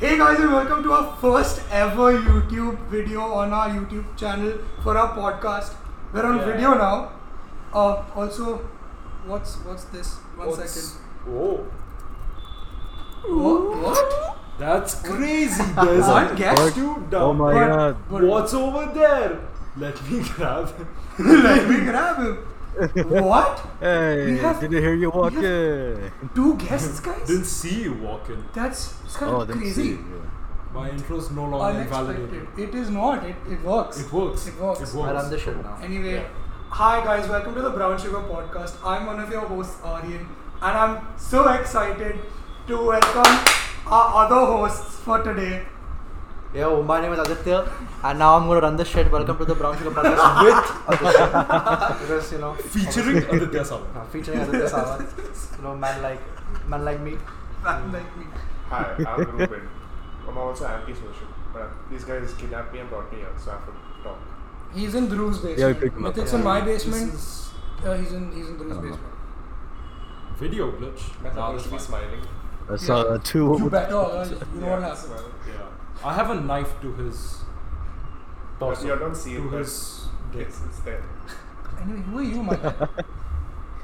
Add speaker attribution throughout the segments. Speaker 1: Hey guys, and welcome to our first ever YouTube video on our YouTube channel for our podcast. We're on
Speaker 2: Yeah.
Speaker 1: video now. Uh, also, what's what's this? One second.
Speaker 2: Oh,
Speaker 1: Wha- What?
Speaker 2: that's crazy. There's
Speaker 1: One
Speaker 2: a
Speaker 1: guest?
Speaker 2: guest dude down.
Speaker 3: Oh my
Speaker 1: But-
Speaker 3: god.
Speaker 1: but-
Speaker 2: What's over there? Let me grab him.
Speaker 1: Let me grab him. What?
Speaker 3: Hey,
Speaker 1: We have-
Speaker 3: did you hear you walk
Speaker 1: we
Speaker 3: in?
Speaker 1: Two guests, guys?
Speaker 2: Didn't see you walking.
Speaker 1: Oh, That's it's kind of
Speaker 3: Oh, that's
Speaker 1: crazy.
Speaker 3: it,
Speaker 2: My intro's no longer
Speaker 1: Unexpected.
Speaker 2: validated.
Speaker 1: It is not. It, it works.
Speaker 2: It works.
Speaker 1: It works.
Speaker 2: It
Speaker 4: I run
Speaker 2: works.
Speaker 4: the show now.
Speaker 1: Anyway,
Speaker 2: Yeah.
Speaker 1: hi guys, welcome to the Brown Sugar Podcast. I'm one of your hosts, Aryan, and I'm so excited to welcome our other hosts for today.
Speaker 4: Yo, my name is Aditya, and now I'm gonna run the shit. Welcome to the Brown Sugar Podcast with Aditya. because you know,
Speaker 2: Featuring Aditya Sawant.
Speaker 4: uh, featuring Aditya Sawant, you know, man like man like me.
Speaker 3: Hmm.
Speaker 1: Man Uh, like me.
Speaker 5: Hi, I'm Ruben. I'm also antisocial, but these guys kidnapped me and brought me here, so I have to talk.
Speaker 1: He's in Drew's basement.
Speaker 3: Yeah, we picked him up.
Speaker 1: Mythic's in my basement. Uh, he's in he's in Drew's basement.
Speaker 2: Video glitch.
Speaker 5: I'm
Speaker 2: Nah,
Speaker 5: supposed
Speaker 2: that's
Speaker 5: to be
Speaker 2: fine.
Speaker 5: smiling.
Speaker 3: I saw a two.
Speaker 1: You better, uh, you know what
Speaker 5: Yeah,
Speaker 1: happened.
Speaker 5: smiling.
Speaker 2: Yeah. I have a knife to his
Speaker 5: But you
Speaker 2: torso.
Speaker 5: don't see
Speaker 2: To
Speaker 5: it. but
Speaker 2: his dick.
Speaker 5: It's, it's there.
Speaker 1: Anyway, who are you, my guy?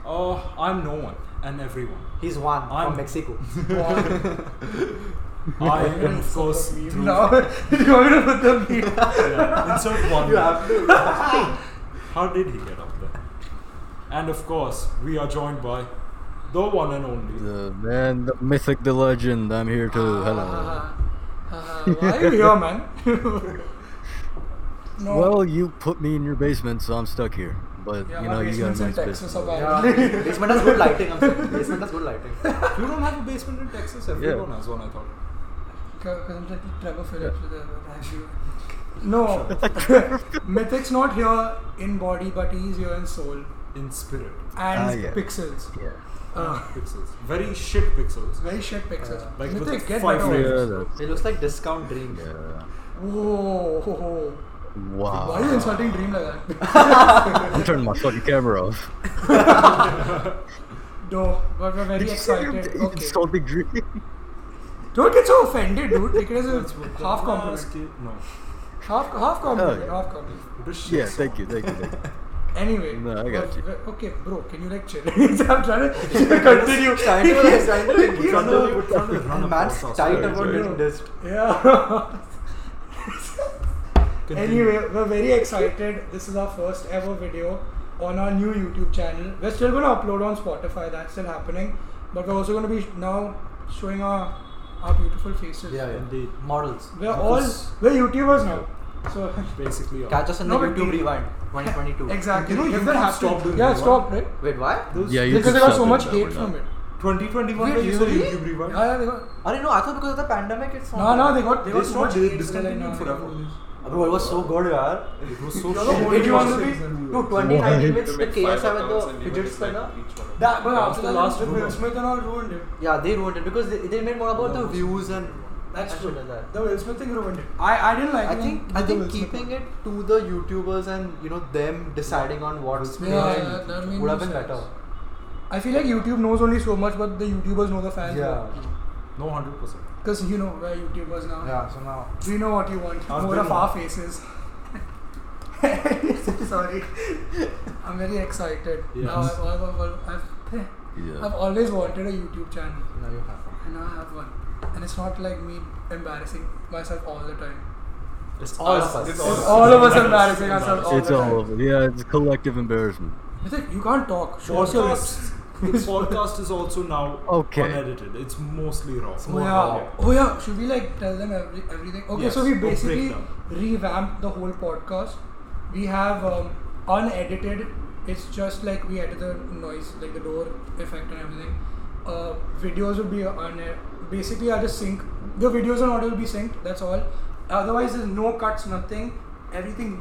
Speaker 2: Oh, I'm no one and everyone.
Speaker 4: He's Juan
Speaker 2: I'm-
Speaker 4: from Mexico.
Speaker 1: Paul?
Speaker 2: I am, of course,
Speaker 1: Meme
Speaker 2: Dhruv.
Speaker 1: now. you want me to put the meme?
Speaker 2: Yeah, Insert one.
Speaker 5: You have to.
Speaker 2: How did he get up there? And of course, we are joined by the one and only.
Speaker 3: The man, the mythic, the legend. I'm here too.
Speaker 1: Ah,
Speaker 3: Hello.
Speaker 1: Uh, why are you here, man? no.
Speaker 3: Well, you put me in your basement, so I'm stuck here. But
Speaker 1: yeah,
Speaker 3: you
Speaker 1: my
Speaker 3: know, you got
Speaker 1: basement's
Speaker 3: a
Speaker 1: in
Speaker 3: nice
Speaker 1: Texas,
Speaker 3: basement.
Speaker 4: Yeah,
Speaker 1: apparently.
Speaker 4: basement has good lighting. I'm saying, basement has good lighting.
Speaker 2: You don't have a basement in Texas? Everyone has one, I thought.
Speaker 1: Because I'm like Trevor Phillips with a review. No, Mythic's not here in body, but he's here in soul
Speaker 2: In spirit.
Speaker 1: and
Speaker 3: Ah, yeah.
Speaker 1: pixels.
Speaker 3: Yeah.
Speaker 1: Uh,
Speaker 2: Pixels. Very shit pixels.
Speaker 1: very shit pixels.
Speaker 4: Uh,
Speaker 2: like with
Speaker 1: Mythic,
Speaker 2: the
Speaker 1: get
Speaker 2: five
Speaker 1: better.
Speaker 2: frames.
Speaker 3: Yeah, that's,
Speaker 4: It looks like discount dreams.
Speaker 3: yeah.
Speaker 1: Whoa, ho, ho. why are you
Speaker 3: Wow.
Speaker 1: insulting Dream like that?
Speaker 3: I'm turning my fucking camera off.
Speaker 1: no, but we're very
Speaker 3: Did you say you're-
Speaker 1: excited.
Speaker 3: you
Speaker 1: Okay.
Speaker 3: insulted Dream?
Speaker 1: Don't get so offended, dude. Take it as a
Speaker 2: That's what the
Speaker 1: half compliment.
Speaker 2: mask is- No.
Speaker 1: Half, half compliment.
Speaker 3: yeah.
Speaker 1: Half compliment.
Speaker 2: It is shit
Speaker 3: Yeah,
Speaker 2: song.
Speaker 3: thank you, thank you, thank you.
Speaker 1: Anyway,
Speaker 3: No, I got
Speaker 1: but-
Speaker 3: you.
Speaker 1: but- Okay, bro, can you like chill? I'm trying to continue.
Speaker 4: Trying to-
Speaker 1: Yes,
Speaker 4: trying to-
Speaker 1: yes.
Speaker 2: We're trying to- we're trying to run a
Speaker 4: And man's
Speaker 2: podcast.
Speaker 4: tight
Speaker 3: sorry,
Speaker 4: about
Speaker 3: sorry.
Speaker 4: getting dissed.
Speaker 1: Yeah.
Speaker 2: Continue.
Speaker 1: anyway, we're very excited. This is our first ever video on our new YouTube channel. We're still going to upload on Spotify. That's still happening, but we're also going to be now showing our our beautiful faces.
Speaker 4: Yeah, yeah.
Speaker 2: Indeed.
Speaker 4: Models.
Speaker 1: We're all
Speaker 2: Because-
Speaker 1: we're YouTubers now. So
Speaker 2: Basically, uh,
Speaker 4: Catch us in the
Speaker 1: No, but
Speaker 4: YouTube
Speaker 1: we-
Speaker 4: Rewind 2022.
Speaker 1: exactly.
Speaker 2: You know,
Speaker 1: If
Speaker 2: YouTube
Speaker 1: that happened-
Speaker 2: stopped doing
Speaker 1: Yeah,
Speaker 2: that
Speaker 1: stop right.
Speaker 4: Wait, why?
Speaker 2: Those
Speaker 3: Yeah, you-
Speaker 1: Because
Speaker 3: YouTube
Speaker 1: they got so
Speaker 3: stopped
Speaker 1: much
Speaker 3: it,
Speaker 1: hate
Speaker 3: but
Speaker 1: from
Speaker 3: not.
Speaker 1: it.
Speaker 2: 2021
Speaker 1: Wait,
Speaker 2: where you said
Speaker 1: really?
Speaker 2: YouTube Rewind.
Speaker 1: Yeah, yeah, they got.
Speaker 4: I no, I thought because of the pandemic it's
Speaker 1: No,
Speaker 4: not.
Speaker 1: no, they got they
Speaker 2: They
Speaker 1: got so
Speaker 2: stopped
Speaker 1: much
Speaker 2: they
Speaker 1: hate.
Speaker 2: discontinued forever.
Speaker 4: Bro, it was so good, yaar.
Speaker 2: It was so
Speaker 1: You're the
Speaker 2: shit.
Speaker 1: only
Speaker 4: It
Speaker 1: one
Speaker 4: used to
Speaker 1: who
Speaker 4: be
Speaker 1: thinks
Speaker 4: no
Speaker 3: Why?
Speaker 4: 2019
Speaker 5: To
Speaker 4: it's the
Speaker 5: make
Speaker 4: KSI
Speaker 5: five
Speaker 4: with
Speaker 5: accounts
Speaker 4: the
Speaker 5: and leave
Speaker 4: fidget
Speaker 5: it like
Speaker 4: spinner.
Speaker 5: each one of them.
Speaker 1: That, but after
Speaker 2: the
Speaker 1: that,
Speaker 2: last
Speaker 1: with
Speaker 2: rumor.
Speaker 1: Will Smith and all ruined it.
Speaker 4: Yeah, they ruined it because they, they made more about the
Speaker 2: Yeah.
Speaker 4: views and
Speaker 1: That's
Speaker 4: and
Speaker 1: true.
Speaker 4: shit like that.
Speaker 1: The Will Smith thing ruined it. I, I didn't like
Speaker 4: I
Speaker 1: it
Speaker 4: think
Speaker 1: when
Speaker 4: I
Speaker 1: the Will
Speaker 4: think
Speaker 1: Smith
Speaker 4: keeping
Speaker 1: one.
Speaker 4: it to the YouTubers and you know them deciding on what's
Speaker 1: Yeah,
Speaker 4: trending
Speaker 1: yeah, that made
Speaker 4: would have
Speaker 1: no
Speaker 4: been
Speaker 1: sense.
Speaker 4: better.
Speaker 1: I feel like YouTube knows only so much, but the YouTubers know the fans.
Speaker 4: Yeah,
Speaker 2: No, 100%.
Speaker 1: Because you know we're YouTubers now.
Speaker 4: yeah. So now
Speaker 1: We know what you want.
Speaker 2: I've
Speaker 1: More
Speaker 2: been
Speaker 1: of our faces. Sorry. I'm very excited.
Speaker 2: Yeah.
Speaker 1: Now I've, I've, I've, I've,
Speaker 3: Yeah.
Speaker 1: I've always wanted a YouTube channel.
Speaker 4: now you have one.
Speaker 1: And now I have one. And it's not like me embarrassing myself all the time.
Speaker 4: It's all
Speaker 5: us.
Speaker 4: of us.
Speaker 5: It's
Speaker 1: It's
Speaker 5: us.
Speaker 1: all of us embarrassing ourselves all
Speaker 3: It's
Speaker 1: the
Speaker 3: all
Speaker 1: time.
Speaker 3: over. Yeah, it's collective embarrassment.
Speaker 1: Mithik, you can't talk. Show us your wrists.
Speaker 2: Podcast. the podcast is also now
Speaker 3: Okay.
Speaker 2: unedited. It's mostly raw.
Speaker 1: Oh yeah. Oh yeah. Should we like tell them every, everything? Okay,
Speaker 2: Yes,
Speaker 1: so we
Speaker 2: we'll break
Speaker 1: basically
Speaker 2: down.
Speaker 1: revamped the whole podcast. We have um, unedited. It's just like we added the noise, like the door effect and everything. Uh, videos will be on basically I'll just sync. The videos and audio will be synced. That's all. Otherwise, there's no cuts, nothing. Everything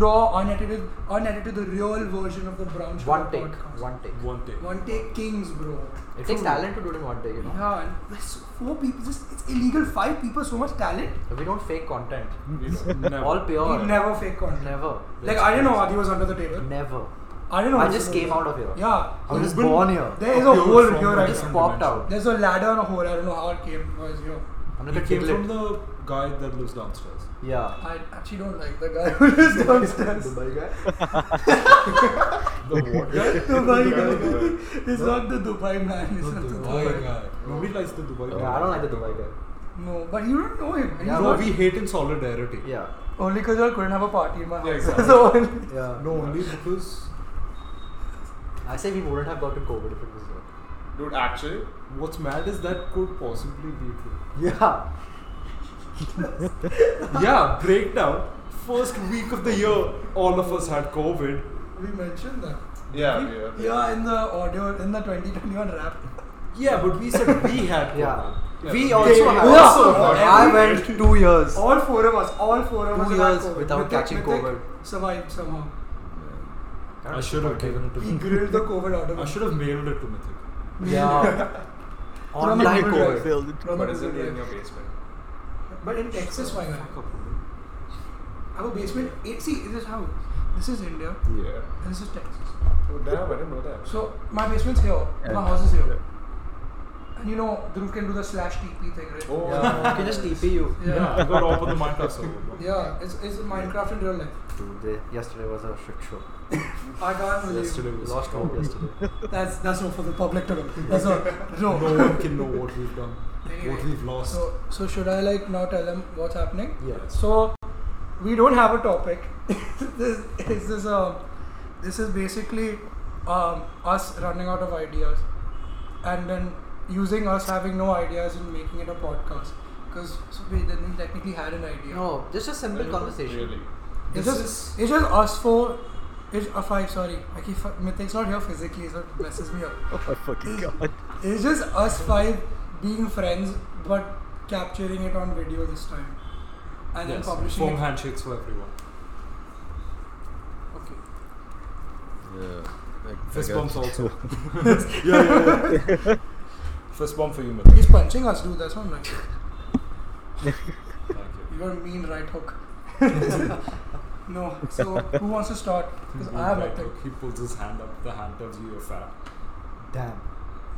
Speaker 1: raw, unedited, unedited. The real version of the Brown Sugar
Speaker 4: One take.
Speaker 1: podcast.
Speaker 4: One take.
Speaker 2: One day.
Speaker 1: One take kings, bro.
Speaker 4: It takes talent to do it in one day, you know.
Speaker 1: Yeah, and there's four people. Just it's illegal. Five people, so much talent.
Speaker 4: We don't fake content.
Speaker 2: Never.
Speaker 4: All pure.
Speaker 1: He never fake content.
Speaker 4: Never.
Speaker 1: Like I didn't know Adi was under the table.
Speaker 4: Never.
Speaker 1: I didn't know.
Speaker 4: I
Speaker 1: he was
Speaker 4: just
Speaker 1: under
Speaker 4: came
Speaker 1: the
Speaker 4: out of here.
Speaker 1: table. Yeah.
Speaker 4: I was
Speaker 2: Ruben-
Speaker 4: born here.
Speaker 1: There is a
Speaker 2: Appeared
Speaker 1: hole
Speaker 2: from
Speaker 1: here
Speaker 2: the
Speaker 1: right
Speaker 4: Just
Speaker 1: now.
Speaker 2: second
Speaker 4: popped
Speaker 2: dimension.
Speaker 4: out.
Speaker 1: There's a ladder and a hole. I don't know how it came. Was here.
Speaker 4: I'm
Speaker 2: He
Speaker 4: like a
Speaker 2: came from the
Speaker 4: kidlet.
Speaker 2: guy that lives downstairs.
Speaker 4: Yeah.
Speaker 1: I actually don't like the guy who lives downstairs.
Speaker 4: Dubai guy.
Speaker 2: The what guy?
Speaker 1: Dubai
Speaker 5: Dubai
Speaker 1: guy. It's not the Dubai man. It's
Speaker 2: The
Speaker 1: not the
Speaker 2: Dubai
Speaker 1: Dubai
Speaker 2: guy. Nobody likes the Dubai guy.
Speaker 4: Yeah, I don't like the Dubai guy.
Speaker 1: No, but you don't know him. and
Speaker 4: Yeah,
Speaker 1: he's
Speaker 2: No,
Speaker 1: not-
Speaker 2: we hate in solidarity.
Speaker 4: Yeah.
Speaker 1: Only because y'all couldn't have a party in my house.
Speaker 5: Yeah,
Speaker 1: so only-
Speaker 4: Yeah.
Speaker 2: No, only because
Speaker 4: I say we wouldn't have gotten COVID if it was there.
Speaker 5: Dude, actually,
Speaker 2: what's mad is that could possibly be true.
Speaker 4: Yeah.
Speaker 2: yeah, breakdown. First week of the year, all of us had COVID.
Speaker 1: we mentioned that.
Speaker 5: yeah,
Speaker 1: We-
Speaker 5: yeah.
Speaker 1: yeah, in the audio, in the 2021 rap.
Speaker 2: Yeah, but we said we had COVID.
Speaker 4: Yeah.
Speaker 5: Yeah.
Speaker 4: We
Speaker 5: They
Speaker 4: also have.
Speaker 5: also
Speaker 4: I
Speaker 5: have.
Speaker 4: went two
Speaker 3: Oh
Speaker 4: years.
Speaker 1: All four of us, all four of
Speaker 4: Two
Speaker 1: us had
Speaker 4: years
Speaker 1: COVID.
Speaker 4: without
Speaker 1: Mythic-
Speaker 4: catching
Speaker 1: Mythic
Speaker 4: COVID.
Speaker 1: Survived somehow.
Speaker 2: I should have given it to
Speaker 1: He
Speaker 2: Mythic.
Speaker 1: grilled the COVID out of
Speaker 2: I
Speaker 1: him.
Speaker 2: should have mailed it to Mythic.
Speaker 4: Yeah.
Speaker 1: From a
Speaker 4: Online
Speaker 1: Google Drive.
Speaker 4: COVID.
Speaker 1: From a
Speaker 5: But is it
Speaker 1: Google
Speaker 5: in your
Speaker 1: Drive.
Speaker 5: basement?
Speaker 1: But in Texas, why not? I have a basement. It, see, this is how. This is India.
Speaker 5: Yeah.
Speaker 1: and This is Texas.
Speaker 5: Oh, damn, I didn't know that.
Speaker 1: So my basement's here.
Speaker 3: Yeah.
Speaker 1: My house is here. And you know, Dhruv can do the slash TP thing, right?
Speaker 5: Oh,
Speaker 4: Yeah. You can just TP you.
Speaker 1: Yeah.
Speaker 2: Yeah, I got off on the Minecraft server.
Speaker 1: Yeah, it's, it's Minecraft in real life.
Speaker 4: Dude, they- yesterday was a shit show.
Speaker 1: I can't believe
Speaker 2: Yesterday
Speaker 4: We
Speaker 2: was
Speaker 4: lost hope yesterday.
Speaker 1: That's that's not for the public to know. That's not.
Speaker 2: No
Speaker 1: No.
Speaker 2: one can know what we've done,
Speaker 1: Anyway,
Speaker 2: what we've lost.
Speaker 1: So so should I like now tell them what's happening?
Speaker 2: yes.
Speaker 1: So we don't have a topic. this is this um this is basically um us running out of ideas, and then using us having no ideas and making it a podcast. Because so we didn't technically had an idea.
Speaker 4: No, just a simple
Speaker 5: Really?
Speaker 4: conversation.
Speaker 1: It's
Speaker 2: This
Speaker 1: just
Speaker 2: is-
Speaker 1: it's just us four. It's a five. Sorry, I keep Mythic's not here physically, so it messes me up.
Speaker 3: Oh my fucking god.
Speaker 1: It's just us five being friends, but capturing it on video this time, and then
Speaker 2: yes.
Speaker 1: publishing
Speaker 2: Firm
Speaker 1: it.
Speaker 2: handshakes for everyone.
Speaker 1: Okay.
Speaker 3: Yeah. I- I
Speaker 2: Fist
Speaker 3: got
Speaker 2: bumps
Speaker 3: you.
Speaker 2: also. yeah, yeah, yeah. Fist bump for you, Mythic.
Speaker 1: He's punching us, dude. That's not nice.
Speaker 2: Thank you.
Speaker 1: You got a mean right hook. no. So who wants to start? Because I have
Speaker 2: Right
Speaker 1: nothing.
Speaker 2: hook, He pulls his hand up. The hand tells you you're fat.
Speaker 4: Damn.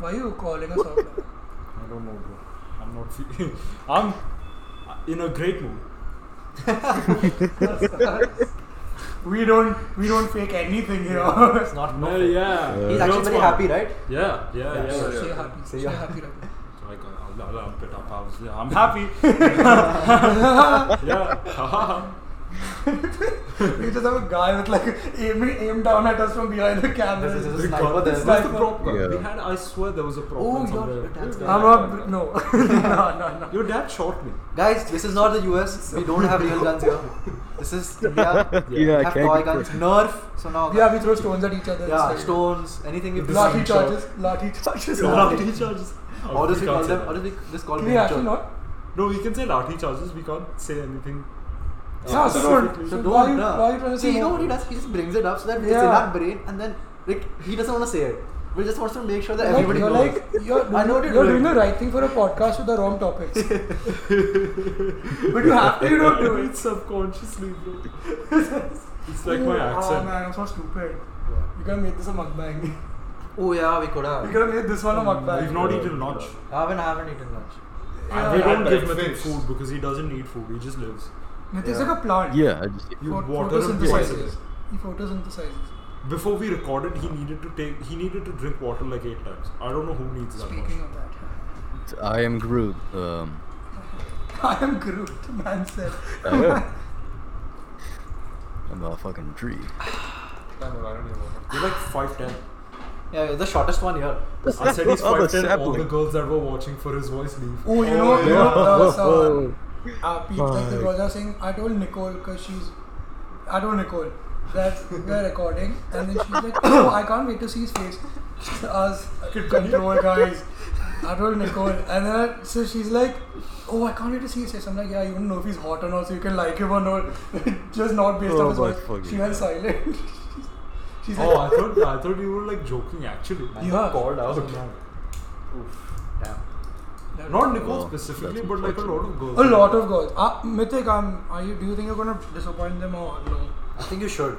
Speaker 1: Why are you calling us out?
Speaker 2: I don't know, bro. I'm not. Fe- I'm in a great mood.
Speaker 1: we don't. We don't fake anything here.
Speaker 4: It's not
Speaker 2: No,
Speaker 4: perfect.
Speaker 2: yeah.
Speaker 3: He's
Speaker 4: He's
Speaker 2: Girls
Speaker 4: actually very
Speaker 2: one.
Speaker 4: happy, right?
Speaker 2: Yeah, yeah, yeah.
Speaker 1: So
Speaker 2: yeah,
Speaker 1: Stay
Speaker 2: yeah.
Speaker 1: happy.
Speaker 4: So
Speaker 1: Stay
Speaker 4: yeah.
Speaker 1: happy. Right now.
Speaker 2: So I got I'll, I'll, I'll put up. I was, yeah, I'm happy. yeah. Ha, ha, ha.
Speaker 1: We just have a guy with like aiming aim down at us from behind the camera.
Speaker 4: This is-
Speaker 2: We
Speaker 4: sniper
Speaker 2: got
Speaker 4: there.
Speaker 2: this. That's the
Speaker 1: Sniper.
Speaker 2: prop gun.
Speaker 3: Yeah.
Speaker 2: We had. I swear there was a prop
Speaker 4: Oh,
Speaker 2: gun
Speaker 4: yeah,
Speaker 2: somewhere.
Speaker 4: that's
Speaker 1: I'm not. No. no. No. No.
Speaker 2: Your dad shot me.
Speaker 4: Guys, this is not the US. We don't have real guns here. This is India.
Speaker 3: Yeah,
Speaker 4: We
Speaker 3: I
Speaker 4: have
Speaker 3: can't
Speaker 4: toy
Speaker 3: be
Speaker 4: guns, Nerf. So now.
Speaker 1: Yeah, we throw stones at each other.
Speaker 4: Yeah,
Speaker 1: It's like-
Speaker 4: stones, anything we
Speaker 2: This is
Speaker 1: Lathi
Speaker 2: Lati
Speaker 4: bring.
Speaker 2: shot.
Speaker 1: charges. Lathi charges.
Speaker 4: Yeah.
Speaker 1: Lathi-
Speaker 2: Lathi charges.
Speaker 4: Or just
Speaker 2: We
Speaker 4: we
Speaker 2: can't
Speaker 4: call
Speaker 2: say that.
Speaker 4: them, or just we just call
Speaker 1: Can
Speaker 4: them.
Speaker 1: we actually
Speaker 4: nature.
Speaker 1: not?
Speaker 2: No, we can say lathi charges. We can't say anything.
Speaker 1: Yeah, so don't.
Speaker 2: specifically.
Speaker 4: So
Speaker 1: So
Speaker 4: don't.
Speaker 1: why you-
Speaker 4: nah.
Speaker 1: why you trying to
Speaker 4: See,
Speaker 1: say
Speaker 4: you know
Speaker 1: no?
Speaker 4: what he does? He just brings it up so that it's in
Speaker 1: Yeah.
Speaker 4: our brain, and then like he doesn't want to say it. We just wants to make sure that
Speaker 1: Like,
Speaker 4: everybody
Speaker 1: you're
Speaker 4: knows.
Speaker 1: like you're, doing,
Speaker 4: I know what you're
Speaker 1: you're doing
Speaker 4: doing.
Speaker 1: the right thing for a podcast with the wrong topics. but you have to, you don't do it.
Speaker 2: It's subconsciously, bro. it's like my
Speaker 1: Oh
Speaker 2: accent.
Speaker 1: man, I'm so stupid.
Speaker 4: Yeah.
Speaker 1: You could have made this a mukbang. You
Speaker 4: Oh yeah, we could have.
Speaker 1: could have made this one a mukbang.
Speaker 2: We've not
Speaker 3: Yeah.
Speaker 2: eaten lunch.
Speaker 4: Haven't haven't eaten lunch.
Speaker 1: Yeah.
Speaker 2: We
Speaker 5: I've
Speaker 2: don't
Speaker 5: had
Speaker 2: give
Speaker 5: breakfast.
Speaker 2: Mythic food because he doesn't need food. He just lives.
Speaker 1: Myth is
Speaker 4: Yeah.
Speaker 1: like a plant.
Speaker 3: Yeah, I just.
Speaker 2: You
Speaker 1: Phot-
Speaker 2: water him
Speaker 1: photosynthesizes.
Speaker 2: twice.
Speaker 1: He photosynthesizes.
Speaker 2: Before we recorded, he needed to take. He needed to drink water like eight times. I don't know who needs that much.
Speaker 1: Speaking of that,
Speaker 3: I am Groot. Um,
Speaker 1: I am Groot, man said.
Speaker 3: I'm a fucking tree.
Speaker 5: Damn, I don't even know.
Speaker 2: You're like five ten.
Speaker 4: Yeah, you're the shortest one here.
Speaker 2: I said he's
Speaker 3: Oh, the
Speaker 2: five ten. All
Speaker 3: sapling.
Speaker 2: the girls that were watching for his voice leave.
Speaker 1: Oh, you know, you
Speaker 5: yeah.
Speaker 1: know, uh, so,
Speaker 3: Oh.
Speaker 1: uh, Pete, like the
Speaker 3: Fuck.
Speaker 1: girls are saying, I told Nicole because she's, I told Nicole that we're recording, and then she's like, oh, I can't wait to see his face. Us control guys. I told Nicole, and then I, so she's like, oh, I can't wait to see his face. I'm like, yeah, you don't know if he's hot or not, so you can like him or not. Just not based
Speaker 3: Oh
Speaker 1: on his
Speaker 3: my
Speaker 1: voice.
Speaker 3: fucking
Speaker 1: She went
Speaker 3: God.
Speaker 1: silent. she's like,
Speaker 2: Oh, I thought I thought you were like joking. Actually,
Speaker 1: You are.
Speaker 4: Called out.
Speaker 5: Oof.
Speaker 4: Damn.
Speaker 1: "That-
Speaker 2: Not Nicole
Speaker 3: Wow,
Speaker 2: specifically,
Speaker 3: that's
Speaker 2: but like a lot of girls.
Speaker 1: A lot of girls. Uh, Mythic, um, are you, do you think you're gonna disappoint them or no?
Speaker 4: I think you should.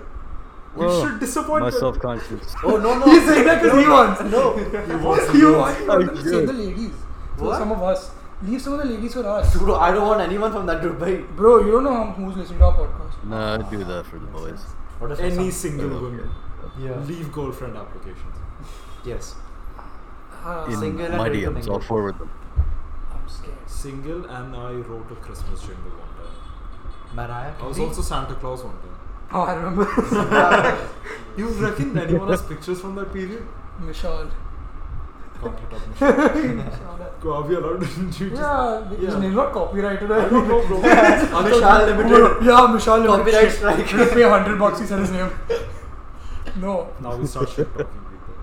Speaker 2: You
Speaker 3: Whoa.
Speaker 2: should disappoint
Speaker 3: My
Speaker 2: them.
Speaker 3: self conscious.
Speaker 4: Oh no no.
Speaker 1: He's saying that because he wants.
Speaker 4: No.
Speaker 2: He wants
Speaker 1: you
Speaker 2: girls.
Speaker 1: want you want to
Speaker 3: I
Speaker 1: save
Speaker 3: did.
Speaker 1: the ladies. So
Speaker 4: What?
Speaker 1: some of us. Leave some of the ladies for us.
Speaker 4: Dude, I don't want anyone from that group, bhai.
Speaker 1: Bro, you don't know how- who's listening to our podcast.
Speaker 3: Nah, I'd do that for the boys. um,
Speaker 4: What if
Speaker 2: Any
Speaker 4: some-
Speaker 2: single
Speaker 3: Okay.
Speaker 2: woman.
Speaker 4: Yeah.
Speaker 2: Leave girlfriend applications.
Speaker 4: Yes.
Speaker 1: Ah,
Speaker 3: In
Speaker 4: Single and
Speaker 3: my
Speaker 4: welcoming
Speaker 3: DMs, I'll
Speaker 4: group.
Speaker 3: forward them.
Speaker 1: I'm scared.
Speaker 2: Single and I wrote a Christmas jingle one time.
Speaker 4: Mariah.
Speaker 2: I was
Speaker 4: Carey?
Speaker 2: also Santa Claus one time.
Speaker 1: Oh, I remember.
Speaker 2: You reckon anyone has pictures from that period?
Speaker 1: Michelle.
Speaker 2: Can't hit up Michelle.
Speaker 1: Michelle.
Speaker 2: Go, Are Uh, we allowed to do
Speaker 1: Yeah, his
Speaker 2: Yeah.
Speaker 1: name's not copyrighted.
Speaker 2: I don't know, bro.
Speaker 4: Vishal Limited.
Speaker 1: Yeah, Michal.
Speaker 4: Copyright strike.
Speaker 1: You pay 100 bucks, he said his name. No.
Speaker 2: Now we start shit talking people.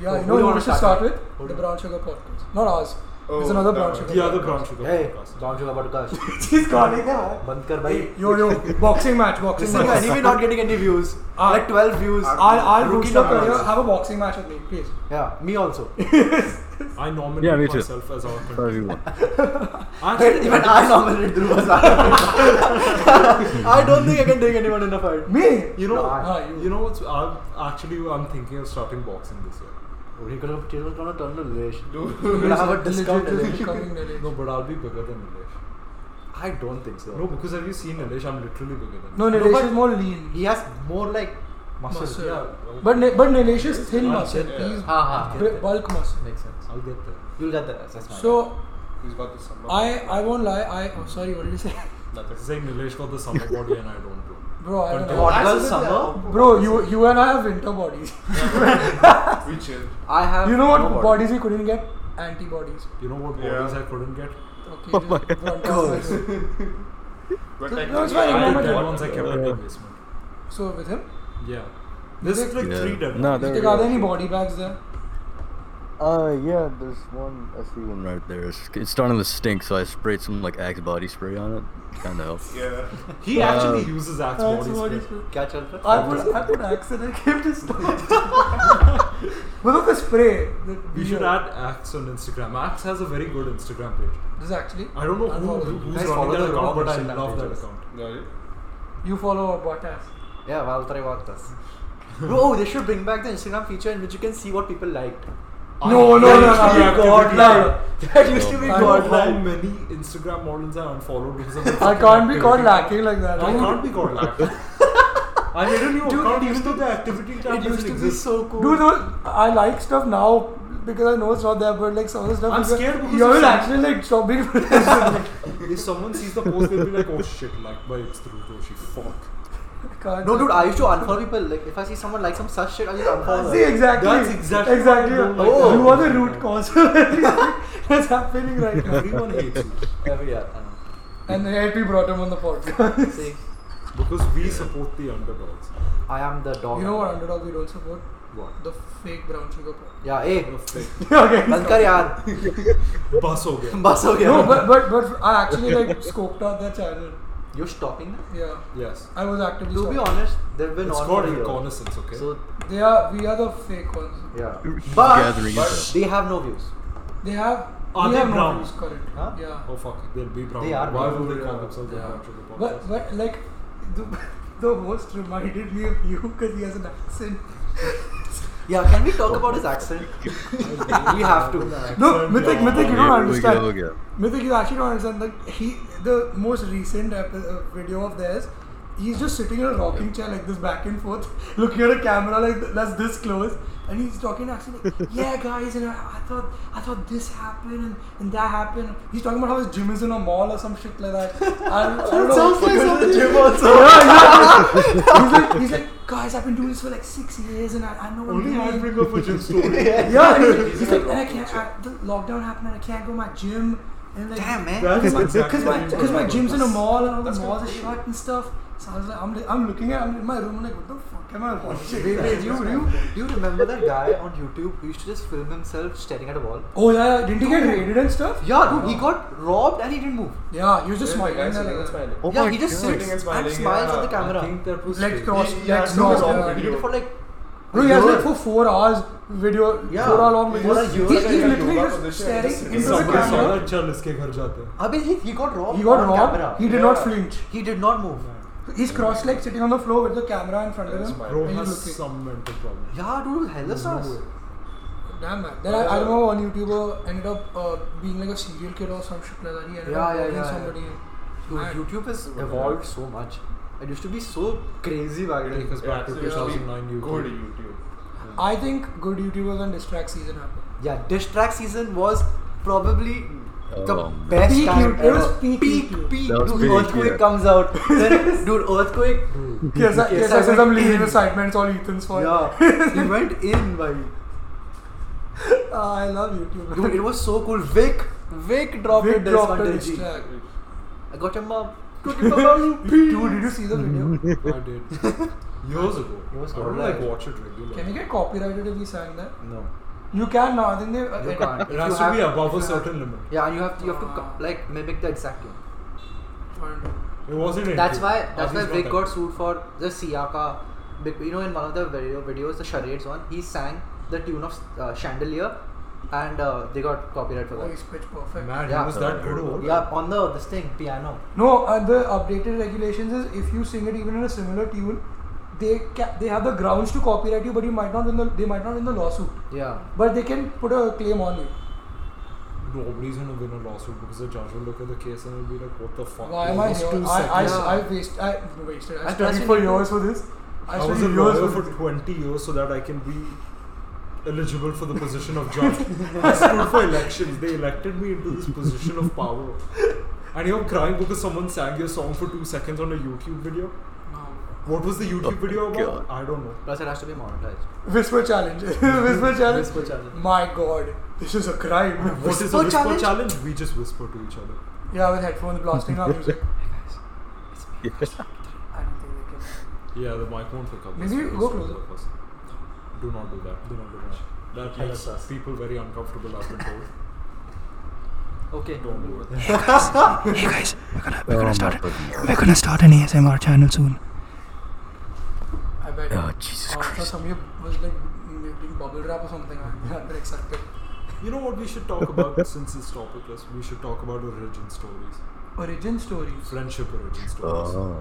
Speaker 1: Yeah,
Speaker 4: Who
Speaker 1: you
Speaker 4: do you
Speaker 1: know what
Speaker 4: wanna
Speaker 1: we should
Speaker 4: start
Speaker 1: start with?
Speaker 4: Who
Speaker 1: The
Speaker 4: do-
Speaker 1: Brown Sugar Podcast. Not ours. There's
Speaker 5: Oh,
Speaker 1: another
Speaker 5: that
Speaker 1: Brown
Speaker 5: one.
Speaker 1: Sugar
Speaker 2: The other
Speaker 1: podcast.
Speaker 2: brown sugar
Speaker 4: Hey,
Speaker 2: podcast.
Speaker 4: Brown Sugar Podcast.
Speaker 1: He's calling them.
Speaker 4: बंद कर भाई.
Speaker 1: Yo, yo, boxing match, boxing
Speaker 4: Single
Speaker 1: match.
Speaker 4: anyway, not getting any views.
Speaker 1: Ah.
Speaker 4: like 12 views.
Speaker 1: I'll, I'll
Speaker 4: Rookie
Speaker 1: boost your
Speaker 4: numbers.
Speaker 1: career. Have a boxing match with me, please.
Speaker 4: Yeah, me also.
Speaker 2: I nominate
Speaker 3: Yeah, me too.
Speaker 2: myself as our
Speaker 3: For
Speaker 2: contestant.
Speaker 3: everyone.
Speaker 2: Actually,
Speaker 4: Even I nominated Dhruva Sarkar. I don't think I can take anyone in a fight.
Speaker 1: Me?
Speaker 2: you know, uh,
Speaker 4: No, I-
Speaker 1: Ah, you.
Speaker 2: you know what's? I'm actually I'm thinking of starting boxing this year.
Speaker 4: We're gonna, we're gonna turn to Nilesh.
Speaker 5: Dude.
Speaker 4: We'll have a
Speaker 1: Legit-
Speaker 4: discount
Speaker 1: legit
Speaker 4: Nilesh.
Speaker 1: coming Nilesh.
Speaker 2: No, but I'll be bigger than Nilesh.
Speaker 4: I don't think so.
Speaker 2: No, because have you seen Nilesh? I'm literally bigger than.
Speaker 1: No,
Speaker 2: him.
Speaker 1: Nilesh
Speaker 4: but-
Speaker 1: is more lean.
Speaker 4: He has more like muscle.
Speaker 1: Muscle.
Speaker 2: Yeah.
Speaker 1: But, Ni- but Nilesh is thin
Speaker 2: I'll
Speaker 1: muscle.
Speaker 2: get there.
Speaker 1: He's
Speaker 4: Ha ha.
Speaker 1: bu- bulk muscle.
Speaker 4: Makes sense.
Speaker 2: I'll get there.
Speaker 4: You'll get that. That's my
Speaker 1: So,
Speaker 5: He's got the summer.
Speaker 1: I I won't lie. I oh, sorry. What did you say,
Speaker 5: Nothing.
Speaker 2: Saying Nilesh got the summer body and I don't. Bro.
Speaker 1: bro? I don't
Speaker 2: But
Speaker 1: know.
Speaker 4: What girl
Speaker 5: Absolutely,
Speaker 4: summer?
Speaker 5: yeah.
Speaker 1: Bro, you you and I have winter bodies.
Speaker 5: We chill.
Speaker 4: I have.
Speaker 1: you know what
Speaker 4: no body.
Speaker 1: bodies we couldn't get? Antibodies.
Speaker 2: You know what
Speaker 5: Yeah.
Speaker 2: bodies I couldn't get?
Speaker 1: Okay.
Speaker 3: Oh
Speaker 1: just
Speaker 3: my
Speaker 1: broadcast
Speaker 4: Girls.
Speaker 1: it.
Speaker 5: But
Speaker 1: No, it's
Speaker 5: like,
Speaker 1: fine,
Speaker 2: I
Speaker 1: ignore my
Speaker 2: did
Speaker 1: joke.
Speaker 2: that once I kept in the basement.
Speaker 1: So with him,
Speaker 2: Yeah. There's
Speaker 1: Is it-
Speaker 2: like three
Speaker 3: Yeah.
Speaker 2: dead.
Speaker 3: No,
Speaker 1: did
Speaker 3: there
Speaker 1: they
Speaker 3: we
Speaker 1: got
Speaker 3: go.
Speaker 1: any body bags there?
Speaker 3: Uh, yeah, there's one. I see one right there. It's, it's starting to stink, so I sprayed some like Axe body spray on it. Kind of helps.
Speaker 5: yeah.
Speaker 2: He actually
Speaker 3: Uh,
Speaker 2: uses Axe
Speaker 1: Axe
Speaker 2: body
Speaker 1: body
Speaker 2: spray.
Speaker 4: Kya chal raha hai?
Speaker 1: I put I put axe and I came to stop. What of the spray? The
Speaker 2: We should
Speaker 1: beer.
Speaker 2: add Axe on Instagram. Axe has a very good Instagram page.
Speaker 1: This actually.
Speaker 2: I don't know who,
Speaker 1: follow
Speaker 2: who-
Speaker 1: them.
Speaker 2: who's
Speaker 4: Guys, follow
Speaker 2: running that
Speaker 4: the
Speaker 2: account,
Speaker 4: wrong
Speaker 2: but I
Speaker 4: Instagram
Speaker 2: love that
Speaker 4: pages.
Speaker 2: account.
Speaker 5: No,
Speaker 1: You follow Bottas.
Speaker 4: Yeah, well, try about this. Bro, they should bring back the Instagram feature in which you can see what people liked.
Speaker 1: No, no,
Speaker 2: I
Speaker 1: no, no,
Speaker 2: actually
Speaker 1: no.
Speaker 2: have to
Speaker 1: God,
Speaker 2: delete
Speaker 1: no.
Speaker 2: that. That used to be
Speaker 1: I know
Speaker 2: God.
Speaker 1: how
Speaker 2: How many Instagram models I unfollowed because of
Speaker 1: I can't be called
Speaker 2: activity.
Speaker 1: lacking like that.
Speaker 2: I can't be called lacking. I made a new
Speaker 1: Dude,
Speaker 2: account
Speaker 1: it
Speaker 2: even though the activity tab
Speaker 4: It used
Speaker 2: doesn't
Speaker 4: to be
Speaker 2: exist.
Speaker 4: so cool.
Speaker 1: Dude, no, I like stuff now because I know it's not there, but like some of the stuff.
Speaker 2: I'm
Speaker 1: is like-
Speaker 2: scared because
Speaker 1: you
Speaker 2: of
Speaker 1: will
Speaker 2: some-
Speaker 1: actually like stop being protested.
Speaker 2: If someone sees the post, they'll be like, "Oh shit, like, but it's through Roshi. Fuck."
Speaker 4: No, dude, I used to unfollow people. Like, if I see someone like some such shit, I just unfollow.
Speaker 1: See,
Speaker 4: them.
Speaker 1: exactly.
Speaker 2: That's exactly
Speaker 1: Exactly.
Speaker 2: what I don't like.
Speaker 4: Oh.
Speaker 1: You are the root cause of everything that's happening right now.
Speaker 2: Everyone hates you
Speaker 4: Yeah, yeah, I know.
Speaker 1: And then AP brought him on the podcast.
Speaker 4: See,
Speaker 2: because we support the underdogs.
Speaker 4: I am the dog.
Speaker 1: You know what underdog we don't support?
Speaker 2: What?
Speaker 1: The fake brown sugar podcast.
Speaker 4: Yeah, hey,
Speaker 1: okay.
Speaker 4: बंद कर यार.
Speaker 2: बस हो गया.
Speaker 4: बस हो गया.
Speaker 1: No, but but but I actually like scoped out their channel.
Speaker 4: You're stopping. now?
Speaker 1: Yeah,
Speaker 2: Yes.
Speaker 1: I was actively.
Speaker 4: To be
Speaker 1: stalking.
Speaker 4: honest, they've been
Speaker 2: It's
Speaker 4: on
Speaker 2: called
Speaker 4: for a year.
Speaker 2: reconnaissance, okay?
Speaker 4: So
Speaker 1: They are. We are the fake ones.
Speaker 4: yeah,
Speaker 3: Gathering
Speaker 4: but
Speaker 3: info.
Speaker 4: they have no views.
Speaker 1: They have.
Speaker 2: Are
Speaker 1: we
Speaker 2: they
Speaker 1: have no
Speaker 2: brown?
Speaker 1: views currently.
Speaker 4: Huh?
Speaker 1: Yeah.
Speaker 2: oh fuck, they'll be brown.
Speaker 4: They are
Speaker 2: Why
Speaker 4: brown.
Speaker 2: would they call
Speaker 4: Yeah.
Speaker 2: themselves
Speaker 4: Yeah.
Speaker 2: the brown sugar
Speaker 1: But
Speaker 2: podcast?
Speaker 1: but like the the host reminded me of you because he has an accent.
Speaker 4: Yeah, can we talk about his accent? we have to.
Speaker 1: No, Mythic, Mythic, you don't
Speaker 3: Here we
Speaker 1: understand.
Speaker 3: go again.
Speaker 1: Mythic, you actually don't understand. Like he, the most recent epi- uh, video of theirs, he's just sitting in a rocking chair like this, back and forth, looking at a camera like th- that's this close, and he's talking accent. Like, yeah, guys, and I, I thought, I thought this happened and, and that happened. He's talking about how his gym is in a mall or some shit like that. I don't, I don't know.
Speaker 4: gym also.
Speaker 1: he's like, he's like, guys, I've been doing this for like six years, and I, I know. what I'm
Speaker 2: Only I
Speaker 1: doing."
Speaker 2: bring up a gym story.
Speaker 1: Yeah, and he's, he's
Speaker 4: Yeah.
Speaker 1: like, and I can't. I, the lockdown happened, and I can't go to my gym. And like,
Speaker 4: Damn man.
Speaker 2: That is
Speaker 1: because
Speaker 2: exactly
Speaker 1: my,
Speaker 2: what
Speaker 1: cause my
Speaker 2: I'm
Speaker 1: gym's in a
Speaker 2: talking
Speaker 1: mall and all the
Speaker 2: That's
Speaker 1: malls are shut and stuff. So I was like, I'm, li- I'm looking at, I'm in my room, I'm like, what the fuck am I watching?
Speaker 4: Wait, wait, do you, do, you, do you remember that guy on YouTube who used to just film himself staring at a wall?
Speaker 1: Oh yeah, yeah, didn't he get raided and stuff?
Speaker 4: Yeah, dude, he got robbed and he didn't move.
Speaker 1: Yeah, he was just smiling.
Speaker 5: Guys,
Speaker 1: and
Speaker 5: sitting and
Speaker 1: like-
Speaker 5: smiling.
Speaker 3: Oh
Speaker 4: yeah,
Speaker 3: my
Speaker 4: he just
Speaker 3: God.
Speaker 4: sits
Speaker 5: Sitting
Speaker 4: and
Speaker 5: and smiling,
Speaker 4: smiles
Speaker 5: yeah.
Speaker 4: at the
Speaker 2: about.
Speaker 4: camera.
Speaker 2: I think that was
Speaker 1: Leg
Speaker 2: fake.
Speaker 1: cross,
Speaker 5: Yeah,
Speaker 1: leg
Speaker 5: yeah,
Speaker 4: No,
Speaker 1: cross.
Speaker 5: no,
Speaker 1: yeah.
Speaker 5: no.
Speaker 4: he did it for like.
Speaker 1: Bro,
Speaker 4: a
Speaker 1: he has
Speaker 4: year.
Speaker 1: like for four hours video,
Speaker 4: Yeah.
Speaker 1: four hour long video.
Speaker 4: For a
Speaker 1: He's,
Speaker 4: year.
Speaker 1: he's
Speaker 5: Yeah,
Speaker 1: literally
Speaker 5: yeah,
Speaker 1: just
Speaker 5: yeah.
Speaker 1: staring
Speaker 5: Yeah.
Speaker 1: into the
Speaker 5: Somebody
Speaker 2: Someone saw
Speaker 1: camera.
Speaker 2: that chal इसके घर जाते हैं.
Speaker 4: Abhi, he, he got robbed.
Speaker 1: He got
Speaker 4: on
Speaker 1: robbed.
Speaker 4: Camera.
Speaker 1: He did
Speaker 5: Yeah.
Speaker 1: not flinch.
Speaker 4: He did not move.
Speaker 1: He's cross legged sitting on the floor with the camera in front of
Speaker 5: That's
Speaker 1: him.
Speaker 5: my-
Speaker 2: Bro
Speaker 1: He's
Speaker 2: has
Speaker 1: looking.
Speaker 2: some mental problem.
Speaker 4: Yeah, dude, hella stars.
Speaker 1: Damn man. Then I, I remember one YouTuber ended up uh, being like a serial killer or some shit like that. He ended
Speaker 4: Yeah,
Speaker 1: up
Speaker 4: yeah,
Speaker 1: murdering
Speaker 4: yeah, yeah.
Speaker 1: somebody.
Speaker 4: Dude,
Speaker 1: Mad.
Speaker 4: YouTube has evolved so much. It used to be so crazy back
Speaker 2: Take
Speaker 4: then.
Speaker 2: us back to
Speaker 5: so
Speaker 1: yeah.
Speaker 2: 2009
Speaker 5: Go
Speaker 2: YouTube.
Speaker 5: to YouTube.
Speaker 1: I think good YouTubers and distract season happened.
Speaker 4: Yeah, Dish Track season was probably the
Speaker 3: Oh, man.
Speaker 4: best
Speaker 1: Peak
Speaker 4: time
Speaker 1: YouTube. It
Speaker 4: ever.
Speaker 1: was peak
Speaker 4: peak,
Speaker 1: YouTube.
Speaker 4: peak.
Speaker 3: That was
Speaker 4: Dude,
Speaker 3: peak,
Speaker 4: earthquake
Speaker 3: yeah.
Speaker 4: comes out. then, dude, earthquake.
Speaker 1: Yes, I, yes, I
Speaker 4: Yes, I
Speaker 1: said I'm
Speaker 4: went
Speaker 1: leaving
Speaker 4: in.
Speaker 1: assignment. It's all Ethan's fault.
Speaker 4: Yeah, he went in by.
Speaker 1: Ah, I love YouTube.
Speaker 4: Dude, it was so cool. Vic, Vic dropped
Speaker 1: Vic
Speaker 4: a disc
Speaker 1: dropped
Speaker 4: on
Speaker 1: a
Speaker 4: Digi.
Speaker 1: diss track.
Speaker 4: I got him up. Took him up.
Speaker 1: Dude, did you see the video?
Speaker 2: I did. Years ago.
Speaker 4: It was
Speaker 2: I don't
Speaker 4: good,
Speaker 2: like
Speaker 4: right?
Speaker 2: watch it regularly.
Speaker 1: Can we get copyrighted if we sang that?
Speaker 4: No.
Speaker 1: You can now. I think they. uh,
Speaker 4: You
Speaker 1: edit-
Speaker 4: can't.
Speaker 2: It
Speaker 4: If
Speaker 2: has
Speaker 4: you
Speaker 2: to be
Speaker 4: have-
Speaker 2: above
Speaker 1: if
Speaker 2: a
Speaker 1: you have-
Speaker 2: certain limit.
Speaker 4: Yeah, and you have to, you have to co- like mimic the exact one.
Speaker 2: It wasn't. in
Speaker 4: That's
Speaker 2: YouTube.
Speaker 4: why that's why
Speaker 2: Aziz
Speaker 4: Vic
Speaker 2: that.
Speaker 4: got sued for the Siaka. bec- You know, in one of the video videos, the charades one, he sang the tune of uh, Chandelier, and uh, they got copyright for that.
Speaker 1: Voice Oh, pitch perfect.
Speaker 2: Man, he
Speaker 4: Yeah.
Speaker 2: was that good over.
Speaker 4: Yeah, on the this thing piano.
Speaker 1: No, uh, the updated regulations is if you sing it even in a similar tune, they ca- they have the grounds to copyright you, but you might not win the they might not win the lawsuit,
Speaker 4: Yeah.
Speaker 1: but they can put a claim on you.
Speaker 2: Nobody's gonna win a lawsuit because the judge will look at the case and will be like, "What the fuck?"
Speaker 1: Why
Speaker 2: It
Speaker 1: am I
Speaker 2: was
Speaker 1: here?
Speaker 2: two
Speaker 1: I I,
Speaker 2: seconds.
Speaker 1: I waste I wasted. I,
Speaker 4: I
Speaker 1: studied
Speaker 4: trust
Speaker 1: for
Speaker 4: you.
Speaker 1: years for this. I,
Speaker 2: I was a
Speaker 1: studied years
Speaker 2: lawyer
Speaker 1: for
Speaker 2: for
Speaker 1: this.
Speaker 2: 20 years so that I can be eligible for the position of judge. I stood for elections. They elected me into this position of power. And you're crying because someone sang your song for two seconds on a YouTube video? What was the YouTube
Speaker 3: Oh
Speaker 2: video
Speaker 3: my
Speaker 2: about?
Speaker 3: God.
Speaker 2: I don't know.
Speaker 4: Plus, it has to be monetized.
Speaker 1: Whisper challenge. Whisper challenge.
Speaker 4: Whisper challenge.
Speaker 1: My God, this is a crime.
Speaker 2: What is a
Speaker 4: Whisper
Speaker 2: whisper challenge?
Speaker 4: challenge?
Speaker 2: We just whisper to each other.
Speaker 1: yeah, with headphones blasting our music. I
Speaker 3: Yeah.
Speaker 1: don't think they can.
Speaker 2: Yeah, the mic won't pick up.
Speaker 1: Maybe
Speaker 2: That's
Speaker 1: go
Speaker 2: the
Speaker 1: closer.
Speaker 2: of us. Do not do that. Do not do that. That
Speaker 4: Help
Speaker 2: makes
Speaker 4: us.
Speaker 2: people very uncomfortable after told.
Speaker 4: Okay.
Speaker 2: Don't do it.
Speaker 6: Hey guys, we're gonna we're
Speaker 3: Oh,
Speaker 6: gonna
Speaker 3: my
Speaker 6: start
Speaker 3: goodness.
Speaker 6: we're gonna start an ASMR channel soon.
Speaker 1: I bet.
Speaker 3: Oh, Jesus
Speaker 1: uh,
Speaker 3: Christ.
Speaker 1: So somebody was like doing bubble wrap or something. I got excited.
Speaker 2: You know what we should talk about since it's topicless? We should talk about origin stories.
Speaker 1: Origin stories.
Speaker 2: Friendship origin stories.
Speaker 3: Oh.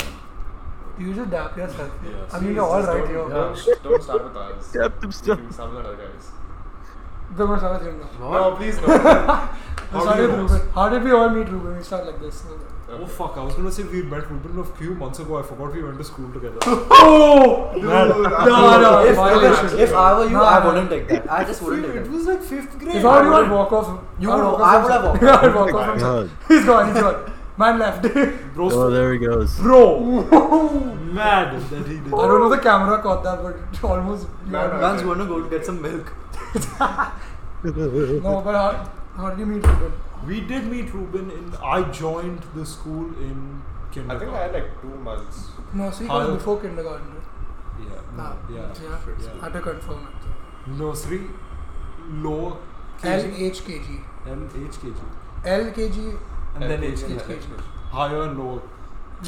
Speaker 1: You just dap yourself.
Speaker 2: Yes.
Speaker 1: I mean, you're all right here.
Speaker 5: Don't, don't start with us.
Speaker 3: Yeah, I'm still-
Speaker 5: You can start with other guys.
Speaker 1: Then we'll start with him now.
Speaker 5: No, please no.
Speaker 1: We'll
Speaker 2: do
Speaker 1: start
Speaker 2: you
Speaker 1: with
Speaker 2: know?
Speaker 1: Ruben. How did we all meet Ruben? We start like this.
Speaker 2: Oh fuck, I was gonna say we met Ruben a few months ago. I forgot we went to school together.
Speaker 1: Oh! No, no,
Speaker 4: If,
Speaker 1: violation.
Speaker 4: if I were you,
Speaker 1: No,
Speaker 4: I
Speaker 1: no.
Speaker 4: wouldn't take that. I just wouldn't take
Speaker 2: it
Speaker 4: that.
Speaker 2: was like 5th grade.
Speaker 1: If I would walk off.
Speaker 4: You
Speaker 1: I
Speaker 4: would-
Speaker 1: walk
Speaker 4: I
Speaker 1: off himself.
Speaker 4: would have walked
Speaker 1: I would walk off. himself.
Speaker 3: God.
Speaker 1: He's gone, he's gone. Man left. I
Speaker 2: Bro's
Speaker 3: Oh, there he goes.
Speaker 2: bro, mad that he did.
Speaker 1: don't know the camera caught that, but it almost. you
Speaker 5: Man,
Speaker 1: are-
Speaker 5: man.
Speaker 4: Man's gonna go get some milk.
Speaker 1: No, but how, how did you meet Ruben?
Speaker 2: We did meet Ruben in. I joined the school in
Speaker 5: I
Speaker 2: kindergarten.
Speaker 5: think I had like two months.
Speaker 1: No, so you
Speaker 2: How-
Speaker 1: was before kindergarten. right?
Speaker 2: yeah,
Speaker 1: Ah,
Speaker 2: no, yeah,
Speaker 1: yeah. I
Speaker 2: yeah.
Speaker 1: had to confirm it.
Speaker 2: Nursery, lower
Speaker 1: E
Speaker 2: KG,
Speaker 1: LHKG.
Speaker 2: and HKG,
Speaker 1: LKG,
Speaker 2: and then
Speaker 5: Like,
Speaker 2: HKG,
Speaker 1: HKG.
Speaker 2: higher and lower.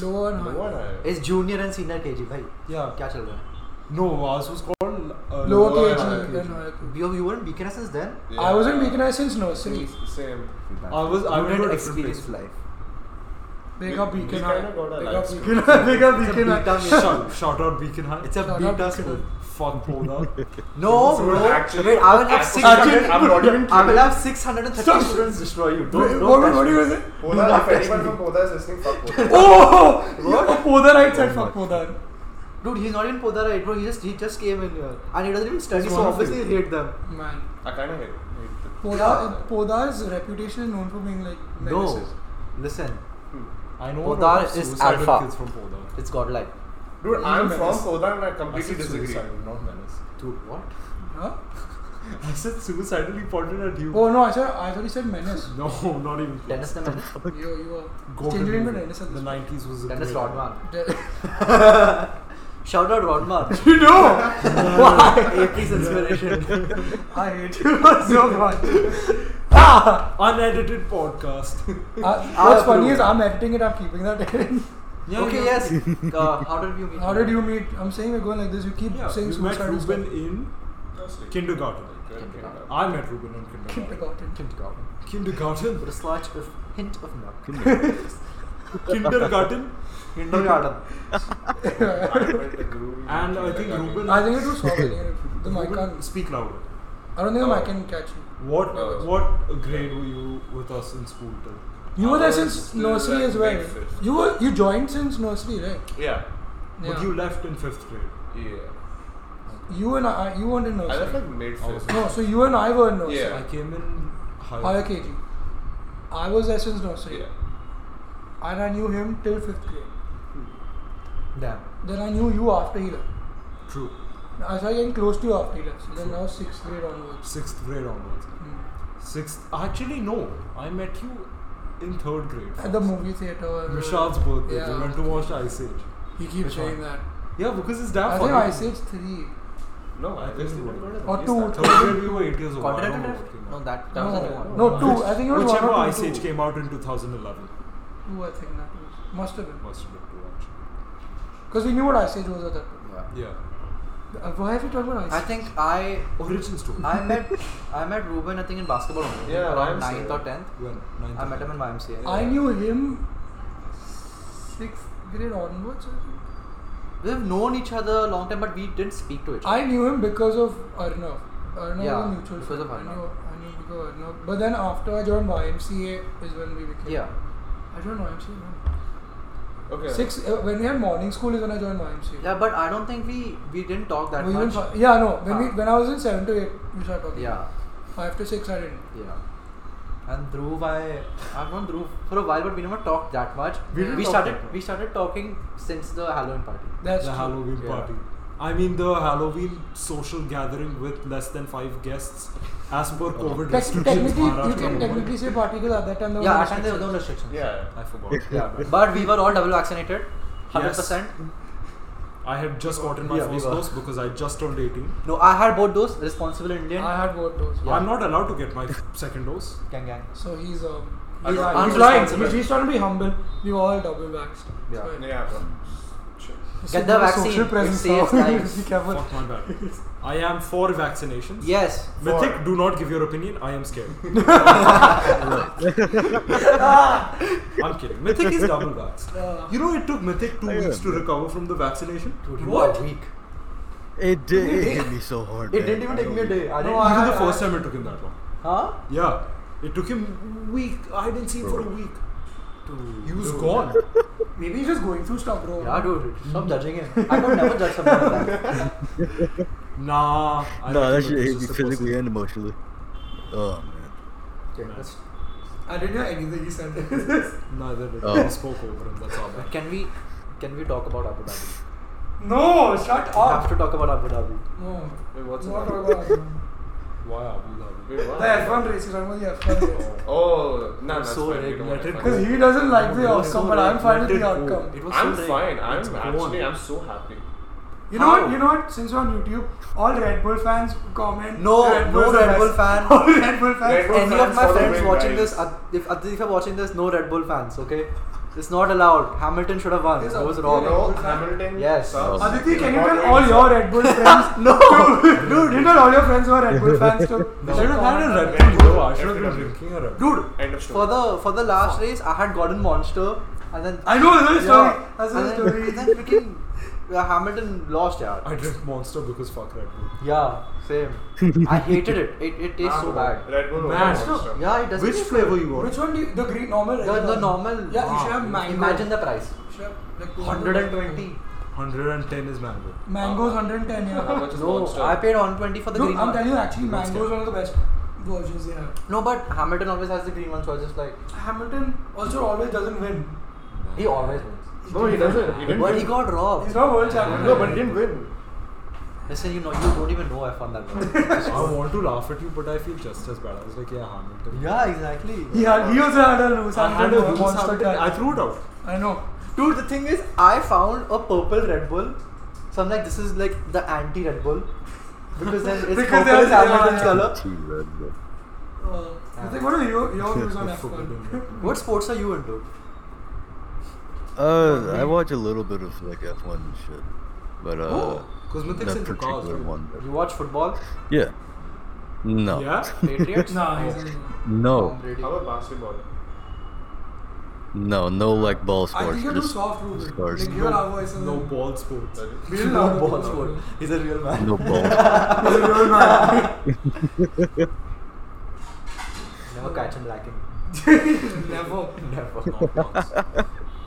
Speaker 1: lower and
Speaker 5: No
Speaker 1: higher.
Speaker 5: one I-
Speaker 4: It's junior and senior KG, bhai.
Speaker 2: Yeah,
Speaker 4: क्या चल रहा है?
Speaker 2: No, ours was called uh,
Speaker 1: Lower
Speaker 5: Lower
Speaker 1: KG,
Speaker 5: and
Speaker 1: then
Speaker 5: higher
Speaker 1: higher KG.
Speaker 4: You, you were in Beacon since then.
Speaker 5: Yeah.
Speaker 1: I was in Beacon since nursery.
Speaker 5: Same.
Speaker 2: I was. I
Speaker 4: you
Speaker 2: went to a
Speaker 4: didn't
Speaker 2: different
Speaker 4: experience
Speaker 2: place.
Speaker 4: life.
Speaker 1: They got
Speaker 5: We- we
Speaker 1: Beacon
Speaker 5: kinda got
Speaker 1: High.
Speaker 5: our
Speaker 1: They got
Speaker 5: lives
Speaker 1: Beacon
Speaker 5: together.
Speaker 1: High. They got
Speaker 4: It's a
Speaker 1: Beacon High.
Speaker 4: beta mission.
Speaker 2: Shout, shout out Beacon High.
Speaker 4: It's a
Speaker 1: Shout out
Speaker 4: beta
Speaker 1: Beacon
Speaker 4: school.
Speaker 2: Fuck Poda.
Speaker 4: No,
Speaker 5: So
Speaker 4: bro.
Speaker 5: actually-
Speaker 4: Wait, I will have six hundred.
Speaker 5: I'm not even
Speaker 4: I will
Speaker 5: kidding.
Speaker 4: have six hundred and thirty students destroy you. Don't,
Speaker 1: Wait,
Speaker 4: don't
Speaker 1: What
Speaker 4: touch
Speaker 1: what do
Speaker 4: me.
Speaker 1: you say?
Speaker 5: Poda, if anyone from Poda is listening, fuck Poda.
Speaker 1: Oh! Yeah, Podar, I said fuck Podar.
Speaker 4: Dude, he's not even Podarite, bro. He just he just came in here, and he doesn't even study,
Speaker 2: He's
Speaker 4: so
Speaker 2: one of
Speaker 4: obviously
Speaker 2: you.
Speaker 4: he hate them.
Speaker 1: Man.
Speaker 5: I kind of hate hate the-
Speaker 1: Podar, Podar's reputation is known for being like
Speaker 4: No,
Speaker 1: menaces.
Speaker 4: listen,
Speaker 2: I know.
Speaker 4: Podar
Speaker 2: a lot of
Speaker 4: is
Speaker 2: suicidal
Speaker 4: alpha.
Speaker 2: Kids from Poda.
Speaker 4: it's godlike.
Speaker 5: Dude, I'm
Speaker 1: Menace.
Speaker 5: from Poda and I
Speaker 2: I
Speaker 5: completely
Speaker 2: said
Speaker 5: disagree.
Speaker 2: suicidal, not menace.
Speaker 4: Dude, what?
Speaker 1: Huh?
Speaker 2: I said suicidal. He pointed at you.
Speaker 1: Oh no, I said I thought you said menace.
Speaker 2: No, not even. close.
Speaker 4: Dennis the menace.
Speaker 1: You you
Speaker 2: Go
Speaker 1: were changing into
Speaker 2: Dennis.
Speaker 1: menace at
Speaker 2: The
Speaker 1: this.
Speaker 2: nineties was. a
Speaker 4: Dennis
Speaker 2: great-
Speaker 4: Rodman.
Speaker 1: point.
Speaker 4: Shout out Rodman.
Speaker 1: You know,
Speaker 4: AP's inspiration.
Speaker 1: I hate you so much.
Speaker 2: Unedited podcast.
Speaker 1: Uh, what's
Speaker 4: Ah,
Speaker 1: funny
Speaker 4: true.
Speaker 1: is I'm editing it. I'm keeping that in.
Speaker 4: okay, yes. Uh, how did you meet?
Speaker 1: How did you meet? I'm saying we're going like this. You keep
Speaker 2: Yeah,
Speaker 1: saying
Speaker 2: you met
Speaker 1: suicide is
Speaker 2: Ruben
Speaker 1: good.
Speaker 2: in kindergarten.
Speaker 5: Kindergarten.
Speaker 2: I met Ruben in kindergarten.
Speaker 1: Kindergarten.
Speaker 4: Kindergarten.
Speaker 2: Kindergarten.
Speaker 4: With a slight of hint of milk.
Speaker 2: Kindergarten.
Speaker 4: Kindergarten.
Speaker 5: I met the guru in
Speaker 2: And I think
Speaker 5: kindergarten.
Speaker 2: Ruben-
Speaker 1: I think it was soft. the mic
Speaker 2: Ruben,
Speaker 1: can't.
Speaker 2: Speak louder.
Speaker 1: I don't think
Speaker 5: Oh.
Speaker 1: I can catch you.
Speaker 2: What
Speaker 5: Oh.
Speaker 2: what grade were you with us in school till?
Speaker 1: You were
Speaker 5: I
Speaker 1: there
Speaker 5: was
Speaker 1: since
Speaker 5: still
Speaker 1: nursery
Speaker 5: at
Speaker 1: as well.
Speaker 5: grade fifth.
Speaker 1: You were you joined since nursery, right?
Speaker 5: Yeah.
Speaker 2: But you left in fifth grade.
Speaker 5: Yeah.
Speaker 1: You and I, you weren't in
Speaker 5: I left
Speaker 1: nursery.
Speaker 5: like mid
Speaker 2: I was-
Speaker 5: fifth.
Speaker 1: No, so you and I were in nursery.
Speaker 5: Yeah.
Speaker 2: I came in high.
Speaker 1: Higher KG. I was there since nursery,
Speaker 5: Yeah.
Speaker 1: and I knew him till fifth grade.
Speaker 4: Damn.
Speaker 1: Then I knew you after he left.
Speaker 2: True.
Speaker 1: I started getting close to you after he left. So then now sixth grade onwards.
Speaker 2: Sixth grade onwards.
Speaker 1: Hmm.
Speaker 2: Sixth. Actually, no. I met you in third grade.
Speaker 1: At the movie theater. or-
Speaker 2: Vishad's birthday.
Speaker 1: Yeah.
Speaker 2: We went to watch Ice Age.
Speaker 1: He keeps
Speaker 2: Vishal.
Speaker 1: saying that.
Speaker 2: Yeah, because it's damn
Speaker 1: I
Speaker 2: funny.
Speaker 1: think I said three.
Speaker 5: No,
Speaker 2: I
Speaker 5: I
Speaker 2: think
Speaker 5: just
Speaker 2: we
Speaker 5: remember
Speaker 2: were.
Speaker 5: that
Speaker 1: Or
Speaker 5: we
Speaker 1: two.
Speaker 5: started-
Speaker 2: Third grade, we were eight years old. I don't
Speaker 4: Quantitative
Speaker 2: know what
Speaker 4: drift?
Speaker 2: came
Speaker 4: No,
Speaker 2: out.
Speaker 4: that, that
Speaker 1: No,
Speaker 4: was the new one.
Speaker 1: no, two. I think it was
Speaker 2: Whichever
Speaker 1: one or
Speaker 2: Ice
Speaker 1: two.
Speaker 2: Age
Speaker 1: two.
Speaker 2: came out in 2011.
Speaker 1: Two, I think that was. Must have been.
Speaker 2: Must have been two, actually.
Speaker 1: Because we knew what Ice Age was at that point.
Speaker 4: Yeah.
Speaker 2: Yeah.
Speaker 1: Uh, Why have you talked about Ice
Speaker 4: I
Speaker 1: Age?
Speaker 4: think I
Speaker 2: Origin story.
Speaker 4: I met I met Ruben I think in basketball only,
Speaker 5: Yeah,
Speaker 4: around
Speaker 5: YMCA.
Speaker 4: 9th or 10th.
Speaker 2: When? Ninth
Speaker 4: I met
Speaker 2: grade.
Speaker 4: him in YMCA.
Speaker 1: I knew him sixth grade onwards. I, think.
Speaker 4: We've known each other a long time, but we didn't speak to each other.
Speaker 1: I knew him because of Arnav. Arnav
Speaker 4: Yeah,
Speaker 1: was a mutual
Speaker 4: because
Speaker 1: friend.
Speaker 4: of
Speaker 1: I knew,
Speaker 4: Arnav.
Speaker 1: I knew because of Arnav. But then after I joined YMCA is when we became.
Speaker 4: yeah.
Speaker 1: I joined YMCA.
Speaker 5: Okay.
Speaker 1: Yeah. Six uh, when we had morning school is when I joined YMCA.
Speaker 4: Yeah, but I don't think we we didn't talk that
Speaker 1: We even
Speaker 4: much.
Speaker 1: fi- yeah, no. When we
Speaker 4: Ah.
Speaker 1: when I was in seven to eight, we started talking.
Speaker 4: yeah.
Speaker 1: Five to six, I didn't.
Speaker 4: Yeah. And Dhruv, I I've known Dhruv for a while, but we never talked that much.
Speaker 2: We didn't talk
Speaker 4: started
Speaker 2: that much.
Speaker 4: we started talking since the Halloween party.
Speaker 1: That's
Speaker 2: the
Speaker 1: true.
Speaker 2: Halloween
Speaker 4: Yeah.
Speaker 2: party. I mean the Halloween social gathering with less than five guests, as per COVID
Speaker 1: Tec-
Speaker 2: restrictions.
Speaker 1: technically, you can
Speaker 2: Maharashtra government.
Speaker 1: technically say party because at that time there was
Speaker 4: yeah,
Speaker 1: no
Speaker 4: at time there were no
Speaker 1: restrictions.
Speaker 4: restrictions.
Speaker 5: Yeah.
Speaker 2: I forgot. Yeah, man.
Speaker 4: But we were all double vaccinated, hundred
Speaker 2: Yes.
Speaker 4: percent.
Speaker 2: I had just gotten my
Speaker 4: Yeah, we
Speaker 2: first
Speaker 4: were.
Speaker 2: dose because I just turned 18.
Speaker 4: No, I had both those. Responsible Indian.
Speaker 1: I had both those.
Speaker 4: Yeah.
Speaker 2: I'm not allowed to get my second dose.
Speaker 4: gang gang.
Speaker 1: So he's um.
Speaker 5: I
Speaker 1: He's,
Speaker 5: got
Speaker 1: lying. he's
Speaker 5: unresponsible.
Speaker 1: lying. He's, he's trying to be humble. We were all double vaxxed.
Speaker 4: Yeah.
Speaker 1: So-
Speaker 5: Yeah, bro. Shit.
Speaker 1: It's
Speaker 4: Get
Speaker 1: a
Speaker 4: the
Speaker 1: more
Speaker 4: vaccine.
Speaker 1: Social
Speaker 4: It
Speaker 1: presence
Speaker 4: saves
Speaker 1: now.
Speaker 4: lives.
Speaker 1: Be careful.
Speaker 2: Fuck my bad. I am for vaccinations.
Speaker 4: Yes.
Speaker 2: Mythic,
Speaker 5: For-
Speaker 2: do not give your opinion. I am scared. I'm kidding. Mythic is double vaxxed.
Speaker 1: Uh,
Speaker 2: You know, it took Mythic two
Speaker 3: I
Speaker 2: weeks to
Speaker 3: am.
Speaker 2: recover from the vaccination.
Speaker 4: Dude, you
Speaker 1: What?
Speaker 4: are weak.
Speaker 3: It did. It hit me so hard. man. I don't-
Speaker 4: I
Speaker 1: No,
Speaker 4: didn't.
Speaker 1: I-
Speaker 2: Even the first time it took him that long.
Speaker 4: huh?
Speaker 2: Yeah, it took him week. I didn't see him for a
Speaker 3: Bro.
Speaker 2: week. He was gone.
Speaker 1: maybe he's just going through stuff, bro.
Speaker 4: Yeah, dude.
Speaker 1: Mm.
Speaker 4: Stop judging him. I would never judge someone like that.
Speaker 2: Nah. I
Speaker 3: No, that
Speaker 2: reckon
Speaker 3: shit
Speaker 2: it was
Speaker 3: hit me
Speaker 2: just a
Speaker 3: physically
Speaker 2: person.
Speaker 3: and emotionally. Oh man.
Speaker 4: Okay, that's-
Speaker 1: I didn't hear anything he said. no,
Speaker 2: Neither did
Speaker 3: Oh.
Speaker 2: he spoke over him. That's all. Bad.
Speaker 4: Can we can we talk about Abu Dhabi?
Speaker 1: shut
Speaker 4: We have
Speaker 1: up.
Speaker 4: to talk about Abu Dhabi.
Speaker 1: No.
Speaker 5: Wait, what's
Speaker 1: Not
Speaker 5: about?
Speaker 1: about that.
Speaker 2: Why Abu Dhabi?
Speaker 5: Wait, what?
Speaker 1: The F1 race is almost the F1 race.
Speaker 5: Oh, no, that's
Speaker 4: So
Speaker 5: fine. We don't want
Speaker 2: regulated.
Speaker 5: F1.
Speaker 1: Because he doesn't like the
Speaker 2: It was
Speaker 1: outcome,
Speaker 2: so
Speaker 1: but I'm fine with the
Speaker 2: regulated.
Speaker 1: outcome.
Speaker 2: It was
Speaker 5: I'm
Speaker 2: so
Speaker 5: fine. I'm
Speaker 2: It's
Speaker 5: actually,
Speaker 2: gone.
Speaker 5: I'm so happy.
Speaker 1: You know what?
Speaker 2: How?
Speaker 1: You know what? Since we're on YouTube, all Red Bull fans comment.
Speaker 4: No,
Speaker 1: Red
Speaker 4: no
Speaker 1: Bull's the
Speaker 4: Red
Speaker 1: best.
Speaker 4: Bull fan.
Speaker 1: All Red Bull fans.
Speaker 5: Red Bull
Speaker 4: Any of
Speaker 5: fans
Speaker 4: my
Speaker 5: for the
Speaker 4: friends
Speaker 5: win,
Speaker 4: watching
Speaker 5: guys.
Speaker 4: this, uh, if uh, if you're watching this, no Red Bull fans. Okay, it's not allowed. Hamilton should have won.
Speaker 1: Yes,
Speaker 4: That was
Speaker 1: Abu
Speaker 4: wrong.
Speaker 1: Dhabi.
Speaker 5: No, Hamilton.
Speaker 4: Yes.
Speaker 5: sucks.
Speaker 1: Aditi, can you
Speaker 5: Not
Speaker 1: tell
Speaker 5: really
Speaker 1: all your
Speaker 5: sucks.
Speaker 1: Red Bull friends?
Speaker 4: No.
Speaker 1: dude, dude, you tell all your friends who are Red Bull fans to.
Speaker 2: No,
Speaker 1: They
Speaker 2: I
Speaker 1: should have
Speaker 2: should
Speaker 1: had a Red
Speaker 2: Red
Speaker 1: Bull.
Speaker 2: Bull. Bro, I should have been
Speaker 5: FW.
Speaker 2: drinking a Red Bull.
Speaker 1: Dude,
Speaker 5: End of
Speaker 4: For
Speaker 5: story.
Speaker 4: the for the last race, I had gotten Monster, and then
Speaker 1: I know that's a story.
Speaker 4: Yeah,
Speaker 1: That's
Speaker 4: and
Speaker 1: a
Speaker 4: then-
Speaker 1: story.
Speaker 4: and then freaking uh, Hamilton lost, yeah.
Speaker 2: I drink Monster because fuck Red Bull.
Speaker 4: Yeah, same. I hated it. It, it tastes so bad.
Speaker 5: Red Bull.
Speaker 2: Man.
Speaker 5: Monster.
Speaker 1: No.
Speaker 4: Yeah, it doesn't.
Speaker 2: Which flavor you want?
Speaker 1: Which one do you, the green normal?
Speaker 4: The,
Speaker 1: regular
Speaker 4: the
Speaker 1: one.
Speaker 4: normal.
Speaker 1: Yeah, you should have mango.
Speaker 4: Imagine the price.
Speaker 1: You should have, like,
Speaker 4: 120.
Speaker 2: 110 is mango.
Speaker 1: Mango's 110.
Speaker 5: How
Speaker 1: Yeah.
Speaker 5: much is
Speaker 4: No,
Speaker 5: Monster?
Speaker 4: I paid 120 for the
Speaker 1: Dude,
Speaker 4: green
Speaker 1: I'm
Speaker 4: one.
Speaker 1: telling you, actually, mango is one of the best versions they have.
Speaker 4: No, but Hamilton always has the green one, so I just like
Speaker 1: Hamilton also always doesn't win.
Speaker 4: he always wins.
Speaker 5: No, he doesn't. He didn't
Speaker 4: But he
Speaker 5: win.
Speaker 4: got
Speaker 1: He's
Speaker 4: robbed.
Speaker 1: not world champion.
Speaker 5: No, but he didn't win.
Speaker 4: Listen, you know you don't even know F1 that much.
Speaker 2: I want to laugh at you, but I feel just as bad. I was like, yeah, Hamilton.
Speaker 4: yeah, exactly.
Speaker 1: He, had, he also had a loose
Speaker 2: I had a
Speaker 1: Hamilton
Speaker 2: loose
Speaker 1: monster
Speaker 2: Hamilton.
Speaker 1: guy.
Speaker 2: I threw it out.
Speaker 1: I know.
Speaker 4: Dude, the thing is, I found a purple Red Bull. So I'm like, this is like the anti Red Bull. Because then it's
Speaker 1: Because
Speaker 4: purple
Speaker 1: they're-
Speaker 4: is Hamilton's
Speaker 1: yeah, yeah.
Speaker 4: color.
Speaker 3: Too red, bro.
Speaker 1: Uh, I think what are your, your views on
Speaker 2: Forbidden
Speaker 1: F1?
Speaker 2: Red Bull.
Speaker 4: What sports are you into?
Speaker 3: Uh, I watch a little bit of like F1 and shit, but uh,
Speaker 2: Cosmetics
Speaker 3: that
Speaker 2: into cars.
Speaker 3: particular
Speaker 2: right?
Speaker 3: one.
Speaker 4: You watch football?
Speaker 3: Yeah. No.
Speaker 2: Yeah?
Speaker 4: Patriots?
Speaker 1: nah, he's
Speaker 4: Oh.
Speaker 1: in.
Speaker 3: No.
Speaker 4: Tom Brady.
Speaker 5: How about basketball?
Speaker 3: No, no like ball
Speaker 1: I think
Speaker 3: sports.
Speaker 1: you're too
Speaker 3: Just
Speaker 1: soft, Ruben.
Speaker 3: sports.
Speaker 1: Like, you're our voice.
Speaker 2: No ball sports.
Speaker 1: We
Speaker 4: He's
Speaker 1: didn't
Speaker 4: no
Speaker 1: allow
Speaker 4: ball
Speaker 1: it.
Speaker 4: sport. He's a real man.
Speaker 3: no ball.
Speaker 1: He's a real man.
Speaker 4: Never catch him lacking.
Speaker 1: Never.
Speaker 4: Never.
Speaker 2: Not balls.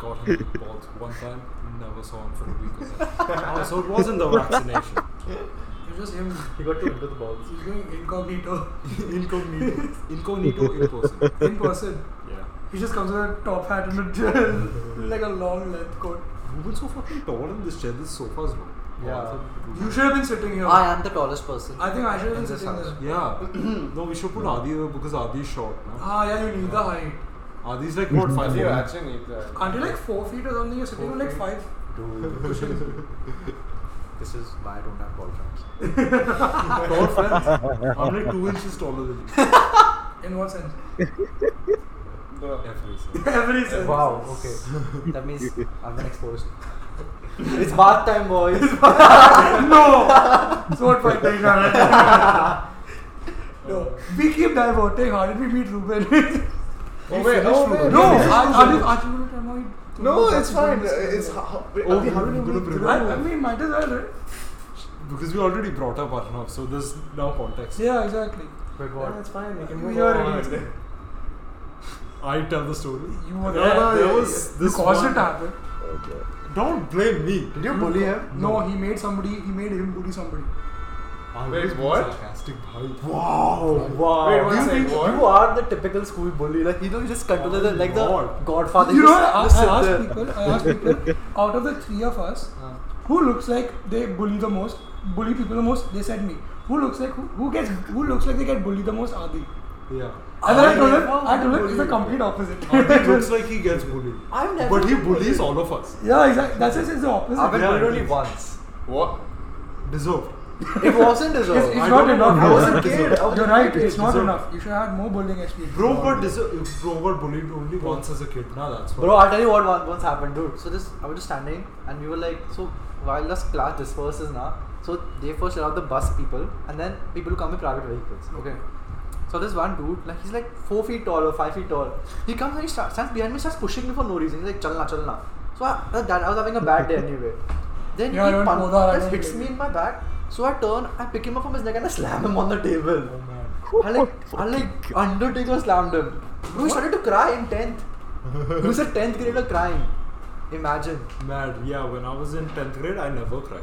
Speaker 2: Got him with balls one time. Never saw him for a week or so. Oh, so it wasn't the vaccination.
Speaker 1: It's just him.
Speaker 4: He got too into the balls.
Speaker 1: He's going incognito
Speaker 2: Incognito. Incognito in person.
Speaker 1: in person.
Speaker 2: Yeah.
Speaker 1: He just comes with a top hat and a, like a long length coat.
Speaker 2: Ruben's so fucking tall in this chair. This sofa's wrong.
Speaker 4: Yeah.
Speaker 1: You should have been sitting here.
Speaker 4: I am the tallest person.
Speaker 1: I think I should have
Speaker 4: in
Speaker 1: been
Speaker 4: this
Speaker 1: sitting
Speaker 4: house.
Speaker 1: there.
Speaker 2: Yeah. no, we should put Adi there because Adi is short. No?
Speaker 1: Ah, yeah, you need the height.
Speaker 2: Adi's like what
Speaker 5: I
Speaker 2: five
Speaker 5: think you
Speaker 2: foot.
Speaker 5: actually need that.
Speaker 1: Aren't you like 4 feet or something? You're sitting
Speaker 4: Four
Speaker 1: on like
Speaker 4: feet.
Speaker 1: 5.
Speaker 4: Dude. this is why I don't have ball friends.
Speaker 2: Tall friends. I'm like two inches taller than you.
Speaker 1: In what sense?
Speaker 5: The-
Speaker 2: Every
Speaker 1: Every sense.
Speaker 4: Wow, okay. That means I've been exposed. it's bath time, boys.
Speaker 1: no! Sword fighting. no. We keep diverting. How did we meet Ruben?
Speaker 5: Oh, wait, oh, wait.
Speaker 1: no,
Speaker 5: wait.
Speaker 1: are, are, you, are you going to annoy
Speaker 5: No,
Speaker 1: Ruben?
Speaker 5: it's fine.
Speaker 1: Ruben's-
Speaker 5: It's how. wait,
Speaker 2: Oh,
Speaker 5: Adi, how did
Speaker 2: we're
Speaker 5: you
Speaker 2: gonna
Speaker 5: meet
Speaker 2: bring
Speaker 5: Dhruv?
Speaker 1: I, I mean, might as well, right?
Speaker 2: Because we already brought up Arnav, so there's now context.
Speaker 1: Yeah, exactly.
Speaker 4: But
Speaker 5: Yeah,
Speaker 4: what?
Speaker 5: it's fine. We can
Speaker 1: Oh, We
Speaker 5: move
Speaker 1: are
Speaker 5: on.
Speaker 1: idiots.
Speaker 2: I tell the story.
Speaker 1: You were
Speaker 2: There-
Speaker 1: there.
Speaker 2: there
Speaker 5: yeah,
Speaker 2: was
Speaker 1: You
Speaker 2: this
Speaker 1: caused
Speaker 2: one-
Speaker 1: it to happen.
Speaker 2: Don't blame me.
Speaker 5: Did you bully him?
Speaker 1: No, he made somebody, he made him bully somebody.
Speaker 2: I
Speaker 5: Wait,
Speaker 2: was being
Speaker 5: what?
Speaker 2: Sarcastic, bhai.
Speaker 4: Wow, wow.
Speaker 5: Wait, one
Speaker 4: you,
Speaker 5: second,
Speaker 4: think
Speaker 5: what?
Speaker 4: you are the typical school bully. Like, you know, you just control the, like the
Speaker 2: God.
Speaker 4: godfather.
Speaker 1: You know,
Speaker 4: just,
Speaker 1: I,
Speaker 4: just
Speaker 1: I
Speaker 4: sit there.
Speaker 1: asked people, I asked people, out of the three of us,
Speaker 5: Um,
Speaker 4: Uh,
Speaker 1: who looks like they bully the most, bully people the most? They said me. Who looks like who, who gets who looks like they get bullied the most? Adi.
Speaker 2: Yeah.
Speaker 1: And then I told him,
Speaker 4: Wow,
Speaker 1: I told him
Speaker 2: bully.
Speaker 1: it's the complete opposite.
Speaker 2: Adi looks like he gets bullied.
Speaker 4: I've never
Speaker 2: But he
Speaker 4: been
Speaker 2: bullies all of us.
Speaker 1: yeah, exactly. That's just it's the
Speaker 4: I've
Speaker 1: opposite.
Speaker 4: been
Speaker 2: Yeah,
Speaker 4: bullied
Speaker 2: it
Speaker 4: only
Speaker 2: is.
Speaker 4: once.
Speaker 5: What?
Speaker 2: Deserved.
Speaker 4: It wasn't deserved.
Speaker 1: It's
Speaker 2: I
Speaker 1: not
Speaker 2: don't
Speaker 1: enough.
Speaker 2: know.
Speaker 1: I
Speaker 4: was a
Speaker 2: Deserved.
Speaker 4: kid. I was
Speaker 1: You're
Speaker 4: a
Speaker 1: right.
Speaker 4: kid.
Speaker 1: It's not
Speaker 2: Deserve-
Speaker 1: enough. You should have had more bullying experience.
Speaker 2: Bro got, deser- bro got bullied only once as a kid. Nah, that's why.
Speaker 4: Bro, I'll tell you what one, once happened, dude. So this, I was just standing, and we were like, so while this class disperses now, so they first allow the bus people, and then people who come in private vehicles. Okay. So this one dude, like he's like four feet tall or five feet tall. He comes and he starts, stands behind me, starts pushing me for no reason. He's like, chalna, chalna. So I, uh, that, I was having a bad day anyway. Then
Speaker 1: Yeah, I
Speaker 4: he
Speaker 1: don't
Speaker 4: pun-
Speaker 1: know that, I
Speaker 4: just
Speaker 1: don't
Speaker 4: hits
Speaker 1: get
Speaker 4: me
Speaker 1: it.
Speaker 4: in my back. So I turn, I pick him up from his neck and I slam him on the table.
Speaker 2: Oh, man.
Speaker 4: I like, I like Undertaker slammed him. Bro, he started to cry in 10th. He was a 10th grader crying. Imagine.
Speaker 2: Mad. Yeah, when I was in 10th grade, I never cried.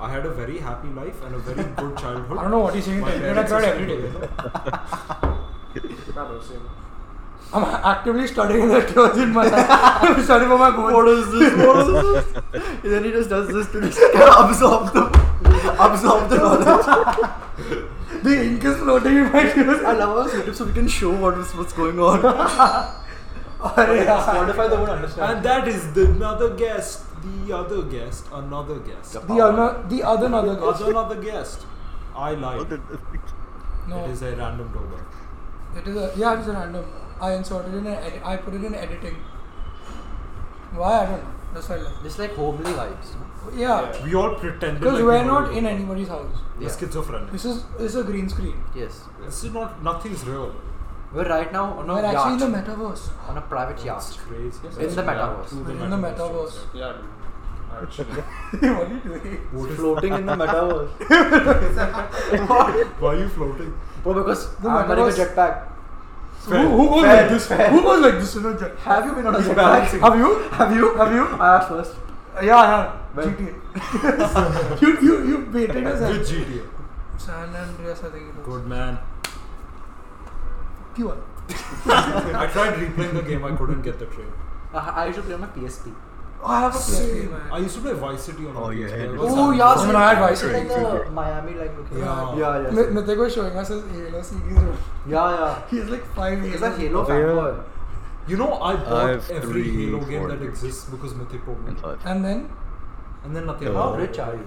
Speaker 2: I had a very happy life and a very good childhood.
Speaker 1: I don't know what he's saying.
Speaker 2: My
Speaker 1: I
Speaker 2: parents
Speaker 1: cried
Speaker 2: are
Speaker 1: every day.
Speaker 2: still together.
Speaker 5: Nah, bro, same.
Speaker 1: I'm actively studying the clothes in my I'm studying for my goals.
Speaker 4: What is this? What is this? And then he just does this to just absorb the, absorb the knowledge.
Speaker 1: The ink is floating in my shoes.
Speaker 4: I love how YouTube so we can show what was, what's going on.
Speaker 1: Arey yaar.
Speaker 4: Spotify they won't understand.
Speaker 2: and that is the another guest. The other guest. Another guest.
Speaker 1: The other, the other another
Speaker 2: Other
Speaker 1: guy.
Speaker 2: another guest. I lied.
Speaker 1: No,
Speaker 2: It is a random doorbell.
Speaker 1: it is a yeah, it is a random. I inserted in, an edit, I put it in editing. Why I don't know. That's why. I left.
Speaker 4: Just like homely vibes.
Speaker 1: Yeah,
Speaker 2: We all pretended.
Speaker 1: because
Speaker 2: like
Speaker 1: we're
Speaker 2: we
Speaker 1: not
Speaker 2: were-
Speaker 1: in anybody's house.
Speaker 2: We're
Speaker 4: Yeah.
Speaker 2: schizophrenic.
Speaker 1: This is this is a green screen.
Speaker 4: Yes.
Speaker 2: This is not. Nothing's real.
Speaker 4: We're right now on a
Speaker 1: We're actually in
Speaker 4: yacht.
Speaker 1: the metaverse.
Speaker 4: on a private
Speaker 2: It's
Speaker 4: yacht.
Speaker 2: crazy.
Speaker 4: In the metaverse.
Speaker 5: Yeah.
Speaker 1: We're in the metaverse.
Speaker 5: Yeah, dude. Actually.
Speaker 1: what are you doing?
Speaker 2: What is-
Speaker 4: Floating in the metaverse.
Speaker 2: Why are you floating?
Speaker 4: Bro, because
Speaker 1: The
Speaker 4: I'm running a
Speaker 1: metaverse-
Speaker 4: jetpack.
Speaker 1: Who, who goes
Speaker 4: fair,
Speaker 1: like this?
Speaker 4: fair.
Speaker 1: Who goes like this in a jet?
Speaker 4: Have you been on a
Speaker 2: He's
Speaker 4: jetpack?
Speaker 2: balancing.
Speaker 1: Have you?
Speaker 4: Have you? Have you? I asked first.
Speaker 1: Yeah, yeah.
Speaker 4: Well-
Speaker 1: GTA. you you you baited us.
Speaker 2: With
Speaker 1: eh?
Speaker 2: GTA.
Speaker 1: San Andreas, I think it was.
Speaker 2: Good man.
Speaker 1: Pure.
Speaker 2: I tried replaying the game. I couldn't get the train.
Speaker 4: I, Uh, I used to play on my PSP.
Speaker 1: Oh, I have a PSP, man.
Speaker 2: I used to play Vice City on.
Speaker 3: Oh,
Speaker 2: all
Speaker 3: yeah,
Speaker 2: these players.
Speaker 3: yeah.
Speaker 2: What's
Speaker 4: Oh,
Speaker 2: that?
Speaker 4: yeah.
Speaker 1: I mean, I advise
Speaker 4: like
Speaker 3: you.
Speaker 4: the Miami like looking.
Speaker 2: Yeah.
Speaker 4: yeah, yeah.
Speaker 1: Mi- Mythic was showing us his Halo series.
Speaker 4: yeah,
Speaker 1: He's like five
Speaker 4: yeah.
Speaker 1: years
Speaker 4: Is that Halo
Speaker 3: Oh,
Speaker 4: fanboy?
Speaker 2: You know, I
Speaker 3: I
Speaker 2: bought
Speaker 3: have
Speaker 2: every
Speaker 3: three,
Speaker 2: Halo game
Speaker 3: four
Speaker 2: that
Speaker 3: games.
Speaker 2: exists because Mythic told me.
Speaker 3: And five.
Speaker 1: And then
Speaker 2: And then nothing.
Speaker 3: Hello.
Speaker 4: How rich are you?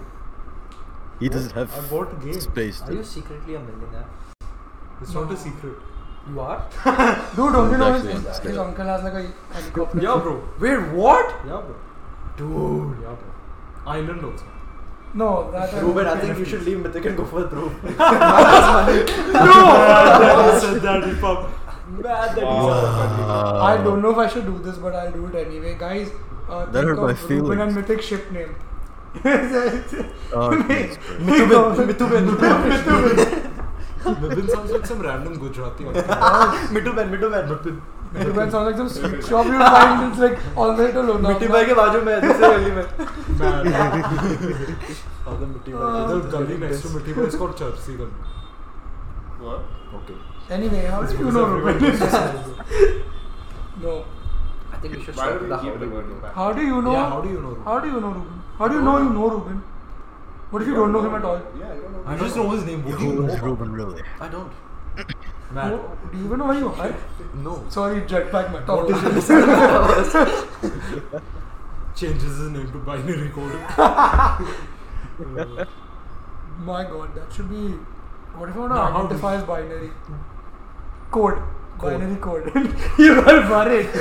Speaker 3: He doesn't have
Speaker 2: I bought a game.
Speaker 3: space.
Speaker 4: Are you
Speaker 3: To,
Speaker 4: secretly a millionaire?
Speaker 2: It's not a secret.
Speaker 4: You are?
Speaker 1: Dude, don't you
Speaker 3: He's
Speaker 1: know his,
Speaker 3: actually on
Speaker 1: his,
Speaker 3: stage.
Speaker 1: his uncle has like a helicopter?
Speaker 2: Yeah, bro.
Speaker 4: Wait, what?
Speaker 2: Yeah, bro. Dude. Yeah, bro. Island also.
Speaker 1: No, that
Speaker 4: Ruben, I think you should leave Mythic and go for Dhruv.
Speaker 2: no! I never said that if I'm.
Speaker 4: Mad that he's out of country.
Speaker 3: Wow.
Speaker 1: I don't know if I should do this, but I'll do it anyway, guys. Uh,
Speaker 3: Uh, That
Speaker 1: think of
Speaker 3: hurt my
Speaker 1: Ruben and
Speaker 3: feelings.
Speaker 1: Mythic ship name.
Speaker 3: Oh,
Speaker 1: Make-
Speaker 3: Jesus Christ.
Speaker 1: make
Speaker 4: Mitubin,
Speaker 1: of-
Speaker 4: Mitubin, Mitubin.
Speaker 2: Mibin sounds like some random Gujarati.
Speaker 4: Mitubin, Mitubin.
Speaker 1: Ruben sounds like some sweet shop you find. It's like all the way to Lona.
Speaker 4: मिट्टी भाई के बाजू में है, दूसरे गली में
Speaker 2: Man.
Speaker 4: और द मिट्टी
Speaker 2: Uh, The
Speaker 4: भाई
Speaker 2: gully next to Mitti is called Chapsi Gully.
Speaker 5: What?
Speaker 2: Okay.
Speaker 1: Anyway, how do you
Speaker 2: because
Speaker 1: know
Speaker 2: everyone
Speaker 1: Ruben? no.
Speaker 4: I think we should
Speaker 5: Why
Speaker 4: stop
Speaker 5: do
Speaker 4: the
Speaker 5: we keep reverting
Speaker 4: howling.
Speaker 5: back?
Speaker 1: How do you know?
Speaker 2: Yeah, how do you know Ruben?
Speaker 1: How do you know Ruben? How do you know you know Ruben? What if you don't know him at all?
Speaker 5: Yeah, I don't know.
Speaker 2: I just know his name. What do you
Speaker 3: Who
Speaker 2: know?
Speaker 3: is
Speaker 2: about
Speaker 3: Ruben really?
Speaker 4: I don't.
Speaker 2: him? Man.
Speaker 1: No, do you even know where you are?
Speaker 2: No.
Speaker 1: Sorry, jetpack my top.
Speaker 2: Changes his name to binary code. Uh,
Speaker 1: My god, that should be. What if I want to
Speaker 2: No, how do
Speaker 1: identify as binary? Code.
Speaker 2: Code.
Speaker 1: Binary code. you got worried.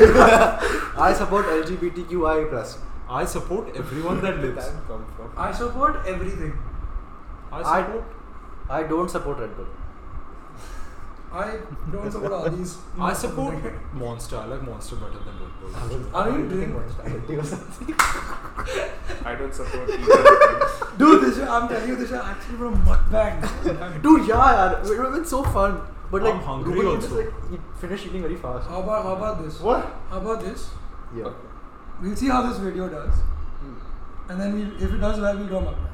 Speaker 4: I support LGBTQI plus.
Speaker 2: I support everyone that lives.
Speaker 5: come from?
Speaker 7: I support everything.
Speaker 2: I
Speaker 4: I-
Speaker 2: support.
Speaker 4: I don't support Red Bull.
Speaker 7: I don't support all these.
Speaker 2: I support Monster. I like Monster better than Red Bull.
Speaker 7: Are you doing
Speaker 5: I don't support either of them.
Speaker 7: Dude, this I'm telling you, this is actually from mukbang.
Speaker 4: Dude, yeah, yaar, it would have been so fun. But like,
Speaker 2: I'm hungry
Speaker 4: Ruben, you
Speaker 2: also.
Speaker 4: Just, like, you finish eating very fast.
Speaker 7: How about how about this?
Speaker 4: What?
Speaker 7: How about this?
Speaker 4: Yeah.
Speaker 1: we'll see how this video does. And then we, if it does well, we'll go mukbang.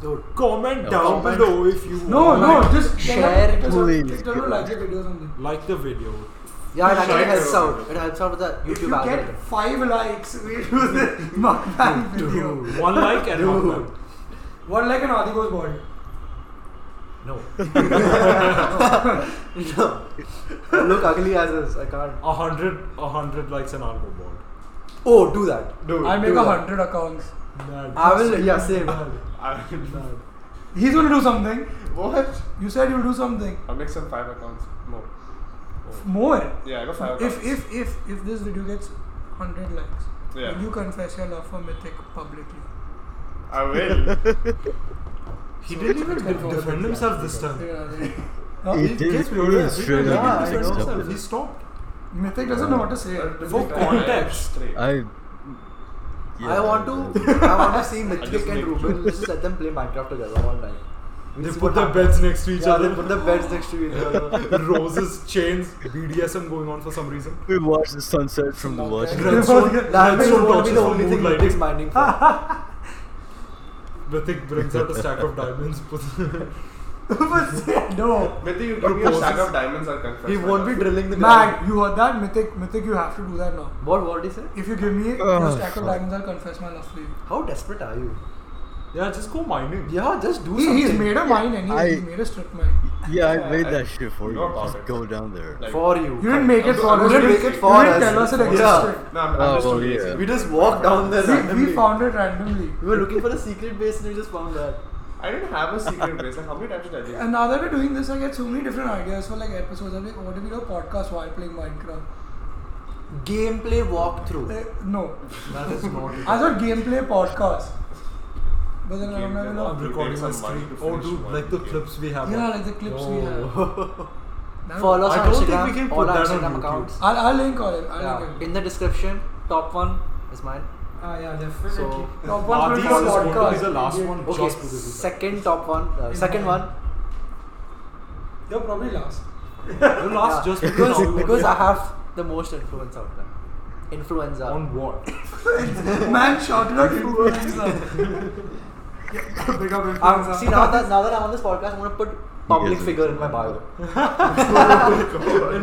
Speaker 4: Dude,
Speaker 2: Comment down
Speaker 4: comment.
Speaker 2: below if you
Speaker 1: No,
Speaker 2: want.
Speaker 1: no, just
Speaker 4: share,
Speaker 1: it.
Speaker 3: please.
Speaker 1: It doesn't like the video or something.
Speaker 2: like the video.
Speaker 4: yeah, it actually
Speaker 5: Share
Speaker 4: helps
Speaker 5: it over.
Speaker 4: out. It helps out with the
Speaker 1: If
Speaker 4: YouTube
Speaker 1: you
Speaker 4: algorithm.
Speaker 1: get five likes, we do the mukbang video.
Speaker 2: Dude, One like and one
Speaker 4: Dude.
Speaker 2: like.
Speaker 1: One like an Adi goes bald.
Speaker 2: No.
Speaker 4: No. I Look ugly as is. I can't.
Speaker 2: A hundred, a hundred likes and I'll go board.
Speaker 4: Oh, do that.
Speaker 5: Dude,
Speaker 1: I make
Speaker 4: do
Speaker 1: a
Speaker 4: that.
Speaker 1: hundred accounts.
Speaker 2: Ah,
Speaker 4: I will. Yeah, same.
Speaker 5: I
Speaker 1: He's gonna do something.
Speaker 5: what?
Speaker 1: You said you'll do something.
Speaker 5: I'll make some five accounts more.
Speaker 1: More.
Speaker 5: Yeah, I got five
Speaker 1: If
Speaker 5: accounts.
Speaker 1: if if if this video gets 100 likes,
Speaker 5: Yeah.
Speaker 1: will you confess your love for Mythic publicly?
Speaker 5: I will.
Speaker 2: He didn't even de- defend himself this time.
Speaker 1: Huh?
Speaker 3: He did.
Speaker 2: Yes,
Speaker 3: He
Speaker 2: we already-
Speaker 3: was straight
Speaker 2: yeah,
Speaker 3: up.
Speaker 2: I
Speaker 3: He
Speaker 2: know.
Speaker 3: accepted
Speaker 2: He
Speaker 3: it.
Speaker 2: stopped.
Speaker 1: Mythic doesn't know what to say.
Speaker 2: For context.
Speaker 5: Straight.
Speaker 3: I.
Speaker 4: I
Speaker 3: Yeah,
Speaker 4: want to. I want to see
Speaker 5: just
Speaker 4: Mythic
Speaker 5: make-
Speaker 4: and Ruben. Let's just let them play Minecraft together online.
Speaker 2: They put their beds next to each
Speaker 4: Yeah, they
Speaker 2: other.
Speaker 4: put the beds next to each other.
Speaker 2: Roses, chains, BDSM going on for some reason.
Speaker 3: We watched the sunset from the watch.
Speaker 2: Redstone,
Speaker 4: That
Speaker 2: redstone
Speaker 4: will be
Speaker 2: torches
Speaker 4: the
Speaker 2: for
Speaker 4: only thing Mythic's
Speaker 2: moonlighting.
Speaker 4: mining for.
Speaker 2: Mythic brings out a stack of diamonds. puts-
Speaker 1: no.
Speaker 5: Maybe you give me a stack
Speaker 2: Proposes.
Speaker 5: of diamonds, I'll confess.
Speaker 4: He
Speaker 5: my
Speaker 4: won't be
Speaker 5: love.
Speaker 4: drilling the ground.
Speaker 1: Mag, you heard that? Mythic, Mythic, you have to do that now.
Speaker 4: What? What did he say?
Speaker 1: If you give me a
Speaker 3: Oh,
Speaker 1: stack of
Speaker 3: fuck.
Speaker 1: diamonds, I'll confess my love for you.
Speaker 4: How desperate are you?
Speaker 2: yeah, just go mining.
Speaker 4: Yeah, just do
Speaker 1: He,
Speaker 4: something.
Speaker 1: he's made a mine anyway.
Speaker 3: I-
Speaker 1: he's made a strip mine.
Speaker 3: Yeah, I made
Speaker 5: I
Speaker 3: that shit for you.
Speaker 5: know about
Speaker 3: Just
Speaker 5: it.
Speaker 3: go down there.
Speaker 5: Like-
Speaker 4: for you.
Speaker 1: You didn't make it for
Speaker 5: I'm
Speaker 1: us.
Speaker 5: gonna
Speaker 1: You
Speaker 5: make
Speaker 1: didn't-
Speaker 5: it
Speaker 4: for
Speaker 1: You didn't
Speaker 4: us.
Speaker 1: tell us it
Speaker 4: Yeah.
Speaker 1: existed.
Speaker 5: No, I'm, I'm
Speaker 3: Oh,
Speaker 5: just
Speaker 3: well,
Speaker 5: too lazy.
Speaker 3: yeah.
Speaker 4: We just walked down there
Speaker 1: We, we
Speaker 4: randomly.
Speaker 1: found it randomly.
Speaker 4: We were looking for a secret base and we just found that.
Speaker 5: I didn't have a secret base. Like, how many times did I do
Speaker 1: And now that we're doing this, I get so many different ideas for like episodes. I'm like, what if we do a podcast while playing Minecraft?
Speaker 4: Gameplay walkthrough.
Speaker 1: Uh, no,
Speaker 2: That is not.
Speaker 1: I thought gameplay podcast. But then I'm never
Speaker 5: Gameplay podcast.
Speaker 2: I'm
Speaker 1: know.
Speaker 5: You
Speaker 2: recording
Speaker 5: take
Speaker 2: my
Speaker 5: some money
Speaker 2: stream.
Speaker 5: to
Speaker 2: Oh,
Speaker 5: finish
Speaker 2: dude,
Speaker 5: one
Speaker 2: like the
Speaker 5: game.
Speaker 2: clips we have.
Speaker 1: Yeah,
Speaker 2: on.
Speaker 1: like the clips we have.
Speaker 2: Oh.
Speaker 4: Follow
Speaker 1: Now-
Speaker 4: us
Speaker 2: I
Speaker 4: on
Speaker 2: don't think
Speaker 4: Instagram
Speaker 2: we can
Speaker 4: on
Speaker 2: put
Speaker 4: our
Speaker 2: that on
Speaker 4: Instagram
Speaker 2: YouTube.
Speaker 4: accounts.
Speaker 1: I'll, I'll link all it. I'll
Speaker 4: Yeah.
Speaker 1: link it.
Speaker 4: In the description, top one is mine.
Speaker 7: Ah, yeah, definitely.
Speaker 4: So-
Speaker 1: Top
Speaker 2: Are
Speaker 1: one
Speaker 2: these
Speaker 1: for
Speaker 2: is going to
Speaker 1: podcast.
Speaker 2: be the last one
Speaker 4: Okay,
Speaker 2: just because of that.
Speaker 4: second top one, uh, second
Speaker 1: mine.
Speaker 4: one
Speaker 1: They're probably last.
Speaker 2: The last
Speaker 4: yeah,
Speaker 2: just now
Speaker 4: because
Speaker 2: we want
Speaker 4: because
Speaker 2: to-
Speaker 4: I have the most influence out there. Influenza.
Speaker 2: on what?
Speaker 1: Man shouted out influencer. Big up
Speaker 4: Um,
Speaker 1: influencer.
Speaker 4: see now that now that I'm on this podcast, I'm gonna put public
Speaker 3: Yes.
Speaker 4: figure in my bio. it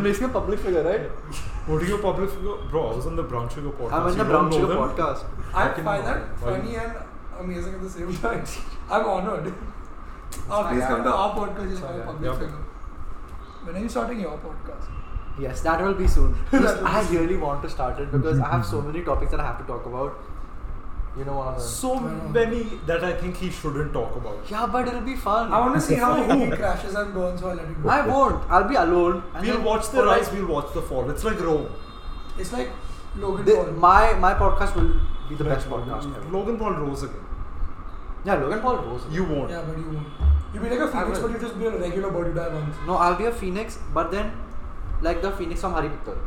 Speaker 4: makes me a public figure, right?
Speaker 2: What do you public figure? Bro, I was on the Brown Sugar podcast.
Speaker 4: I'm in
Speaker 2: You
Speaker 4: the
Speaker 2: don't
Speaker 4: Brown
Speaker 2: know
Speaker 4: Sugar
Speaker 2: them?
Speaker 4: podcast.
Speaker 1: I
Speaker 2: Fucking
Speaker 1: find
Speaker 2: hell.
Speaker 1: that
Speaker 2: Why
Speaker 1: funny
Speaker 2: you-
Speaker 1: and amazing at the same time. I'm honored. Uh, please come to our podcast. It's my public
Speaker 2: Yeah.
Speaker 1: figure. When are you starting your podcast?
Speaker 4: Yes, that will be soon. Yes,
Speaker 1: will be
Speaker 4: I really want to start it because I have so many topics that I have to talk about. You know one of them.
Speaker 2: So many that I think he shouldn't talk about.
Speaker 4: Yeah, but it'll be fun.
Speaker 1: I want to see how he crashes and burns while letting go.
Speaker 4: I won't. I'll be alone. and
Speaker 2: We'll
Speaker 4: then-
Speaker 2: watch the
Speaker 4: or like-
Speaker 2: rise, we'll watch the fall. It's like Rome.
Speaker 1: It's like Logan
Speaker 4: The-
Speaker 1: Paul.
Speaker 4: my my podcast will be the best podcast ever.
Speaker 2: Logan Paul rose again.
Speaker 4: Yeah, Logan Paul rose.
Speaker 2: You won't.
Speaker 1: yeah, but you won't. You'll be like a phoenix,
Speaker 4: will.
Speaker 1: but you'll just be a regular body die once.
Speaker 4: No, I'll be a phoenix, but then like the phoenix from Harry Potter.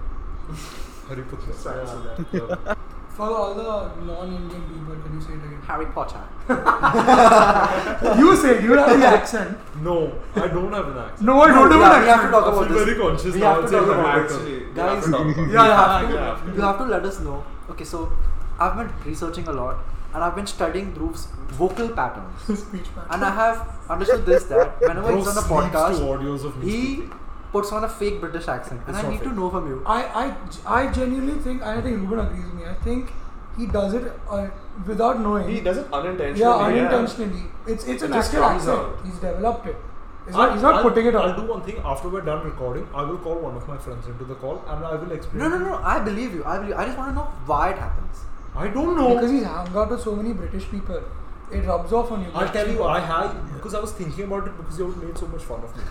Speaker 2: Hariputla.
Speaker 5: Sorry, so that.
Speaker 2: Yeah.
Speaker 1: For all the non-Indian people, can you say it again?
Speaker 4: Harry Potter.
Speaker 1: you say it. You have the accent.
Speaker 2: No, I don't have an accent.
Speaker 1: No, I
Speaker 4: No,
Speaker 1: don't have
Speaker 4: we
Speaker 1: an
Speaker 4: have- we have to
Speaker 1: accent.
Speaker 4: talk
Speaker 2: I
Speaker 4: about
Speaker 2: feel
Speaker 4: this.
Speaker 2: very conscious
Speaker 4: We
Speaker 2: now.
Speaker 4: have
Speaker 2: I'm
Speaker 4: to
Speaker 2: saying
Speaker 4: talk
Speaker 2: Harry
Speaker 4: about
Speaker 2: Potter.
Speaker 5: Actually, we
Speaker 4: Guys,
Speaker 5: have to talk about
Speaker 1: Yeah,
Speaker 5: it.
Speaker 4: you
Speaker 1: yeah,
Speaker 4: have to,
Speaker 5: yeah, yeah.
Speaker 4: you have to let us know. Okay, so I've been researching a lot and I've been studying Dhruv's vocal patterns.
Speaker 1: Speech
Speaker 4: And I have understood this that whenever
Speaker 2: Bro
Speaker 4: he's on a
Speaker 2: sleeps to
Speaker 4: podcast,
Speaker 2: audios of me
Speaker 4: he
Speaker 2: speaking.
Speaker 4: puts on a fake British accent. And
Speaker 2: It's
Speaker 4: I
Speaker 2: not
Speaker 4: need to
Speaker 2: fake.
Speaker 4: know from you.
Speaker 1: I, I, I genuinely think, and I think Ruben agrees with me, I think he does it uh, without knowing.
Speaker 5: He does it unintentionally.
Speaker 1: Yeah, unintentionally. It's it's
Speaker 5: It
Speaker 1: an
Speaker 5: just
Speaker 1: actual
Speaker 5: comes
Speaker 1: accent.
Speaker 5: out.
Speaker 1: He's developed it. He's
Speaker 2: I'll-
Speaker 1: not, he's not
Speaker 2: I'll-
Speaker 1: putting it on.
Speaker 2: I'll do one thing. After we're done recording, I will call one of my friends into the call and I will explain.
Speaker 4: No, no, no. I believe you. I believe. I just want to know why it happens.
Speaker 2: I don't know.
Speaker 1: Because he's hung out with so many British people. It rubs off on you.
Speaker 2: I'll tell you, I had because I was thinking about it because you all made so much fun of me.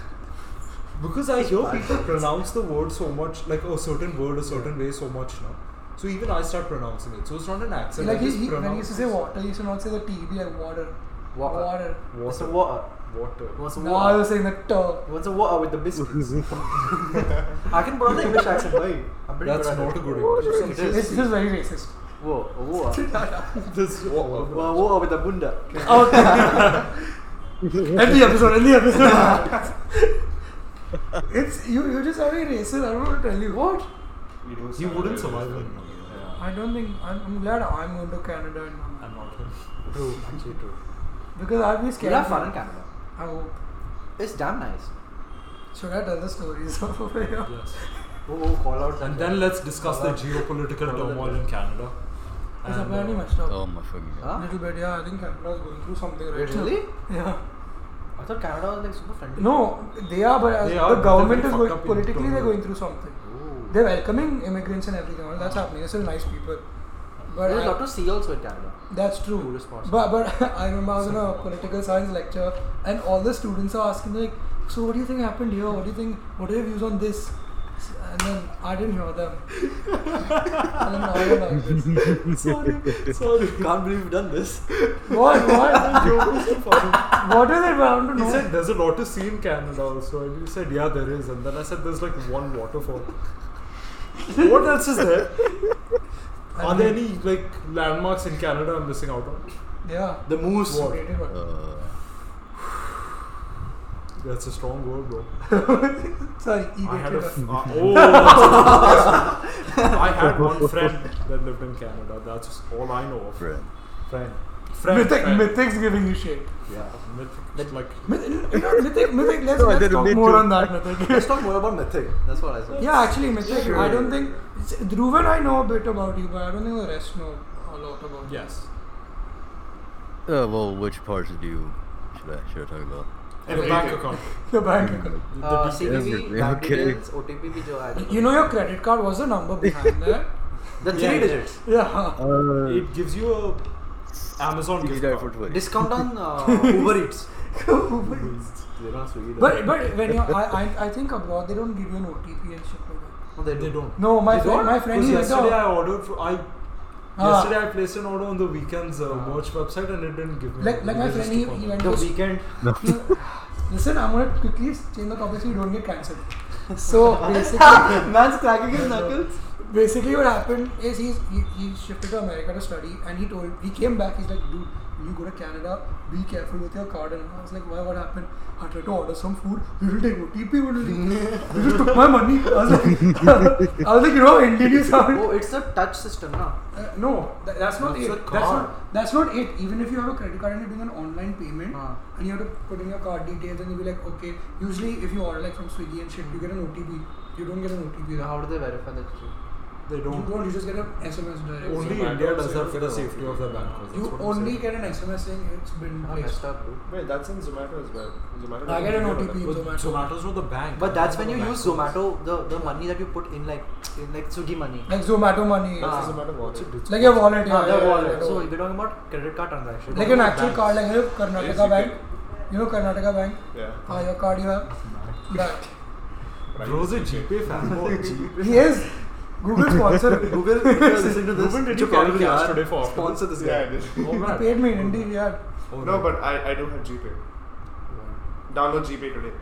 Speaker 2: Because I hear people pronounce the word so much, like a certain word a certain way so much now. So even I start pronouncing it. So it's not an accent.
Speaker 1: Like
Speaker 2: I
Speaker 1: he,
Speaker 2: just
Speaker 1: he, when he
Speaker 2: pronounce
Speaker 1: used to say water, he used to not say the T, he'd be like water.
Speaker 4: Water.
Speaker 1: Water.
Speaker 4: It's a
Speaker 2: water.
Speaker 4: water.
Speaker 2: Water.
Speaker 4: What's a
Speaker 1: Now I
Speaker 4: water?
Speaker 1: was saying the T.
Speaker 4: What's a water with the biscuits? I can put on the English accent, boy. I'm pretty
Speaker 2: That's
Speaker 4: good at
Speaker 2: not
Speaker 4: it.
Speaker 2: a good English
Speaker 4: Yes,
Speaker 2: accent.
Speaker 4: it is.
Speaker 1: This, this is very racist.
Speaker 4: Whoa, a water.
Speaker 2: This
Speaker 4: A water with a bunda.
Speaker 1: Oh. end the episode, end the episode. it's you, you just are very racist. I don't want to tell you. What?
Speaker 5: You do
Speaker 2: You
Speaker 5: sound
Speaker 2: wouldn't
Speaker 5: racist.
Speaker 2: survive it.
Speaker 1: I don't think. I'm, I'm glad I'm going to Canada and
Speaker 2: I'm not him. True, actually true.
Speaker 1: because I'll be
Speaker 4: You'll
Speaker 1: scared.
Speaker 4: have fun in Canada.
Speaker 1: I hope.
Speaker 4: It's damn nice.
Speaker 1: Should I tell the stories of over here?
Speaker 2: Yes.
Speaker 4: Oh, oh, call out.
Speaker 2: And then let's discuss the geopolitical turmoil in Canada.
Speaker 1: It's
Speaker 2: And,
Speaker 1: apparently
Speaker 2: uh,
Speaker 1: messed up.
Speaker 3: Oh my fucking god.
Speaker 4: Huh?
Speaker 1: little bit, yeah. I think Canada is going through something right now.
Speaker 4: Really?
Speaker 1: Yeah.
Speaker 4: I thought Canada was like super friendly.
Speaker 1: No, they are, but uh,
Speaker 2: They are,
Speaker 1: the
Speaker 2: but
Speaker 1: government
Speaker 2: they're
Speaker 1: is
Speaker 2: very
Speaker 1: going
Speaker 2: fucked up in
Speaker 1: politically. They're
Speaker 2: government.
Speaker 1: going through something.
Speaker 4: Oh.
Speaker 1: They're welcoming immigrants and everything. All that's happening. They're still nice people. But
Speaker 4: There's a
Speaker 1: I-
Speaker 4: lot to see also in Canada.
Speaker 1: that's true.
Speaker 4: tourist spots.
Speaker 1: But but I remember I was in a political science lecture, and all the students are asking like, so what do you think happened here? What do you think? What are your views on this? And then I didn't hear them. and then now I'm like, this.
Speaker 2: Sorry, sorry.
Speaker 4: Can't believe you've done this.
Speaker 1: what what
Speaker 2: Joke was too funny.
Speaker 1: what is it? I want to
Speaker 2: He
Speaker 1: know.
Speaker 2: said there's a lot to see in Canada also, and you said yeah there is, and then I said there's like one waterfall. what else is there? Are there any like landmarks in Canada I'm missing out on?
Speaker 1: yeah.
Speaker 4: The moose.
Speaker 2: What?
Speaker 1: Rated one.
Speaker 3: Uh,
Speaker 2: That's a strong word, bro.
Speaker 1: Sorry, E
Speaker 2: I had
Speaker 1: rated
Speaker 2: a
Speaker 1: one.
Speaker 2: f- uh, oh, that's a- I had one friend that lived in Canada. That's all I know of. Friend,
Speaker 3: friend.
Speaker 2: friend,
Speaker 1: Mythic,
Speaker 2: friend.
Speaker 1: Mythic's giving you shit.
Speaker 4: Yeah.
Speaker 2: Mythic,
Speaker 4: That-
Speaker 2: like
Speaker 1: Myth, you know, mythic, mythic. Let's,
Speaker 3: No, I
Speaker 1: let's
Speaker 3: didn't
Speaker 1: talk
Speaker 3: mean
Speaker 1: more
Speaker 3: to.
Speaker 1: on that mythic.
Speaker 4: Let's talk more about Mythic. That's what I said.
Speaker 1: yeah, actually, mythic. I don't think Dhruv and I know a bit about you, but I don't think the rest know a lot about. you.
Speaker 2: yes.
Speaker 3: Uh, well, which parts do you should I should I talk about?
Speaker 2: And a bank account.
Speaker 1: Your bank account.
Speaker 2: The
Speaker 4: Uh,
Speaker 2: details.
Speaker 4: CVV,
Speaker 3: everything.
Speaker 4: bank
Speaker 3: Okay.
Speaker 4: details, OTP भी जो आया था।
Speaker 1: You know your credit card was the number behind that.
Speaker 4: the three digits.
Speaker 1: Yeah.
Speaker 3: Uh,
Speaker 2: It gives you a Amazon gift
Speaker 3: for
Speaker 2: card.
Speaker 3: 20.
Speaker 4: Discount on uh, Uber Eats.
Speaker 2: They're not Swiggy, they're-
Speaker 1: But but when you I, I I think abroad they don't give you an OTP and shit like that.
Speaker 4: No, they
Speaker 2: They
Speaker 4: don't.
Speaker 2: don't.
Speaker 1: No, my
Speaker 2: They
Speaker 1: friend,
Speaker 2: don't?
Speaker 1: my friend,
Speaker 2: Because
Speaker 1: he went
Speaker 2: yesterday
Speaker 1: out.
Speaker 2: I ordered for I.
Speaker 1: Ah.
Speaker 2: Yesterday I placed an order on the weekend's uh,
Speaker 4: Ah.
Speaker 2: merch website and it didn't give me.
Speaker 1: Like like my
Speaker 2: it was
Speaker 1: friend,
Speaker 2: just
Speaker 1: he,
Speaker 2: a
Speaker 1: he
Speaker 2: coupon.
Speaker 1: went
Speaker 4: The
Speaker 1: to
Speaker 4: weekend.
Speaker 1: No. Listen, I'm gonna quickly change the topic so you don't get cancelled. So basically,
Speaker 4: Man's cracking his knuckles.
Speaker 1: basically what happened is he's, he he shifted to America to study, and he told he came back. He's like, dude, when you go to Canada, be careful with your card. And I was like, why? What happened? I tried to order some food. We will take OTP. We will take. You took my money. I was like, I was like, you know, Indian you sound.
Speaker 4: Oh, it's a touch system, na?
Speaker 1: Uh, no, tha- that's not
Speaker 4: It's
Speaker 1: it.
Speaker 4: a
Speaker 1: That's
Speaker 4: card.
Speaker 1: not, that's not it. Even if you have a credit card and you're doing an online payment
Speaker 4: Ah.
Speaker 1: and you have to put in your card details and you'll be like, okay, usually if you order like from Swiggy and shit, you get an OTP. You don't get an OTP.
Speaker 4: How do they verify that? shit?
Speaker 2: They
Speaker 1: You
Speaker 2: don't.
Speaker 1: don't, you just get an SMS direct.
Speaker 4: Oh,
Speaker 2: Only
Speaker 5: bank
Speaker 2: India
Speaker 5: account
Speaker 2: does that for the
Speaker 5: system.
Speaker 2: safety of the bank. accounts, that's
Speaker 1: you
Speaker 2: what I'm
Speaker 1: only
Speaker 2: saying.
Speaker 1: get an SMS saying it's been
Speaker 4: How
Speaker 1: placed.
Speaker 4: हाँ, messed up, bro.
Speaker 5: Wait, that's in Zomato as well. Zomato
Speaker 1: I get an
Speaker 5: doesn't
Speaker 1: OTP.
Speaker 5: do
Speaker 2: But
Speaker 1: Zomato.
Speaker 2: Zomato's not the bank.
Speaker 4: But that's when
Speaker 2: The
Speaker 4: you
Speaker 2: bank
Speaker 4: use
Speaker 2: accounts.
Speaker 4: Zomato, the, the money that you put in like in like Swiggy money.
Speaker 1: Like Zomato money.
Speaker 5: that.
Speaker 4: Ah.
Speaker 5: That's the Zomato
Speaker 2: What's
Speaker 5: wallet.
Speaker 2: it? It's
Speaker 1: Like your wallet. Yeah,
Speaker 4: Ah,
Speaker 1: yeah,
Speaker 4: the
Speaker 1: yeah,
Speaker 4: wallet.
Speaker 1: yeah.
Speaker 4: So we're talking about credit card transactions.
Speaker 1: like an
Speaker 4: Not
Speaker 1: actual
Speaker 4: banks.
Speaker 1: card, like you know,
Speaker 5: Yes,
Speaker 1: Karnataka
Speaker 5: you
Speaker 1: Bank.
Speaker 5: can-
Speaker 1: You know Karnataka Bank?
Speaker 5: Yeah.
Speaker 1: Ah, your card you have? That.
Speaker 5: but I
Speaker 2: Bro's a
Speaker 5: use it.
Speaker 2: GPay fanboy.
Speaker 1: He is. Google sponsor.
Speaker 4: Google, listen to this.
Speaker 2: Ruben, did
Speaker 4: You
Speaker 2: you carry
Speaker 4: probably
Speaker 2: cash
Speaker 4: are.
Speaker 2: today for after
Speaker 4: Sponsor this
Speaker 5: Yeah,
Speaker 4: guy.
Speaker 5: I did.
Speaker 2: Oh, man.
Speaker 1: paid me in India.
Speaker 2: Oh,
Speaker 5: No,
Speaker 2: right.
Speaker 5: but I, I do have GPay. Download GPay today.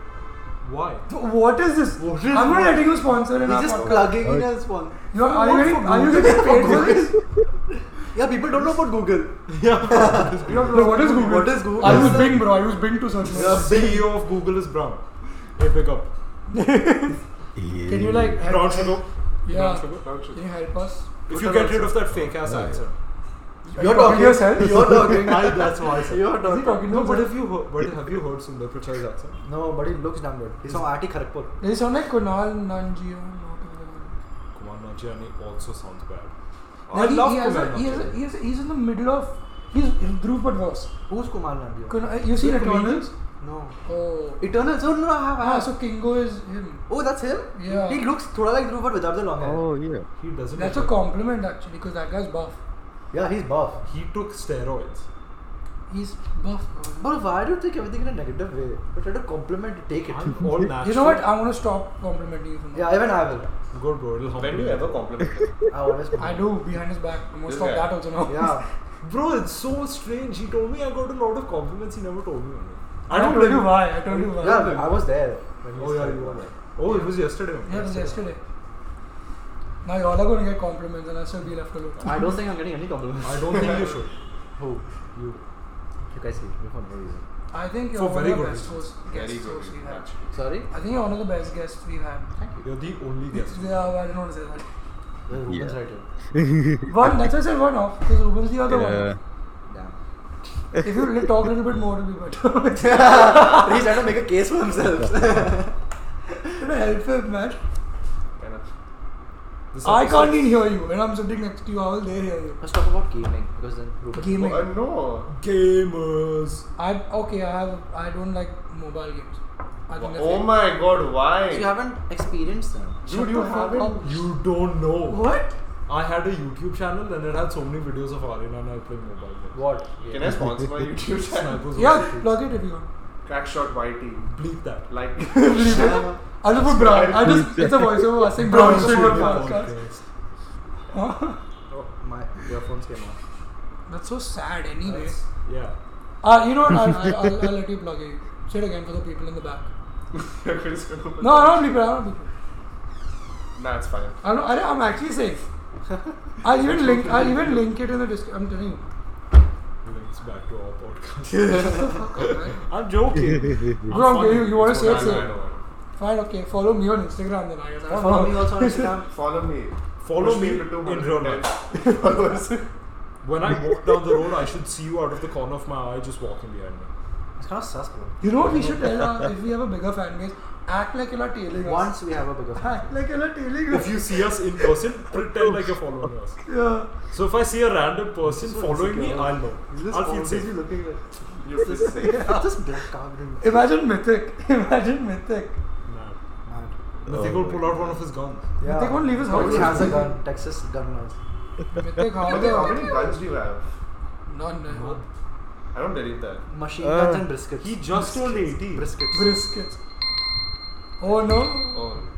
Speaker 2: Why?
Speaker 1: What is this?
Speaker 2: What is
Speaker 1: I'm not
Speaker 2: what?
Speaker 1: letting you sponsor an
Speaker 4: He's
Speaker 1: our
Speaker 4: just
Speaker 1: podcast.
Speaker 4: plugging in
Speaker 3: Okay.
Speaker 4: his phone.
Speaker 1: You are, are you getting, are you getting paid for this?
Speaker 4: Yeah, people don't know about Google.
Speaker 1: You are- bro, what is Google?
Speaker 4: What is Google?
Speaker 1: I use
Speaker 4: Yeah.
Speaker 1: Bing, bro. I use Bing to search.
Speaker 2: The
Speaker 1: Yeah.
Speaker 2: CEO of Google is brown. Hey, pick up.
Speaker 1: Can you like help?
Speaker 2: Brown sugar.
Speaker 1: Yeah.
Speaker 2: Brown sugar.
Speaker 5: Don't
Speaker 1: Can
Speaker 5: you?
Speaker 1: you help us?
Speaker 2: If you get rid of that fake ass accent.
Speaker 1: Are you talking to yourself?
Speaker 4: You're talking.
Speaker 2: I, that's why I said.
Speaker 4: You're
Speaker 1: Is he
Speaker 4: talking.
Speaker 1: talking to
Speaker 2: No, but
Speaker 1: himself?
Speaker 2: have you heard, but have you heard Sundar Pichai's accent?
Speaker 4: No, but he looks damn good. He's from IIT Kharagpur.
Speaker 1: Does it sound like Kunal Nanjian? or whatever?
Speaker 2: Kumar Najiani also sounds bad.
Speaker 1: No,
Speaker 2: I
Speaker 1: he,
Speaker 2: love
Speaker 1: he has
Speaker 2: Kumar
Speaker 1: a, he has a,
Speaker 2: Najiani.
Speaker 1: he has a, he's in the middle of he's Dhruv but worse.
Speaker 4: Who's Kumar Nandiya?
Speaker 1: Kun- You seen
Speaker 2: He's a comedian?
Speaker 1: Eternals?
Speaker 4: no.
Speaker 1: Oh,
Speaker 4: Eternals? Oh, no, no, I have. I
Speaker 1: ah,
Speaker 4: have.
Speaker 1: so Kingo is him.
Speaker 4: oh, that's him?
Speaker 1: Yeah.
Speaker 4: He looks thoda like Dhruv but without the long hair.
Speaker 3: Oh yeah.
Speaker 2: He doesn't.
Speaker 1: That's a
Speaker 2: look
Speaker 1: compliment actually, because that guy's buff.
Speaker 4: Yeah, he's buff.
Speaker 2: like- He took steroids.
Speaker 1: He's buff. Bro.
Speaker 4: But why do you take everything in a negative way? But try to compliment to take it.
Speaker 2: I'm all natural.
Speaker 1: You know what? I'm gonna stop complimenting you. From now.
Speaker 4: yeah, even I will.
Speaker 2: Good bro. It'll
Speaker 5: When
Speaker 2: humble
Speaker 5: do you ever compliment him?
Speaker 4: I always
Speaker 1: I
Speaker 4: compliment.
Speaker 1: do behind his back. I'm gonna
Speaker 5: This
Speaker 1: stop
Speaker 5: guy.
Speaker 1: that also now.
Speaker 4: Yeah.
Speaker 2: Bro, it's so strange. He told me I got a lot of compliments. He never told me. Only.
Speaker 1: I don't
Speaker 2: blame
Speaker 1: told you
Speaker 2: him.
Speaker 1: why. I told you why.
Speaker 4: yeah, I was there. When he
Speaker 2: Oh yeah,
Speaker 4: started
Speaker 2: you were.
Speaker 4: watching.
Speaker 2: right. Oh, it was yesterday.
Speaker 1: Yeah, it was yesterday. Now y'all are gonna get compliments and I'll still be left alone.
Speaker 4: I don't think I'm getting any compliments.
Speaker 2: I don't think you should.
Speaker 4: Who? You. You guys hate me for no reason.
Speaker 1: I think you're
Speaker 2: For
Speaker 1: one
Speaker 2: very
Speaker 1: of the
Speaker 2: good
Speaker 1: best
Speaker 2: reasons.
Speaker 1: hosts, guest
Speaker 5: Very good.
Speaker 1: hosts we had.
Speaker 5: Actually.
Speaker 4: Sorry?
Speaker 1: I think you're one of the best guests we've had.
Speaker 4: Thank you.
Speaker 2: You're the only guest.
Speaker 1: Yeah, I didn't want to say that.
Speaker 4: There's Ruben's
Speaker 3: Yeah.
Speaker 4: right here.
Speaker 1: One, that's why I said one off, because Ruben's the other
Speaker 3: yeah.
Speaker 4: Damn.
Speaker 1: one. If you li- talk a little bit more, it'll be better. It's
Speaker 4: He's trying to make a case for himself.
Speaker 1: gonna help him, man.
Speaker 5: Kind of.
Speaker 2: This
Speaker 1: I can't
Speaker 2: episode-
Speaker 1: even hear you. When I'm sitting next to you, how will they hear you?
Speaker 4: Let's talk about gaming because then Ruben.
Speaker 1: Gaming.
Speaker 5: Oh, no.
Speaker 2: Gamers.
Speaker 1: I okay. I have. I don't like mobile games. I think that's
Speaker 5: Oh
Speaker 1: it.
Speaker 5: my god, why?
Speaker 4: So you haven't experienced them.
Speaker 5: Dude, you
Speaker 1: Shut the fuck
Speaker 5: haven't.
Speaker 1: up.
Speaker 2: You don't know.
Speaker 1: What?
Speaker 2: I had a YouTube channel and it had so many videos of Arena and I playing mobile games.
Speaker 4: What?
Speaker 5: Can I sponsor my YouTube channel?
Speaker 2: Snipers
Speaker 1: Yeah,
Speaker 2: versus
Speaker 1: plug it if you want.
Speaker 5: Crackshot YT.
Speaker 2: Bleep that.
Speaker 5: Like.
Speaker 1: I just put brown. I just it's a voiceover. I saying brown.
Speaker 2: Brown
Speaker 1: Sugar
Speaker 2: sugar
Speaker 1: podcast.
Speaker 2: podcast.
Speaker 1: Huh?
Speaker 4: Oh, my earphones came off.
Speaker 1: That's so sad. Anyway,
Speaker 2: Yeah.
Speaker 1: uh, you know what? I'll, I'll, I'll, I'll let you plug it. Say it again for the people in the back. No, I don't believe it. I don't believe it.
Speaker 5: Nah, it's fine.
Speaker 1: I don't, I don't, I'm actually safe. I'll even link. I'll even link it in the description. I'm telling you.
Speaker 2: Links back to our podcast.
Speaker 1: Fuck off, man.
Speaker 2: I'm joking.
Speaker 1: Bro, okay, you, you want to
Speaker 2: It's
Speaker 1: say it? Say
Speaker 5: Nah, nah, I
Speaker 1: it.
Speaker 5: don't want
Speaker 1: Fine, okay. Follow me on Instagram then. I guess. I'll
Speaker 4: Follow me also on Instagram.
Speaker 5: it. Follow me.
Speaker 2: Follow
Speaker 5: Push
Speaker 2: me
Speaker 5: to
Speaker 2: in real life.
Speaker 5: 210 followers.
Speaker 2: When I walk down the road, I should see you out of the corner of my eye just walking behind me.
Speaker 4: It's kind of sus, bro.
Speaker 1: You know what we should tell uh, if we have a bigger fan base? Act like you're not tailing us.
Speaker 4: Once we have a bigger fan.
Speaker 1: Act like you're not tailing us.
Speaker 2: If you see us in person, pretend like you're following us.
Speaker 1: yeah.
Speaker 2: So if I see a random person
Speaker 4: So
Speaker 2: following me,
Speaker 4: insecure.
Speaker 2: I'll know. I'll feel safe.
Speaker 4: looking like.
Speaker 5: You feel safe.
Speaker 4: It's just black covering.
Speaker 1: Imagine Mythic. Imagine Mythic.
Speaker 2: Nah.
Speaker 4: Mad.
Speaker 2: Mythic will pull out one of his guns.
Speaker 1: But they won't leave his house.
Speaker 4: He has a gun. Texas gun laws.
Speaker 1: Mythic, how
Speaker 5: How
Speaker 1: are they?
Speaker 5: many- how many guns do you have?
Speaker 1: None. no.
Speaker 5: I don't believe that.
Speaker 4: Machine guns
Speaker 3: Uh,
Speaker 4: and briskets.
Speaker 2: He just turned 80.
Speaker 4: briskets.
Speaker 1: Briskets. Oh no.
Speaker 5: Oh,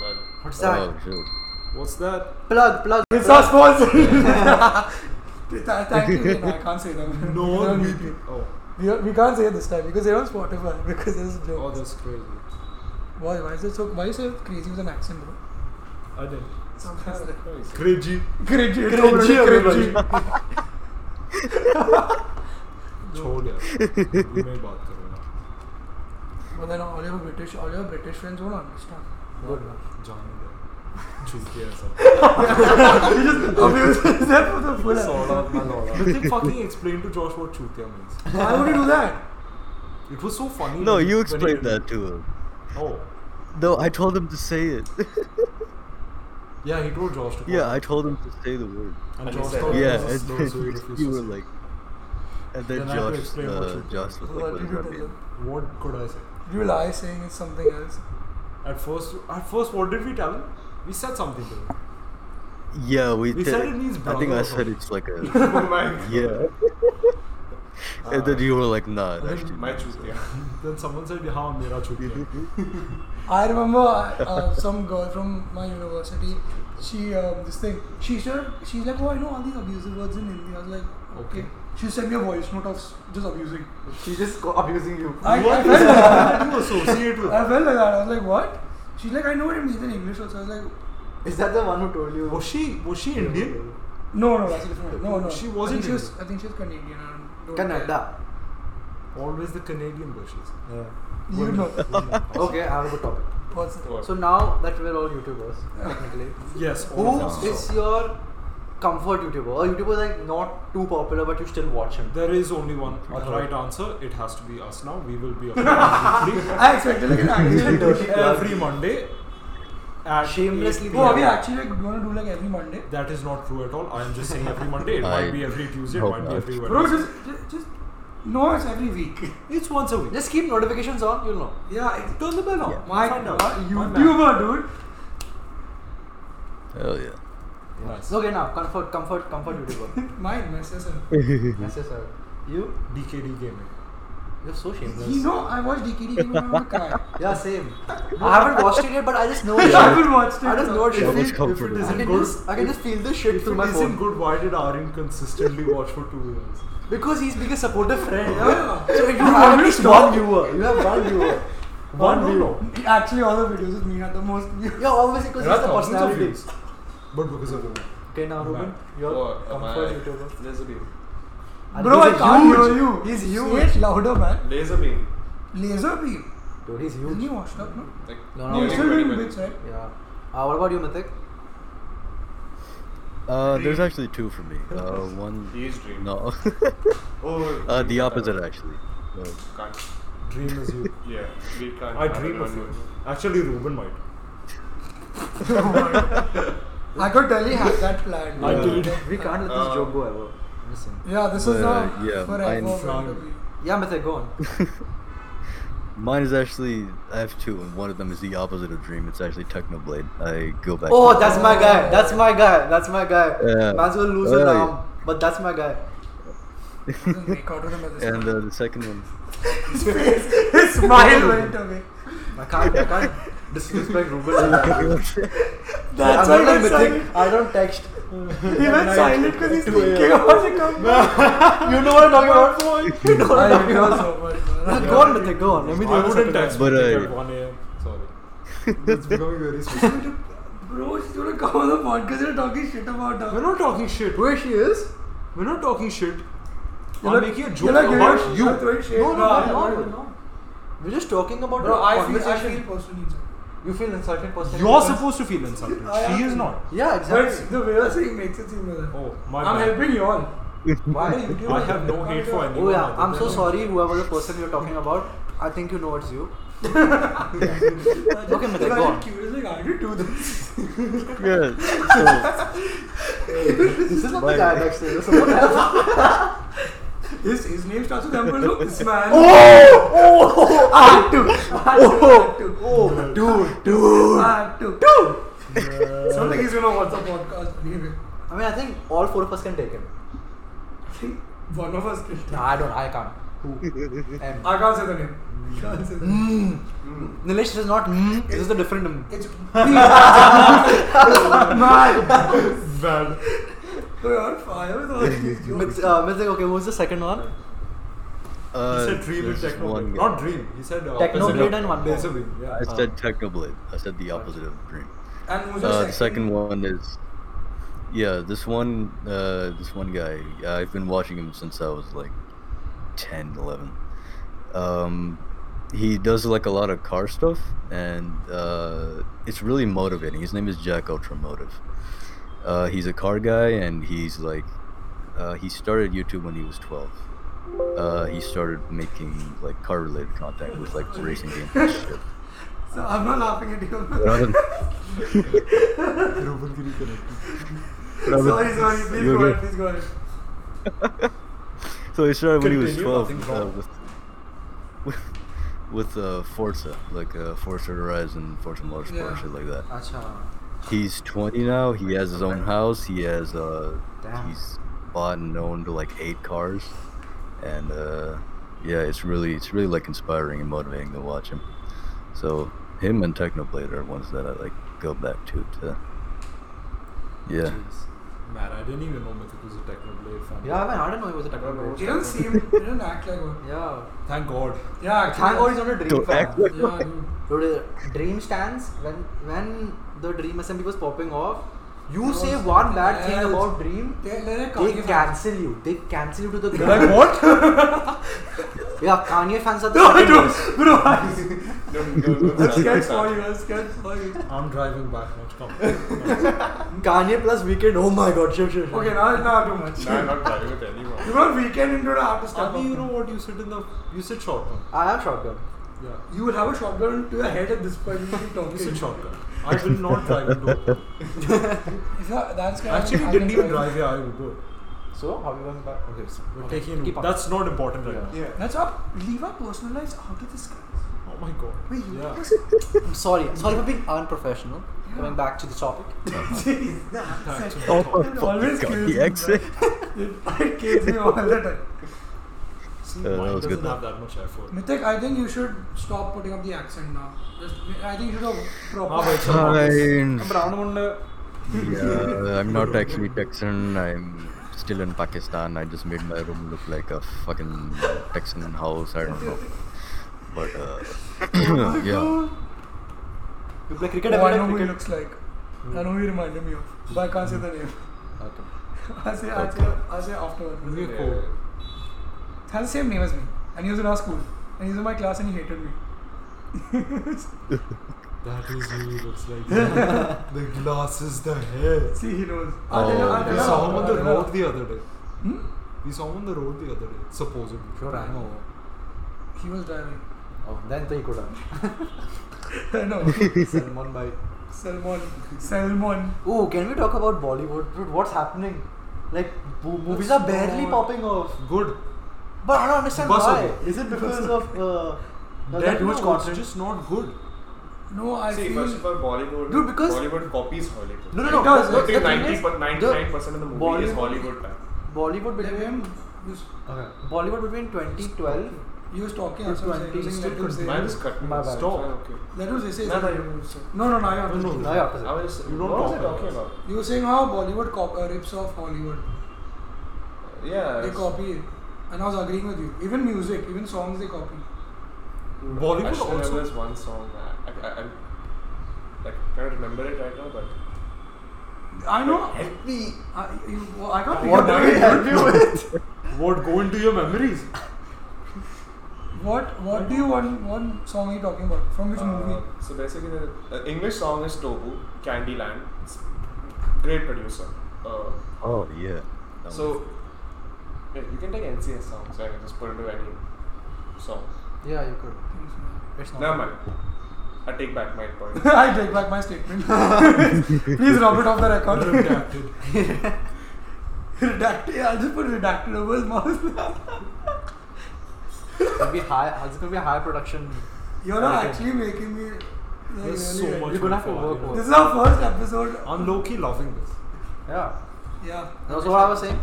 Speaker 5: well.
Speaker 4: What's that?
Speaker 3: Oh shit.
Speaker 2: What's that?
Speaker 4: Plug, plug.
Speaker 1: It's our sponsor. Th- Thank you. No, I can't say that. We
Speaker 2: No,
Speaker 1: don't
Speaker 2: we.
Speaker 1: need to.
Speaker 2: Oh,
Speaker 1: We, are- we can't say it this time because they're on Spotify because there's a
Speaker 2: oh,
Speaker 1: joke.
Speaker 2: that's crazy.
Speaker 1: Why, why is it so? Why is it crazy with an accent, bro?
Speaker 2: I didn't.
Speaker 1: Sometimes like
Speaker 2: Crazy.
Speaker 1: cringy, it's
Speaker 4: Cringy,
Speaker 1: already
Speaker 4: everybody.
Speaker 1: cringy.
Speaker 2: छोड़ यार हिंदी में ही बात करूँगा
Speaker 1: But then all your British, all your British friends won't understand.
Speaker 4: Good.
Speaker 2: जाने दे चूतिया ऐसा
Speaker 1: Abuse them for the full.
Speaker 2: sort
Speaker 1: episode.
Speaker 2: out my lord Nitin fucking explained to Josh what chutia means
Speaker 1: Why would you do that?
Speaker 2: it was so funny
Speaker 3: No,
Speaker 2: when-
Speaker 3: you
Speaker 2: when he
Speaker 3: explained
Speaker 2: did
Speaker 3: that
Speaker 2: it.
Speaker 3: to him.
Speaker 2: oh
Speaker 3: No, I told him to say it.
Speaker 2: yeah he told Josh to call
Speaker 3: yeah, I told him to say the word.
Speaker 2: and
Speaker 5: And he
Speaker 2: Josh
Speaker 5: said
Speaker 2: thought it
Speaker 5: it.
Speaker 3: Yeah,
Speaker 2: was a slur
Speaker 3: and then
Speaker 2: so he refused
Speaker 3: you
Speaker 2: to
Speaker 3: were
Speaker 2: say
Speaker 3: like, and then,
Speaker 2: Then I had to
Speaker 3: Josh,
Speaker 2: explain what
Speaker 3: uh,
Speaker 2: you-
Speaker 3: Josh was like,
Speaker 1: What
Speaker 3: "What
Speaker 1: did
Speaker 3: does
Speaker 1: you
Speaker 3: that
Speaker 1: tell
Speaker 3: mean?"
Speaker 1: them?
Speaker 2: what could I say
Speaker 1: You lie saying it's something else.
Speaker 2: at first at first what did we tell him we said something to him
Speaker 3: Yeah, we.
Speaker 2: We
Speaker 3: did-
Speaker 2: said it means
Speaker 3: I think
Speaker 2: brother
Speaker 3: I
Speaker 2: or
Speaker 3: said
Speaker 2: something.
Speaker 3: it's like a.
Speaker 5: Oh my god.
Speaker 3: yeah. And then you were like, nah, it actually.
Speaker 5: My truth, yeah.
Speaker 2: Then someone said, "Haan, mera chut gaya."
Speaker 1: I remember uh, some girl from my university. She um, this thing. She said she's like, oh, I know all these abusive words in Hindi. I was like, okay. She sent me a voice note of s- just abusing.
Speaker 4: She's just co- abusing you.
Speaker 1: I, I
Speaker 2: What
Speaker 1: felt
Speaker 2: is
Speaker 1: like
Speaker 2: that
Speaker 1: that.
Speaker 2: you associate with?
Speaker 1: I felt like that. I was like, what? She's like, I know it means in English also. I was like,
Speaker 4: Is that the one who told you?
Speaker 2: Was she was she Indian?
Speaker 1: no, no, that's different. No, no.
Speaker 2: She
Speaker 1: I think
Speaker 2: wasn't
Speaker 1: she was.
Speaker 2: Indian.
Speaker 1: I think she was Canadian. I don't
Speaker 4: Canada.
Speaker 2: Always the Canadian bushes.
Speaker 1: You know.
Speaker 4: Okay, I have a good topic.
Speaker 1: What's it?
Speaker 5: What?
Speaker 4: So now that we're all YouTubers, technically,
Speaker 2: Yes. all
Speaker 4: who
Speaker 2: of us.
Speaker 4: is your comfort YouTuber? A YouTuber like not too popular, but you still watch him.
Speaker 2: There is only one
Speaker 4: Uh-huh.
Speaker 2: right answer. It has to be us now. We will be uploading weekly.
Speaker 1: I expected like an actual dirty.
Speaker 2: every Monday. At
Speaker 4: Shamelessly
Speaker 2: 8
Speaker 1: Oh, are we
Speaker 2: PM.
Speaker 1: actually like gonna do like every Monday?
Speaker 2: That is not true at all. I am just saying every Monday. It might
Speaker 3: I
Speaker 2: be every Tuesday. It
Speaker 3: hope
Speaker 2: might be
Speaker 3: not.
Speaker 2: every Wednesday.
Speaker 1: Bro, just, just, just no, it's every week.
Speaker 2: it's once a week.
Speaker 4: Just keep notifications on, you'll know.
Speaker 1: Yeah, it's
Speaker 2: Turn the bell on.
Speaker 1: my
Speaker 2: Find out.
Speaker 1: God,
Speaker 2: Find out.
Speaker 1: YouTuber, dude.
Speaker 3: Hell yeah.
Speaker 2: Nice.
Speaker 4: Okay, now comfort, comfort, comfort YouTuber.
Speaker 1: Mine, my sister.
Speaker 4: That's it, sir. You,
Speaker 2: DKD gaming.
Speaker 4: you're so shameless.
Speaker 1: You know, I watched DKD game when I was a car.
Speaker 4: Yeah, same. I haven't watched it yet, but I just know it.
Speaker 1: I haven't watched it.
Speaker 4: I just know it.
Speaker 3: That was
Speaker 4: If it-
Speaker 2: If it
Speaker 3: comforting.
Speaker 4: I
Speaker 2: isn't
Speaker 4: can
Speaker 2: good,
Speaker 4: just, I can just feel the shit
Speaker 2: if
Speaker 4: through
Speaker 2: it
Speaker 4: my
Speaker 2: isn't
Speaker 4: phone
Speaker 2: good, why did Arin consistently watch for two years?
Speaker 4: because he's being a supportive friend.
Speaker 1: Yeah.
Speaker 4: So you
Speaker 1: have
Speaker 4: have at
Speaker 1: to
Speaker 4: least
Speaker 1: stop.
Speaker 4: one viewer. You have one viewer.
Speaker 2: One
Speaker 4: One
Speaker 2: no,
Speaker 1: Actually, all the videos with me are the most.
Speaker 4: Yeah, obviously because
Speaker 2: There
Speaker 4: it's
Speaker 2: are
Speaker 4: the
Speaker 2: thousands of
Speaker 4: personality.
Speaker 2: views. But because of the
Speaker 4: Okay, now Ruben, your
Speaker 5: What am
Speaker 4: comfort
Speaker 5: I?
Speaker 4: YouTuber.
Speaker 5: Laser beam.
Speaker 4: And
Speaker 1: Bro,
Speaker 4: he's
Speaker 1: I
Speaker 4: a
Speaker 1: can't
Speaker 4: huge-
Speaker 1: hear you.
Speaker 4: He's
Speaker 1: Say it
Speaker 4: huge.
Speaker 1: louder, man.
Speaker 5: Laser beam.
Speaker 1: Laser beam.
Speaker 4: Dude, he's
Speaker 1: Isn't
Speaker 4: huge.
Speaker 1: he washed up, no?
Speaker 5: Like,
Speaker 4: No, no,
Speaker 5: nearly
Speaker 1: He's still doing
Speaker 5: 20
Speaker 1: bits, right?
Speaker 4: Yeah. Uh, what about you, Mathik?
Speaker 3: Uh, there's actually two for me. Uh, one.
Speaker 5: He's dream.
Speaker 3: No.
Speaker 5: Oh,
Speaker 3: uh, the
Speaker 5: dream.
Speaker 3: opposite, actually. Uh,
Speaker 5: Can't.
Speaker 2: dream is you.
Speaker 5: Yeah, we can't.
Speaker 2: I dream of you. Actually, Ruben might.
Speaker 1: I could tell he had that plan.
Speaker 2: I
Speaker 1: Yeah.
Speaker 2: did.
Speaker 4: We can't let this
Speaker 5: Uh,
Speaker 4: joke go ever. Listen.
Speaker 1: Yeah, this is
Speaker 3: Uh,
Speaker 1: a
Speaker 3: yeah,
Speaker 1: forever
Speaker 3: mine-
Speaker 1: going to be.
Speaker 4: Yeah, Mathik, go on.
Speaker 3: Mine is actually I have two, and one of them is the opposite of dream. It's actually Technoblade. I go back.
Speaker 4: Oh,
Speaker 3: to
Speaker 4: that's my guy. That's my guy. That's my guy.
Speaker 3: Yeah.
Speaker 4: Man's will lose an
Speaker 3: Oh, yeah.
Speaker 4: arm, but that's my guy.
Speaker 1: Doesn't make out of him at this
Speaker 3: And uh, the second one,
Speaker 1: His smile went away.
Speaker 4: I can't. I can't disrespect Ruben. like that.
Speaker 1: That's why
Speaker 4: I'm not like
Speaker 1: that's silent.
Speaker 4: Mathik. I don't text.
Speaker 1: He went silent because he's thinking about the company.
Speaker 4: You know what I'm talking about? You know what I'm
Speaker 1: I
Speaker 4: talking
Speaker 1: feel
Speaker 4: about?
Speaker 1: so much, man.
Speaker 4: Go on, Mathik. Go on. Let me do
Speaker 2: I wouldn't
Speaker 4: this.
Speaker 2: text
Speaker 3: But,
Speaker 2: Mathik
Speaker 3: uh,
Speaker 2: at 1 a.m. Sorry. It's becoming very specific.
Speaker 1: Bro, she's gonna come on the podcast and talking shit about uh, her.
Speaker 2: We're not talking shit.
Speaker 4: Where she is?
Speaker 2: We're not talking shit.
Speaker 1: You're
Speaker 2: I'm
Speaker 1: like-
Speaker 2: making a
Speaker 1: you're
Speaker 2: joke
Speaker 1: like giving
Speaker 2: about
Speaker 1: shit-
Speaker 2: you.
Speaker 1: you're throwing shade.
Speaker 4: No, no,
Speaker 1: No,
Speaker 4: no,
Speaker 1: I'm
Speaker 4: no,
Speaker 1: not.
Speaker 4: no, no. We're just talking about
Speaker 1: Bro,
Speaker 4: a
Speaker 1: I feel, I
Speaker 4: conversation.
Speaker 1: feel personally insulted.
Speaker 4: you feel insulted personally.
Speaker 2: You're supposed to feel insulted.
Speaker 1: I
Speaker 2: She
Speaker 1: am.
Speaker 2: is not.
Speaker 4: Yeah, exactly.
Speaker 1: But the way you're saying makes it seem like that.
Speaker 2: Oh, my
Speaker 1: I'm
Speaker 2: bad.
Speaker 1: helping you all.
Speaker 4: Why?
Speaker 2: I have no hate for anyone.
Speaker 4: Oh yeah,
Speaker 2: other
Speaker 4: I'm so
Speaker 2: than-
Speaker 4: sorry. Whoever the person you're talking about, I think you know it's you. Okay, Mathik, go on.
Speaker 1: Curious, like, how did you do this?
Speaker 3: yeah. So
Speaker 4: This is not the
Speaker 3: Bye.
Speaker 4: guy backstage. This is someone else.
Speaker 1: His, his name starts with M, but look, this man.
Speaker 4: Oh! Ah, dude. Oh, dude, dude.
Speaker 1: Part two. Two! It's not like he's gonna watch the podcast anyway.
Speaker 4: I mean, I think all four of us can take him.
Speaker 1: I think one of us can.
Speaker 4: No, I don't. I can't. Who? M.
Speaker 1: I can't say the name. Can't say the name.
Speaker 4: Nilesh this is not. Mm, this is the different. Mm.
Speaker 1: It's Oh, man.
Speaker 2: Bad.
Speaker 1: We're on fire with all these jokes.
Speaker 4: Myth- uh, Mythic, okay, who's the second one?
Speaker 3: uh,
Speaker 2: He said dream and
Speaker 3: there's this
Speaker 2: technoblade.
Speaker 3: one guy.
Speaker 2: Not dream. He said uh,
Speaker 4: Technoblade
Speaker 2: Laser Beam.
Speaker 4: and one more.
Speaker 2: Laser beam. Yeah.
Speaker 3: I said Technoblade. I said the opposite of dream.
Speaker 1: And who's your
Speaker 3: Uh, the second one is yeah. This one, uh, this one guy. I've been watching him since I was like 10, 11. Um, he does like a lot of car stuff, and uh, it's really motivating. His name is Jack Ultramotive. Uh, he's a car guy, and he's like, uh, he started YouTube when he was 12. Uh, he started making like car related content with like racing games and shit.
Speaker 1: So I'm not laughing at you.
Speaker 3: But other-
Speaker 2: Ruben Giri connected.
Speaker 3: but other-
Speaker 1: sorry, sorry. Please go
Speaker 3: You're good.
Speaker 1: ahead. Please go ahead.
Speaker 3: So he started when he was
Speaker 2: Continue,
Speaker 3: 12
Speaker 2: nothing's
Speaker 3: uh,
Speaker 2: wrong.
Speaker 3: with, with with uh, Forza, like uh, Forza Horizon, Forza Motorsport,
Speaker 1: Yeah.
Speaker 3: shit like that.
Speaker 4: Acha.
Speaker 3: He's 20 now. He has his own house. He has uh,
Speaker 4: Damn.
Speaker 3: he's bought and owned like eight cars. and uh, yeah, it's really it's really like inspiring and motivating to watch him. So him and Technoblade are ones that I like go back to. to yeah,
Speaker 2: Jeez. Man, I didn't even know Mythic was a Technoblade fan.
Speaker 4: Yeah, man, I didn't know he was a Technoblade.
Speaker 1: He doesn't seem. He doesn't act like one.
Speaker 4: Yeah.
Speaker 2: Thank God.
Speaker 1: Yeah, actually,
Speaker 4: Thank God he's not a Dream
Speaker 3: To
Speaker 4: fan.
Speaker 3: act like-
Speaker 1: Yeah, dude.
Speaker 4: Dude, uh, Dream stands when when the Dream SMP was popping off. You
Speaker 1: No,
Speaker 4: say
Speaker 1: it's
Speaker 4: one bad
Speaker 1: not.
Speaker 4: thing about Dream,
Speaker 1: They, they're
Speaker 4: they
Speaker 1: Kanye fans.
Speaker 4: cancel you. They cancel you to the
Speaker 2: Like
Speaker 4: ground.
Speaker 2: what?
Speaker 4: yeah, Kanye fans are the no,
Speaker 1: Bro,
Speaker 5: Let's
Speaker 1: sketch for you. Sketch for you.
Speaker 2: I'm driving back. Let's come.
Speaker 4: Kanye plus Weekend. Oh my God, sure, sure, sure.
Speaker 1: Okay, now it's not too much.
Speaker 5: No, I'm not driving with anyone.
Speaker 1: You know, weekend into the artist.
Speaker 2: Abhi, you know what? You sit in the. You sit shotgun.
Speaker 4: I am shotgun.
Speaker 2: Yeah.
Speaker 1: You will have a shotgun to your head at this point. You keep
Speaker 2: You
Speaker 1: talking.
Speaker 2: sit shotgun. I will not drive into Uber.
Speaker 1: Is that- that's kind of-
Speaker 2: Actually,
Speaker 1: I
Speaker 2: didn't
Speaker 1: can
Speaker 2: even
Speaker 1: try.
Speaker 2: drive. Yeah, I Uber.
Speaker 4: So how are we going back?
Speaker 2: Okay, so we're
Speaker 4: Okay,
Speaker 2: taking an
Speaker 4: keep
Speaker 2: Uber.
Speaker 4: up.
Speaker 2: That's not important right
Speaker 4: Yeah.
Speaker 5: Yeah.
Speaker 1: Let's up. Leave our personal lives out of this, guys.
Speaker 2: now. Oh my god.
Speaker 1: Wait, you
Speaker 2: yeah.
Speaker 4: I'm sorry. I'm sorry for being unprofessional. Coming back to the topic.
Speaker 2: Back to the
Speaker 3: Oh, fuck,
Speaker 2: topic.
Speaker 1: always
Speaker 3: got
Speaker 1: kills
Speaker 3: the
Speaker 1: me,
Speaker 3: exit.
Speaker 1: It kills me all the time.
Speaker 2: See,
Speaker 3: Uh, that
Speaker 2: mine
Speaker 3: was
Speaker 2: doesn't
Speaker 3: good though.
Speaker 2: have that much effort.
Speaker 1: Mithik, I think you should stop putting up the accent now. Just, I think you should have
Speaker 2: हाँ
Speaker 1: proper.
Speaker 2: भाई चलो
Speaker 3: Fine.
Speaker 2: Brown मुंडे
Speaker 3: Yeah, I'm not actually Texan. I'm still in Pakistan. I just made my room look like a fucking Texan house. I don't know, but uh, yeah.
Speaker 4: You play cricket
Speaker 1: Oh, I
Speaker 4: every
Speaker 1: know
Speaker 4: day.
Speaker 1: who he
Speaker 4: Cricket.
Speaker 1: looks like. I know who he reminded me of. But I can't say the name.
Speaker 4: Okay.
Speaker 1: I'll say, I'll say, I'll say afterward.
Speaker 2: ये को
Speaker 1: Has the same name as me. And he was in our school. And he was in my class and he hated me.
Speaker 2: That is who he looks like. the glasses, the hair.
Speaker 1: See, he knows.
Speaker 3: Oh,
Speaker 2: We
Speaker 3: Yeah.
Speaker 2: saw him on the
Speaker 1: I'll tell
Speaker 2: road
Speaker 1: her.
Speaker 2: the other day. We saw him on the road the other day, supposedly.
Speaker 4: Sure, I know.
Speaker 1: He was driving.
Speaker 4: Oh, then तो ही कोड़ा.
Speaker 1: no,
Speaker 4: Salman bhai.
Speaker 1: Salmon. Salmon.
Speaker 4: Oh, can we talk about Bollywood? Dude, what's happening? Like, bo- movies are barely
Speaker 1: not-
Speaker 4: popping off.
Speaker 2: Good.
Speaker 4: But I don't understand
Speaker 2: Bus
Speaker 4: why.
Speaker 2: हो गया.
Speaker 4: Is it because of uh, not
Speaker 2: That
Speaker 4: that much
Speaker 2: no, it's
Speaker 4: content?
Speaker 2: just not good.
Speaker 1: No, I
Speaker 5: See,
Speaker 1: feel.
Speaker 5: first of all, Bollywood.
Speaker 4: Dude, because-
Speaker 5: Bollywood copies Hollywood.
Speaker 4: no, no, no.
Speaker 1: It does,
Speaker 4: the-
Speaker 5: I
Speaker 1: it
Speaker 4: the
Speaker 5: think
Speaker 4: thing
Speaker 5: 90,
Speaker 4: is,
Speaker 5: but 99% of the movie is
Speaker 4: Bollywood-
Speaker 5: Hollywood packed.
Speaker 4: Bollywood between
Speaker 1: Devim, you s-
Speaker 4: okay. Bollywood between 2012.
Speaker 1: he was talking.
Speaker 4: It's
Speaker 1: That's what I'm saying.
Speaker 4: 20,
Speaker 1: Using
Speaker 4: still
Speaker 1: Let him say.
Speaker 5: Mine is cut.
Speaker 4: My bad.
Speaker 5: Stop. Okay.
Speaker 1: Let him say.
Speaker 5: No, no,
Speaker 1: say-
Speaker 5: you say.
Speaker 1: No, no, no. I
Speaker 2: No,
Speaker 1: understand.
Speaker 4: Now you're opposite.
Speaker 5: I was.
Speaker 2: You don't
Speaker 5: what was I
Speaker 2: talk about
Speaker 5: talking
Speaker 2: it.
Speaker 5: about?
Speaker 1: You were saying how Bollywood cop- uh, rips off Hollywood.
Speaker 5: Yeah.
Speaker 1: They
Speaker 5: it's-
Speaker 1: copy it. And I was agreeing with you. Even music, even songs they copy.
Speaker 2: Bollywood
Speaker 5: Actually,
Speaker 2: also-
Speaker 5: There was one song. I, I, I, I like, can't remember it right now, but
Speaker 1: I know. Help me. I, you, well, I can't
Speaker 4: What do
Speaker 1: figure
Speaker 4: we
Speaker 1: that
Speaker 4: help you with?
Speaker 2: What go into your memories?
Speaker 1: out. What What do you want? One song are you talking about? From which
Speaker 5: Uh,
Speaker 1: movie?
Speaker 5: so basically, the uh, English song is Tobu, Candyland. It's great producer. Uh,
Speaker 3: Oh yeah. That
Speaker 5: so yeah, you can take NCS songs and just put into any song.
Speaker 4: yeah, you could. It's not.
Speaker 5: Never mind. I take back my point.
Speaker 1: I take back my statement. Please rub it off the record.
Speaker 2: Redacted.
Speaker 1: redacted. Yeah, I'll just put redacted over his mouth.
Speaker 4: It's gonna be high. It's gonna be a high production.
Speaker 1: You're not actually making me. like,
Speaker 2: There's
Speaker 1: really-
Speaker 2: so much.
Speaker 4: You're gonna have to
Speaker 2: for
Speaker 4: work
Speaker 2: Bollywood.
Speaker 1: This is our first episode.
Speaker 2: I'm low key loving this.
Speaker 4: Yeah.
Speaker 1: yeah.
Speaker 4: That's what I was saying.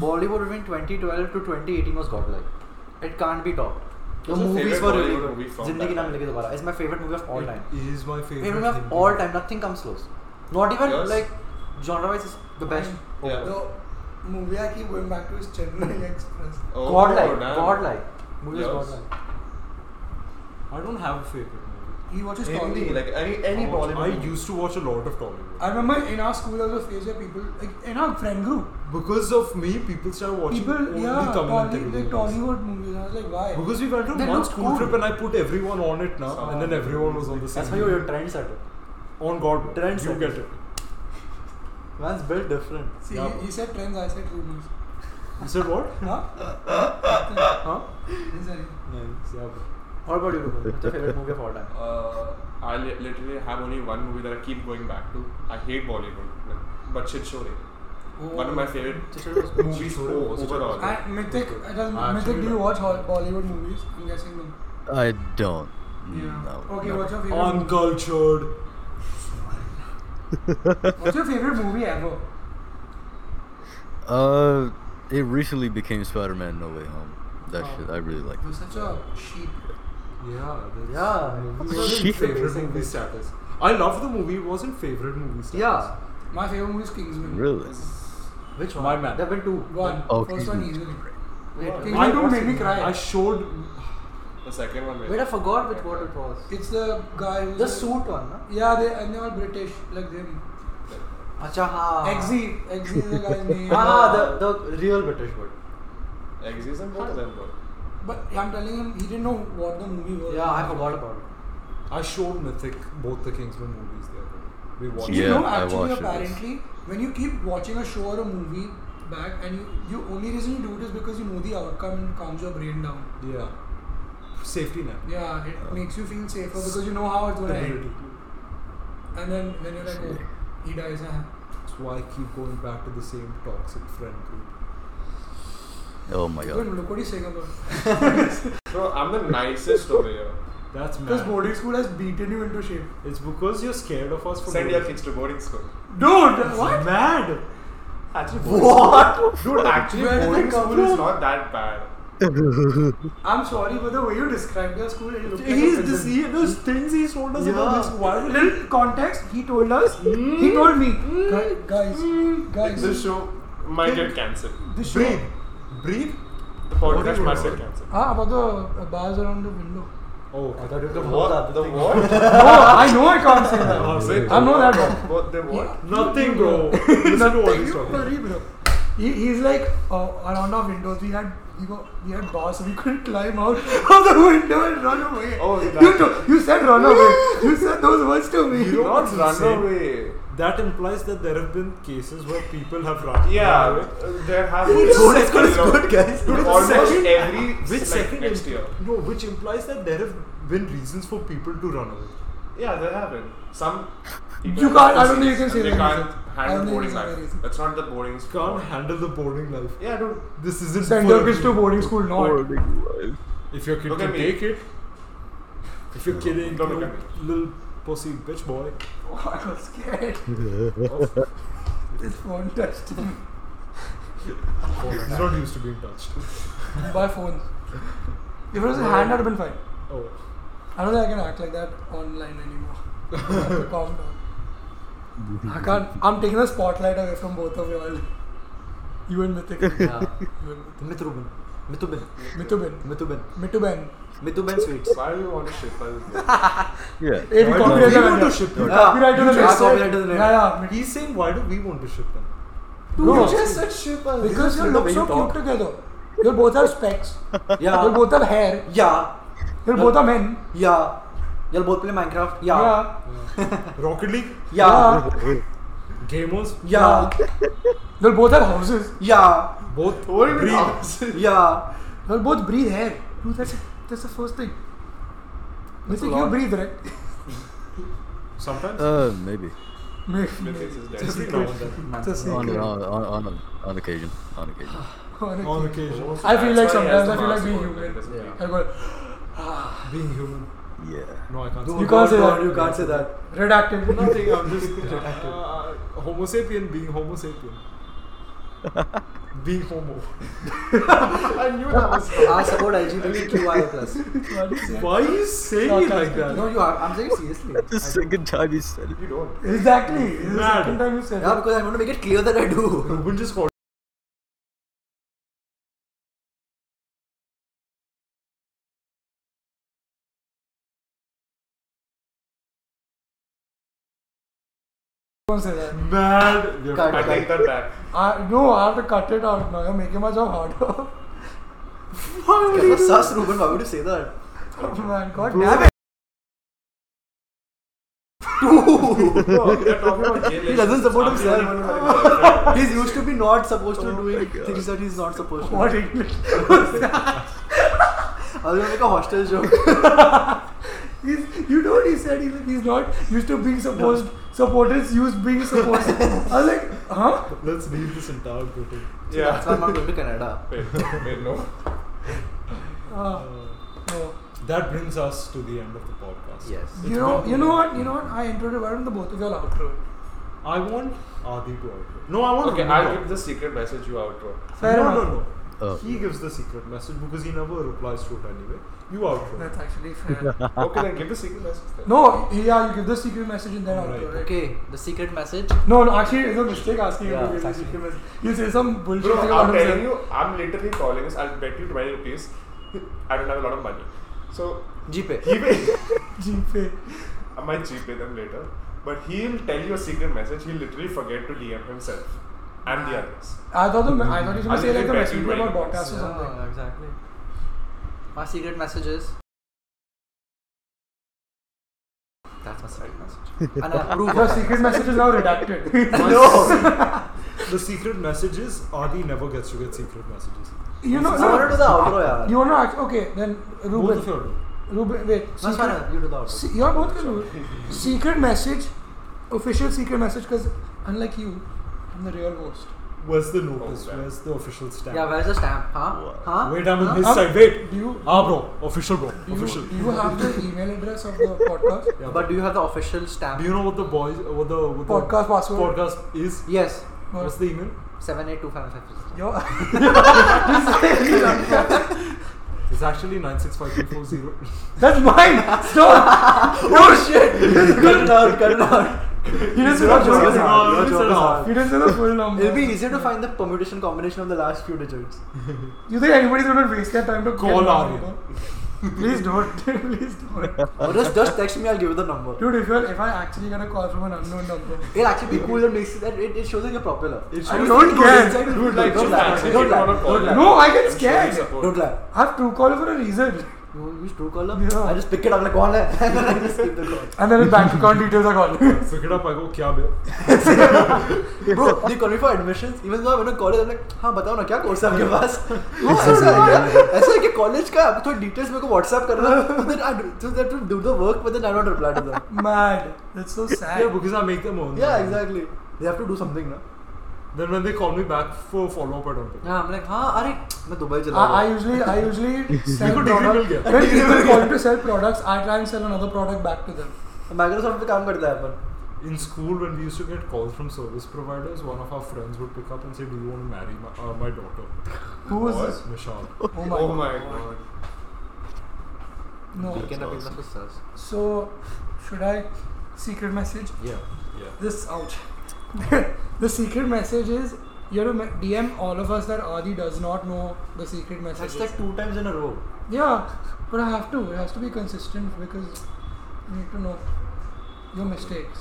Speaker 4: Bollywood between 2012 to 2018 was godlike. It can't be topped. The
Speaker 5: What's your
Speaker 4: movies
Speaker 5: favorite
Speaker 4: were
Speaker 5: Bollywood
Speaker 4: really good.
Speaker 5: movie from
Speaker 4: Zindagi
Speaker 5: that
Speaker 4: Na
Speaker 5: time?
Speaker 4: Milegi Dobara is my favorite movie of all time.
Speaker 2: It is my favorite.
Speaker 4: Favorite movie of
Speaker 2: thing.
Speaker 4: all time. Nothing comes close. Not even
Speaker 5: Yours?
Speaker 4: like genre-wise is the best.
Speaker 5: Yeah.
Speaker 1: The movie I keep going back to is Chennai Express.
Speaker 5: Oh,
Speaker 4: godlike,
Speaker 5: damn.
Speaker 4: godlike. Movie is
Speaker 5: Yours?
Speaker 4: godlike.
Speaker 2: I don't have a favorite movie.
Speaker 1: He watches
Speaker 5: Hindi,
Speaker 1: Tollywood.
Speaker 5: like any any
Speaker 2: I watch-
Speaker 5: Bollywood.
Speaker 2: I
Speaker 5: movie.
Speaker 2: used to watch a lot of Tollywood.
Speaker 1: I remember in our school there was a phase where people, like in our friend group,
Speaker 2: Because of me, people started watching
Speaker 1: people,
Speaker 2: only
Speaker 1: yeah,
Speaker 2: Tamil and
Speaker 1: Tolly,
Speaker 2: Telugu
Speaker 1: like
Speaker 2: movies.
Speaker 1: Tollywood movies. I was like, why?
Speaker 2: Because we went on
Speaker 1: They
Speaker 2: one
Speaker 1: look
Speaker 2: school
Speaker 1: cool.
Speaker 2: trip and I put everyone on it now, and then everyone was on the same.
Speaker 4: That's why you were trendsetter.
Speaker 2: page. on God.
Speaker 4: Trends
Speaker 2: you
Speaker 4: are-
Speaker 2: get it.
Speaker 4: Man's built different.
Speaker 1: See,
Speaker 2: Yeah.
Speaker 1: he, he said trends, I said rumors.
Speaker 2: You said what?
Speaker 1: Huh?
Speaker 2: huh?
Speaker 1: He said it.
Speaker 2: Nice. Yeah. bro.
Speaker 4: What about you, Ruben? What's your favorite movie of all time?
Speaker 5: Uh, I li- literally have only one movie that I keep going back to. I hate Bollywood, like, but Chitchore. One of
Speaker 1: Oh.
Speaker 5: my favorite movies
Speaker 2: Chitchore
Speaker 5: o-
Speaker 2: was-
Speaker 5: overall.
Speaker 1: And Mythic, it does,
Speaker 4: Ah,
Speaker 2: I
Speaker 1: Mythic,
Speaker 2: actually
Speaker 1: do you
Speaker 2: like-
Speaker 1: watch Hol- Bollywood movies? I'm guessing no.
Speaker 3: was- I don't. Hmm, No,
Speaker 1: Okay,
Speaker 3: no.
Speaker 1: what's your favorite?
Speaker 4: Um,
Speaker 1: movie?
Speaker 2: Uncultured.
Speaker 1: What's your favorite movie ever?
Speaker 3: Uh, It recently became Spider-Man No Way Home. That
Speaker 1: Oh.
Speaker 3: shit, I really like.
Speaker 1: You're such a sheep.
Speaker 2: Yeah, that's
Speaker 4: Yeah,
Speaker 2: Movie
Speaker 4: it's
Speaker 2: wasn't
Speaker 3: amazing.
Speaker 2: favorite movie status. I love the movie. It wasn't favorite movie status.
Speaker 4: Yeah.
Speaker 1: My favorite movie is Kingsman.
Speaker 3: Really?
Speaker 4: Which one?
Speaker 2: My man.
Speaker 4: There have been two.
Speaker 1: One.
Speaker 3: Oh,
Speaker 1: First one
Speaker 3: Kingsman.
Speaker 1: easily.
Speaker 4: Wait,
Speaker 1: Wait,
Speaker 2: I
Speaker 1: Kingsman don't make me cry.
Speaker 2: I showed.
Speaker 5: The second one.
Speaker 4: Wait, I forgot which what it was.
Speaker 1: it's the guy. Who's
Speaker 4: The suit one, na?
Speaker 1: Yeah, they and they're all British, like them.
Speaker 4: Acha, ha.
Speaker 1: Exy, Exy is the guy's name.
Speaker 4: Ah, the, the real British word.
Speaker 5: Exist and both of them, bro.
Speaker 1: But I'm telling him, he didn't know what the movie was.
Speaker 4: Yeah, I forgot about it.
Speaker 2: I showed Mythic both the Kingsman movies the other day. We watched.
Speaker 1: You
Speaker 3: Yeah,
Speaker 1: know,
Speaker 3: I
Speaker 1: actually,
Speaker 3: watched it, yes.
Speaker 1: apparently, when you keep watching a show or a movie back, and you, you only reason you do it is because you know the outcome and it calms your brain down.
Speaker 2: it. Yeah. Safety net.
Speaker 1: Yeah, it makes you feel safer because you know how it's gonna end.
Speaker 2: Stability.
Speaker 1: And then when you're like, oh, he dies, huh?
Speaker 2: That's why I keep going back to the same toxic friend group.
Speaker 3: Oh my god.
Speaker 1: Good, look what he's saying about.
Speaker 5: Bro, I'm the nicest over here.
Speaker 2: That's
Speaker 1: Because
Speaker 2: mad.
Speaker 1: boarding school has beaten you into shape.
Speaker 2: It's because you're scared of us for
Speaker 5: Send your
Speaker 2: boarding.
Speaker 5: kids to boarding school.
Speaker 1: Dude,
Speaker 2: It's
Speaker 1: what?
Speaker 2: Mad.
Speaker 4: Actually, what?
Speaker 5: Dude, actually,
Speaker 1: Where did they
Speaker 5: boarding
Speaker 1: come
Speaker 5: school
Speaker 1: from?
Speaker 5: is not that bad.
Speaker 1: I'm sorry, but the way you described your school, it looked like a
Speaker 2: He's
Speaker 1: prison.
Speaker 2: this. He, those things he told us about
Speaker 4: Yeah.
Speaker 2: this Hmm? one.
Speaker 1: Little context, he told us, he told me, "Gu- guys, guys,
Speaker 5: This show might get cancelled.
Speaker 1: this show,
Speaker 2: Breathe. Breathe.
Speaker 5: The
Speaker 2: What do
Speaker 5: podcast
Speaker 2: you
Speaker 5: might
Speaker 2: mean?
Speaker 5: get cancelled.
Speaker 1: ah, about the uh, bars around the window.
Speaker 2: Oh,
Speaker 4: I thought you were the
Speaker 5: What? The what?
Speaker 1: oh, I know I can't say that.
Speaker 2: Oh,
Speaker 5: Wait,
Speaker 1: I'm not that
Speaker 5: what? What? The what?
Speaker 2: Nothing, bro. Listen to what he's talking about.
Speaker 1: Sorry, bro. He, he's like uh, around our windows. We had we, go, we had bars, so we couldn't climb out of the window and run away.
Speaker 5: Oh, that-
Speaker 1: you know, you said run away. you said those words to me.
Speaker 2: You know
Speaker 5: Not
Speaker 2: what's
Speaker 5: run
Speaker 2: insane?
Speaker 5: away.
Speaker 2: That implies that there have been cases where people have run.
Speaker 5: Yeah,
Speaker 2: run away.
Speaker 5: uh, there have
Speaker 2: Boarding school is good,
Speaker 5: guys.
Speaker 2: Dude, it's
Speaker 5: Almost
Speaker 2: second-
Speaker 5: every
Speaker 2: Which
Speaker 5: like,
Speaker 2: second
Speaker 5: next
Speaker 2: im-
Speaker 5: year.
Speaker 2: No, which implies that there have been reasons for people to run away.
Speaker 5: Yeah, there have been. Some. people
Speaker 1: You
Speaker 5: have
Speaker 1: can't- I don't think you can
Speaker 5: disease
Speaker 1: say
Speaker 5: and
Speaker 1: that.
Speaker 5: They can't
Speaker 1: I don't
Speaker 5: handle
Speaker 1: think
Speaker 5: boarding
Speaker 1: it's a
Speaker 5: life.
Speaker 1: reason.
Speaker 5: That's not the boarding school.
Speaker 2: Can't handle the boarding life.
Speaker 5: Yeah, dude.
Speaker 2: This isn't.
Speaker 1: Send
Speaker 2: for
Speaker 1: your kids to
Speaker 2: everyone.
Speaker 1: boarding school, not.
Speaker 2: If your kid
Speaker 5: Look
Speaker 2: can
Speaker 5: at me.
Speaker 2: take it. If your kid ain't
Speaker 5: Don't look
Speaker 2: no
Speaker 5: at me.
Speaker 2: little pussy bitch boy.
Speaker 1: Oh, I got scared. this phone touched me.
Speaker 2: He's not used to being touched.
Speaker 1: By phone. If it was a hand, I'd have been fine.
Speaker 2: Oh.
Speaker 1: I don't think I can act like that online anymore. I have to calm down. I can't. I'm taking the spotlight away from both of you all. You and Mithik.
Speaker 4: Yeah.
Speaker 1: You and Mithik.
Speaker 4: Mithrubin. Mithubin.
Speaker 1: Mitubin.
Speaker 4: Mithubin.
Speaker 1: Mituben.
Speaker 4: Mithuben sweets.
Speaker 5: Why do you want to shit by this guy?
Speaker 3: Yeah.
Speaker 1: Hey, we
Speaker 2: Why
Speaker 1: copyright
Speaker 2: do we
Speaker 1: them.
Speaker 2: want to ship them?
Speaker 4: Yeah.
Speaker 1: Copyright to the
Speaker 4: You
Speaker 1: next set.
Speaker 4: just copyright to the
Speaker 1: Yeah, yeah. Mit-
Speaker 2: He's saying, why do we want to ship them?
Speaker 1: No,
Speaker 4: said ship.
Speaker 1: because you look so cute together. You both have specs. You
Speaker 4: Yeah.
Speaker 1: both have hair.
Speaker 4: Yeah.
Speaker 1: You both are men.
Speaker 4: Yeah. Y'all both play Minecraft? Yeah.
Speaker 1: Yeah.
Speaker 2: Rocket League?
Speaker 4: Yeah.
Speaker 2: Gamers?
Speaker 4: Yeah.
Speaker 1: You both have houses.
Speaker 4: Yeah.
Speaker 2: Both?
Speaker 5: Breathe.
Speaker 2: breathe.
Speaker 4: Yeah.
Speaker 1: You'll both breathe air. Dude, that's, that's the first thing. Mithik, you
Speaker 4: lot.
Speaker 1: breathe, right?
Speaker 2: Sometimes?
Speaker 3: Uh, maybe.
Speaker 5: Mithik's is dead.
Speaker 1: Just
Speaker 2: Every now and then.
Speaker 1: It's a
Speaker 3: On,
Speaker 1: secret.
Speaker 3: on, on, on, on occasion. On occasion.
Speaker 1: On
Speaker 2: On
Speaker 1: occasion.
Speaker 2: occasion.
Speaker 1: I feel like
Speaker 5: That's why he has
Speaker 1: sometimes I feel like
Speaker 5: the mask
Speaker 1: being
Speaker 5: on,
Speaker 1: human.
Speaker 5: doesn't
Speaker 4: Yeah.
Speaker 5: breathe.
Speaker 1: I go,
Speaker 2: Being human.
Speaker 3: Yeah.
Speaker 2: No, I can't
Speaker 4: No,
Speaker 2: say
Speaker 1: You can't
Speaker 4: God,
Speaker 1: say
Speaker 4: God,
Speaker 1: that.
Speaker 4: You can't say that.
Speaker 1: redacted.
Speaker 2: nothing. I'm just uh, Homo sapien being Homo sapien. being Homo.
Speaker 5: I knew that was
Speaker 4: I support LGBTQI plus.
Speaker 2: Why are you saying it like that?
Speaker 4: No, you are. I'm saying seriously.
Speaker 3: The second time he said it.
Speaker 5: You don't.
Speaker 1: exactly. This is the
Speaker 2: Mad.
Speaker 1: second time you said
Speaker 4: Yeah,
Speaker 1: that.
Speaker 4: because I want to make it clear that I do.
Speaker 2: Ruben just called.
Speaker 1: Don't say that.
Speaker 2: Mad. You're
Speaker 4: Cut,
Speaker 5: I
Speaker 4: cut.
Speaker 5: take that back.
Speaker 1: I, no, I have to cut it out now. You're making my job harder. Why would
Speaker 4: That
Speaker 1: you
Speaker 4: was
Speaker 1: do
Speaker 4: sus, Ruben. Why would you say that?
Speaker 1: that? Man, God
Speaker 2: Bro.
Speaker 1: damn it.
Speaker 5: No, they're talking about gay
Speaker 4: He doesn't support
Speaker 5: I'm the only one
Speaker 4: himself.
Speaker 5: who had a girlfriend.
Speaker 4: He's used to be not supposed to
Speaker 3: Oh my
Speaker 4: doing
Speaker 3: God.
Speaker 4: things that he's not supposed to.
Speaker 1: What English?
Speaker 4: I was gonna make a hostel joke.
Speaker 1: He's, you know what he said? He's, he's not used to being supposed. Supporters used being supposed. I was like, huh?
Speaker 2: Let's leave this entire meeting.
Speaker 4: That's why
Speaker 5: Yeah.
Speaker 4: I'm not going to Canada.
Speaker 5: Wait, wait, no.
Speaker 1: Ah,
Speaker 2: Oh,
Speaker 1: no.
Speaker 2: Uh, That brings us to the end of the podcast.
Speaker 4: Yes.
Speaker 2: It's
Speaker 1: You know,
Speaker 2: been-
Speaker 1: you know what? You know what? I introduced. Why don't the both of y'all outro it?
Speaker 2: I want Adi to outro. No, I want
Speaker 5: Okay,
Speaker 2: Renu to
Speaker 5: I'll give
Speaker 2: outro.
Speaker 5: the secret message you outro.
Speaker 4: Fair
Speaker 2: no,
Speaker 4: enough.
Speaker 2: no, no.
Speaker 3: Oh.
Speaker 2: He gives the secret message because he never replies to it anyway. You outro.
Speaker 1: That's actually fair.
Speaker 5: Okay, then give the secret message. Then.
Speaker 1: no, yeah, you give the secret message and then
Speaker 2: Right.
Speaker 1: outro, right?
Speaker 4: Okay, the secret message.
Speaker 1: No, no, actually, it's a mistake asking
Speaker 4: Yeah,
Speaker 1: you to give the
Speaker 4: exactly.
Speaker 1: secret message. You say some bullshit
Speaker 5: Bro,
Speaker 1: thing
Speaker 5: I'm
Speaker 1: about himself.
Speaker 5: telling you, I'm literally calling this. I'll bet you 20 rupees. I don't have a lot of money. So,
Speaker 4: GPay.
Speaker 5: he will.
Speaker 1: GPay.
Speaker 5: I might GPay them later. But he'll tell you a secret message. He'll literally forget to DM himself and the others.
Speaker 1: I thought, the, me- I thought you were going
Speaker 5: I'll
Speaker 1: to say like the
Speaker 5: give you
Speaker 1: message about
Speaker 5: $20.
Speaker 1: podcast or something.
Speaker 4: Yeah, Oh, exactly. My secret message is. That's my secret message. and I approve
Speaker 1: Your
Speaker 4: of it.
Speaker 1: secret message is now redacted.
Speaker 2: no. the secret message is Adi never gets to get secret messages.
Speaker 1: you know,
Speaker 4: I wanna
Speaker 1: no,
Speaker 4: do the outro, yaar.
Speaker 1: you want to act. Okay, then
Speaker 2: Both of you
Speaker 1: Ruben.
Speaker 2: are doing.
Speaker 1: Ruben, wait.
Speaker 4: That's
Speaker 1: secret-
Speaker 4: fine, you do the outro.
Speaker 1: Se- you're both going to do it. Secret message, official secret message, because unlike you, I'm the real host.
Speaker 2: Where's the notice?
Speaker 5: Oh, man.
Speaker 2: Where's the official stamp?
Speaker 4: yeah, where's the stamp? Huh?
Speaker 3: Wow.
Speaker 4: Huh?
Speaker 2: Wait, I'm on his
Speaker 1: Huh?
Speaker 2: side. Wait.
Speaker 1: Do you,
Speaker 2: Ah, bro. Official, bro.
Speaker 1: do you,
Speaker 2: Official.
Speaker 1: do you have the email address of the podcast?
Speaker 2: Yeah,
Speaker 4: But do you have the official stamp?
Speaker 2: Do you know what the boys, uh, what the what
Speaker 1: Podcast
Speaker 2: the
Speaker 1: password.
Speaker 2: podcast is?
Speaker 4: Yes.
Speaker 1: What?
Speaker 2: What's the email?
Speaker 4: Seven eight two five five. six.
Speaker 1: Yo,
Speaker 2: It's actually nine six five three four zero.
Speaker 1: that's mine. Stop.
Speaker 4: Oh shit! cut it out, cut it out.
Speaker 1: You didn't say the full
Speaker 2: Joker's
Speaker 1: number.
Speaker 2: out,
Speaker 4: Joker's
Speaker 2: Joker's
Speaker 4: out.
Speaker 2: out.
Speaker 1: You didn't say the full number.
Speaker 4: It'll be easier to find the permutation combination of the last few digits.
Speaker 1: You think anybody's gonna waste their time to
Speaker 2: Call
Speaker 1: get my
Speaker 2: Arya.
Speaker 1: number? Please don't. Please don't.
Speaker 4: Or just, just text me, I'll give you the number.
Speaker 1: Dude, if you're if I actually get a call from an unknown number,
Speaker 4: It'll actually be cool and makes that it, it shows that you're popular. It
Speaker 1: I don't care.
Speaker 4: Dude,
Speaker 5: Like,
Speaker 4: don't
Speaker 5: just
Speaker 4: lie.
Speaker 5: actually
Speaker 4: Don't
Speaker 5: if you wanna
Speaker 4: lie.
Speaker 5: call
Speaker 4: Don't
Speaker 5: them,
Speaker 4: lie.
Speaker 1: No, I get
Speaker 5: I'm sure
Speaker 1: scared.
Speaker 5: you support
Speaker 4: Don't lie.
Speaker 1: I have true call for a reason.
Speaker 4: You use Truecaller?
Speaker 1: Yeah.
Speaker 4: I just pick it up like one and then I just keep the call.
Speaker 1: And then his bank account details are gone.
Speaker 2: Pick it up. I go. Kya bhai?
Speaker 4: Bro, they call me for admissions. Even though I went to college, I'm like, हाँ बताओ ना क्या course है आपके पास वो ऐसा है क्या? ऐसा है कि कॉलेज का आपको थोड़ी डिटेल्स मेरे को व्हाट्सएप करना तो then I do so that will do the work but then I don't reply to them
Speaker 1: Mad. That's so sad.
Speaker 2: Yeah, because I make them own.
Speaker 4: yeah exactly they have to do something na
Speaker 2: Then when they call me back for follow up, I don't pick.
Speaker 4: yeah I'm like हाँ अरे मैं Dubai चला
Speaker 1: I, I
Speaker 4: गया
Speaker 1: usually I usually sell
Speaker 2: degree mill
Speaker 1: products.
Speaker 2: गया।
Speaker 1: When people call me to sell products, I try and sell another product back to them.
Speaker 4: Microsoft पे काम करता है अपन
Speaker 2: In school, when we used to get calls from service providers, one of our friends would pick up and say, "Do you want to marry my, uh, my daughter,
Speaker 1: Who was
Speaker 5: What?
Speaker 1: this?
Speaker 2: Michelle?"
Speaker 1: Oh my.
Speaker 5: Oh
Speaker 1: God.
Speaker 5: my god.
Speaker 1: No.
Speaker 4: can
Speaker 3: That's
Speaker 4: appeal the process
Speaker 1: So, should I secret message?
Speaker 2: Yeah.
Speaker 1: this out. the secret message is you have to me- DM all of us that Adi does not know the secret message.
Speaker 4: that's like two times in a row
Speaker 1: yeah, but I have to. It has to be consistent because you need to know your mistakes.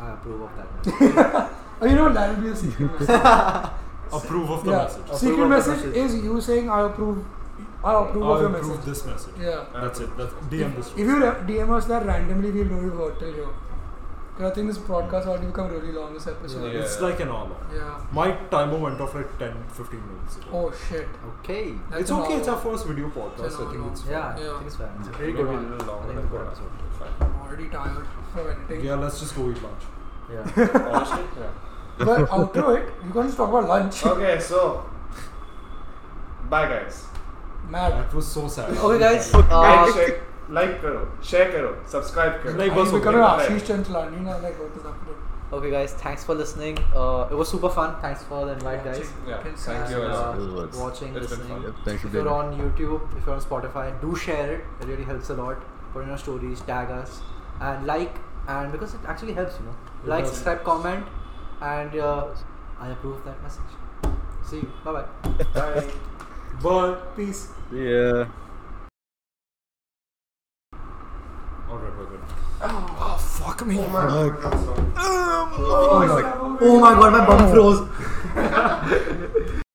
Speaker 4: I approve of that
Speaker 1: Oh, you know what? That will be the secret message.
Speaker 2: Approve of the
Speaker 1: yeah,
Speaker 2: message.
Speaker 4: Approve
Speaker 1: secret
Speaker 4: of the
Speaker 1: message,
Speaker 4: message.
Speaker 1: is you saying I approve. I approve of
Speaker 2: I
Speaker 1: your
Speaker 2: approve
Speaker 1: message.
Speaker 2: this message.
Speaker 1: Yeah.
Speaker 2: That's it. That's DM this.
Speaker 1: If you re- DM us that randomly, we'll know you've heard till here. 'Cause I think this podcast already become really long. This episode.
Speaker 5: Yeah.
Speaker 2: It's like an hour.
Speaker 1: Yeah.
Speaker 2: My timer went off like 10, 15 minutes ago.
Speaker 1: Oh shit.
Speaker 4: okay
Speaker 1: That's
Speaker 2: it's
Speaker 1: an
Speaker 2: okay. It's
Speaker 1: hour.
Speaker 2: our first video podcast.
Speaker 1: It's an
Speaker 2: I think
Speaker 1: hour.
Speaker 2: it's.
Speaker 4: yeah
Speaker 1: Yeah.
Speaker 4: I think it's fine it's a very
Speaker 5: Maybe
Speaker 4: good
Speaker 5: a
Speaker 4: one
Speaker 5: little
Speaker 4: I
Speaker 5: longer
Speaker 4: think it's
Speaker 5: than
Speaker 4: a good
Speaker 5: that.
Speaker 4: episode
Speaker 5: Fine.
Speaker 1: I'm already tired from editing.
Speaker 2: Yeah, let's just go eat lunch.
Speaker 4: yeah
Speaker 5: Honestly, yeah.
Speaker 1: But outro it, you can just talk about lunch.
Speaker 2: Uh,
Speaker 5: Okay, so. Bye, guys.
Speaker 1: Mad.
Speaker 2: That was so sad.
Speaker 4: okay guys
Speaker 5: Like,
Speaker 4: uh,
Speaker 5: share, like करो, share करो, subscribe करो.
Speaker 2: Like,
Speaker 1: He's
Speaker 2: बस हो
Speaker 1: becoming
Speaker 2: गया।
Speaker 1: Ashish Chanchlani now, like what is happening?
Speaker 4: Okay, guys, thanks for listening. Uh, it was super fun. Thanks for the invite, guys.
Speaker 5: Yeah,
Speaker 1: Can
Speaker 5: thank
Speaker 4: And,
Speaker 5: you.
Speaker 4: uh,
Speaker 5: guys.
Speaker 3: Otherwise,
Speaker 4: watching,
Speaker 5: it's been
Speaker 4: listening.
Speaker 5: fun.
Speaker 3: Yep, thanks for
Speaker 4: If
Speaker 3: being
Speaker 4: you're
Speaker 3: here.
Speaker 4: on YouTube, if you're on Spotify, do share it. It really helps a lot. Put in your stories, tag us, and like. And because it actually helps, you know.
Speaker 2: It
Speaker 4: like,
Speaker 2: does.
Speaker 4: subscribe, comment, and uh, I approve that message. See you. Bye bye.
Speaker 5: Bye.
Speaker 2: But
Speaker 1: Peace.
Speaker 3: Yeah.
Speaker 2: alright, we're good.
Speaker 5: Oh my God.
Speaker 4: Oh my god, my bum froze.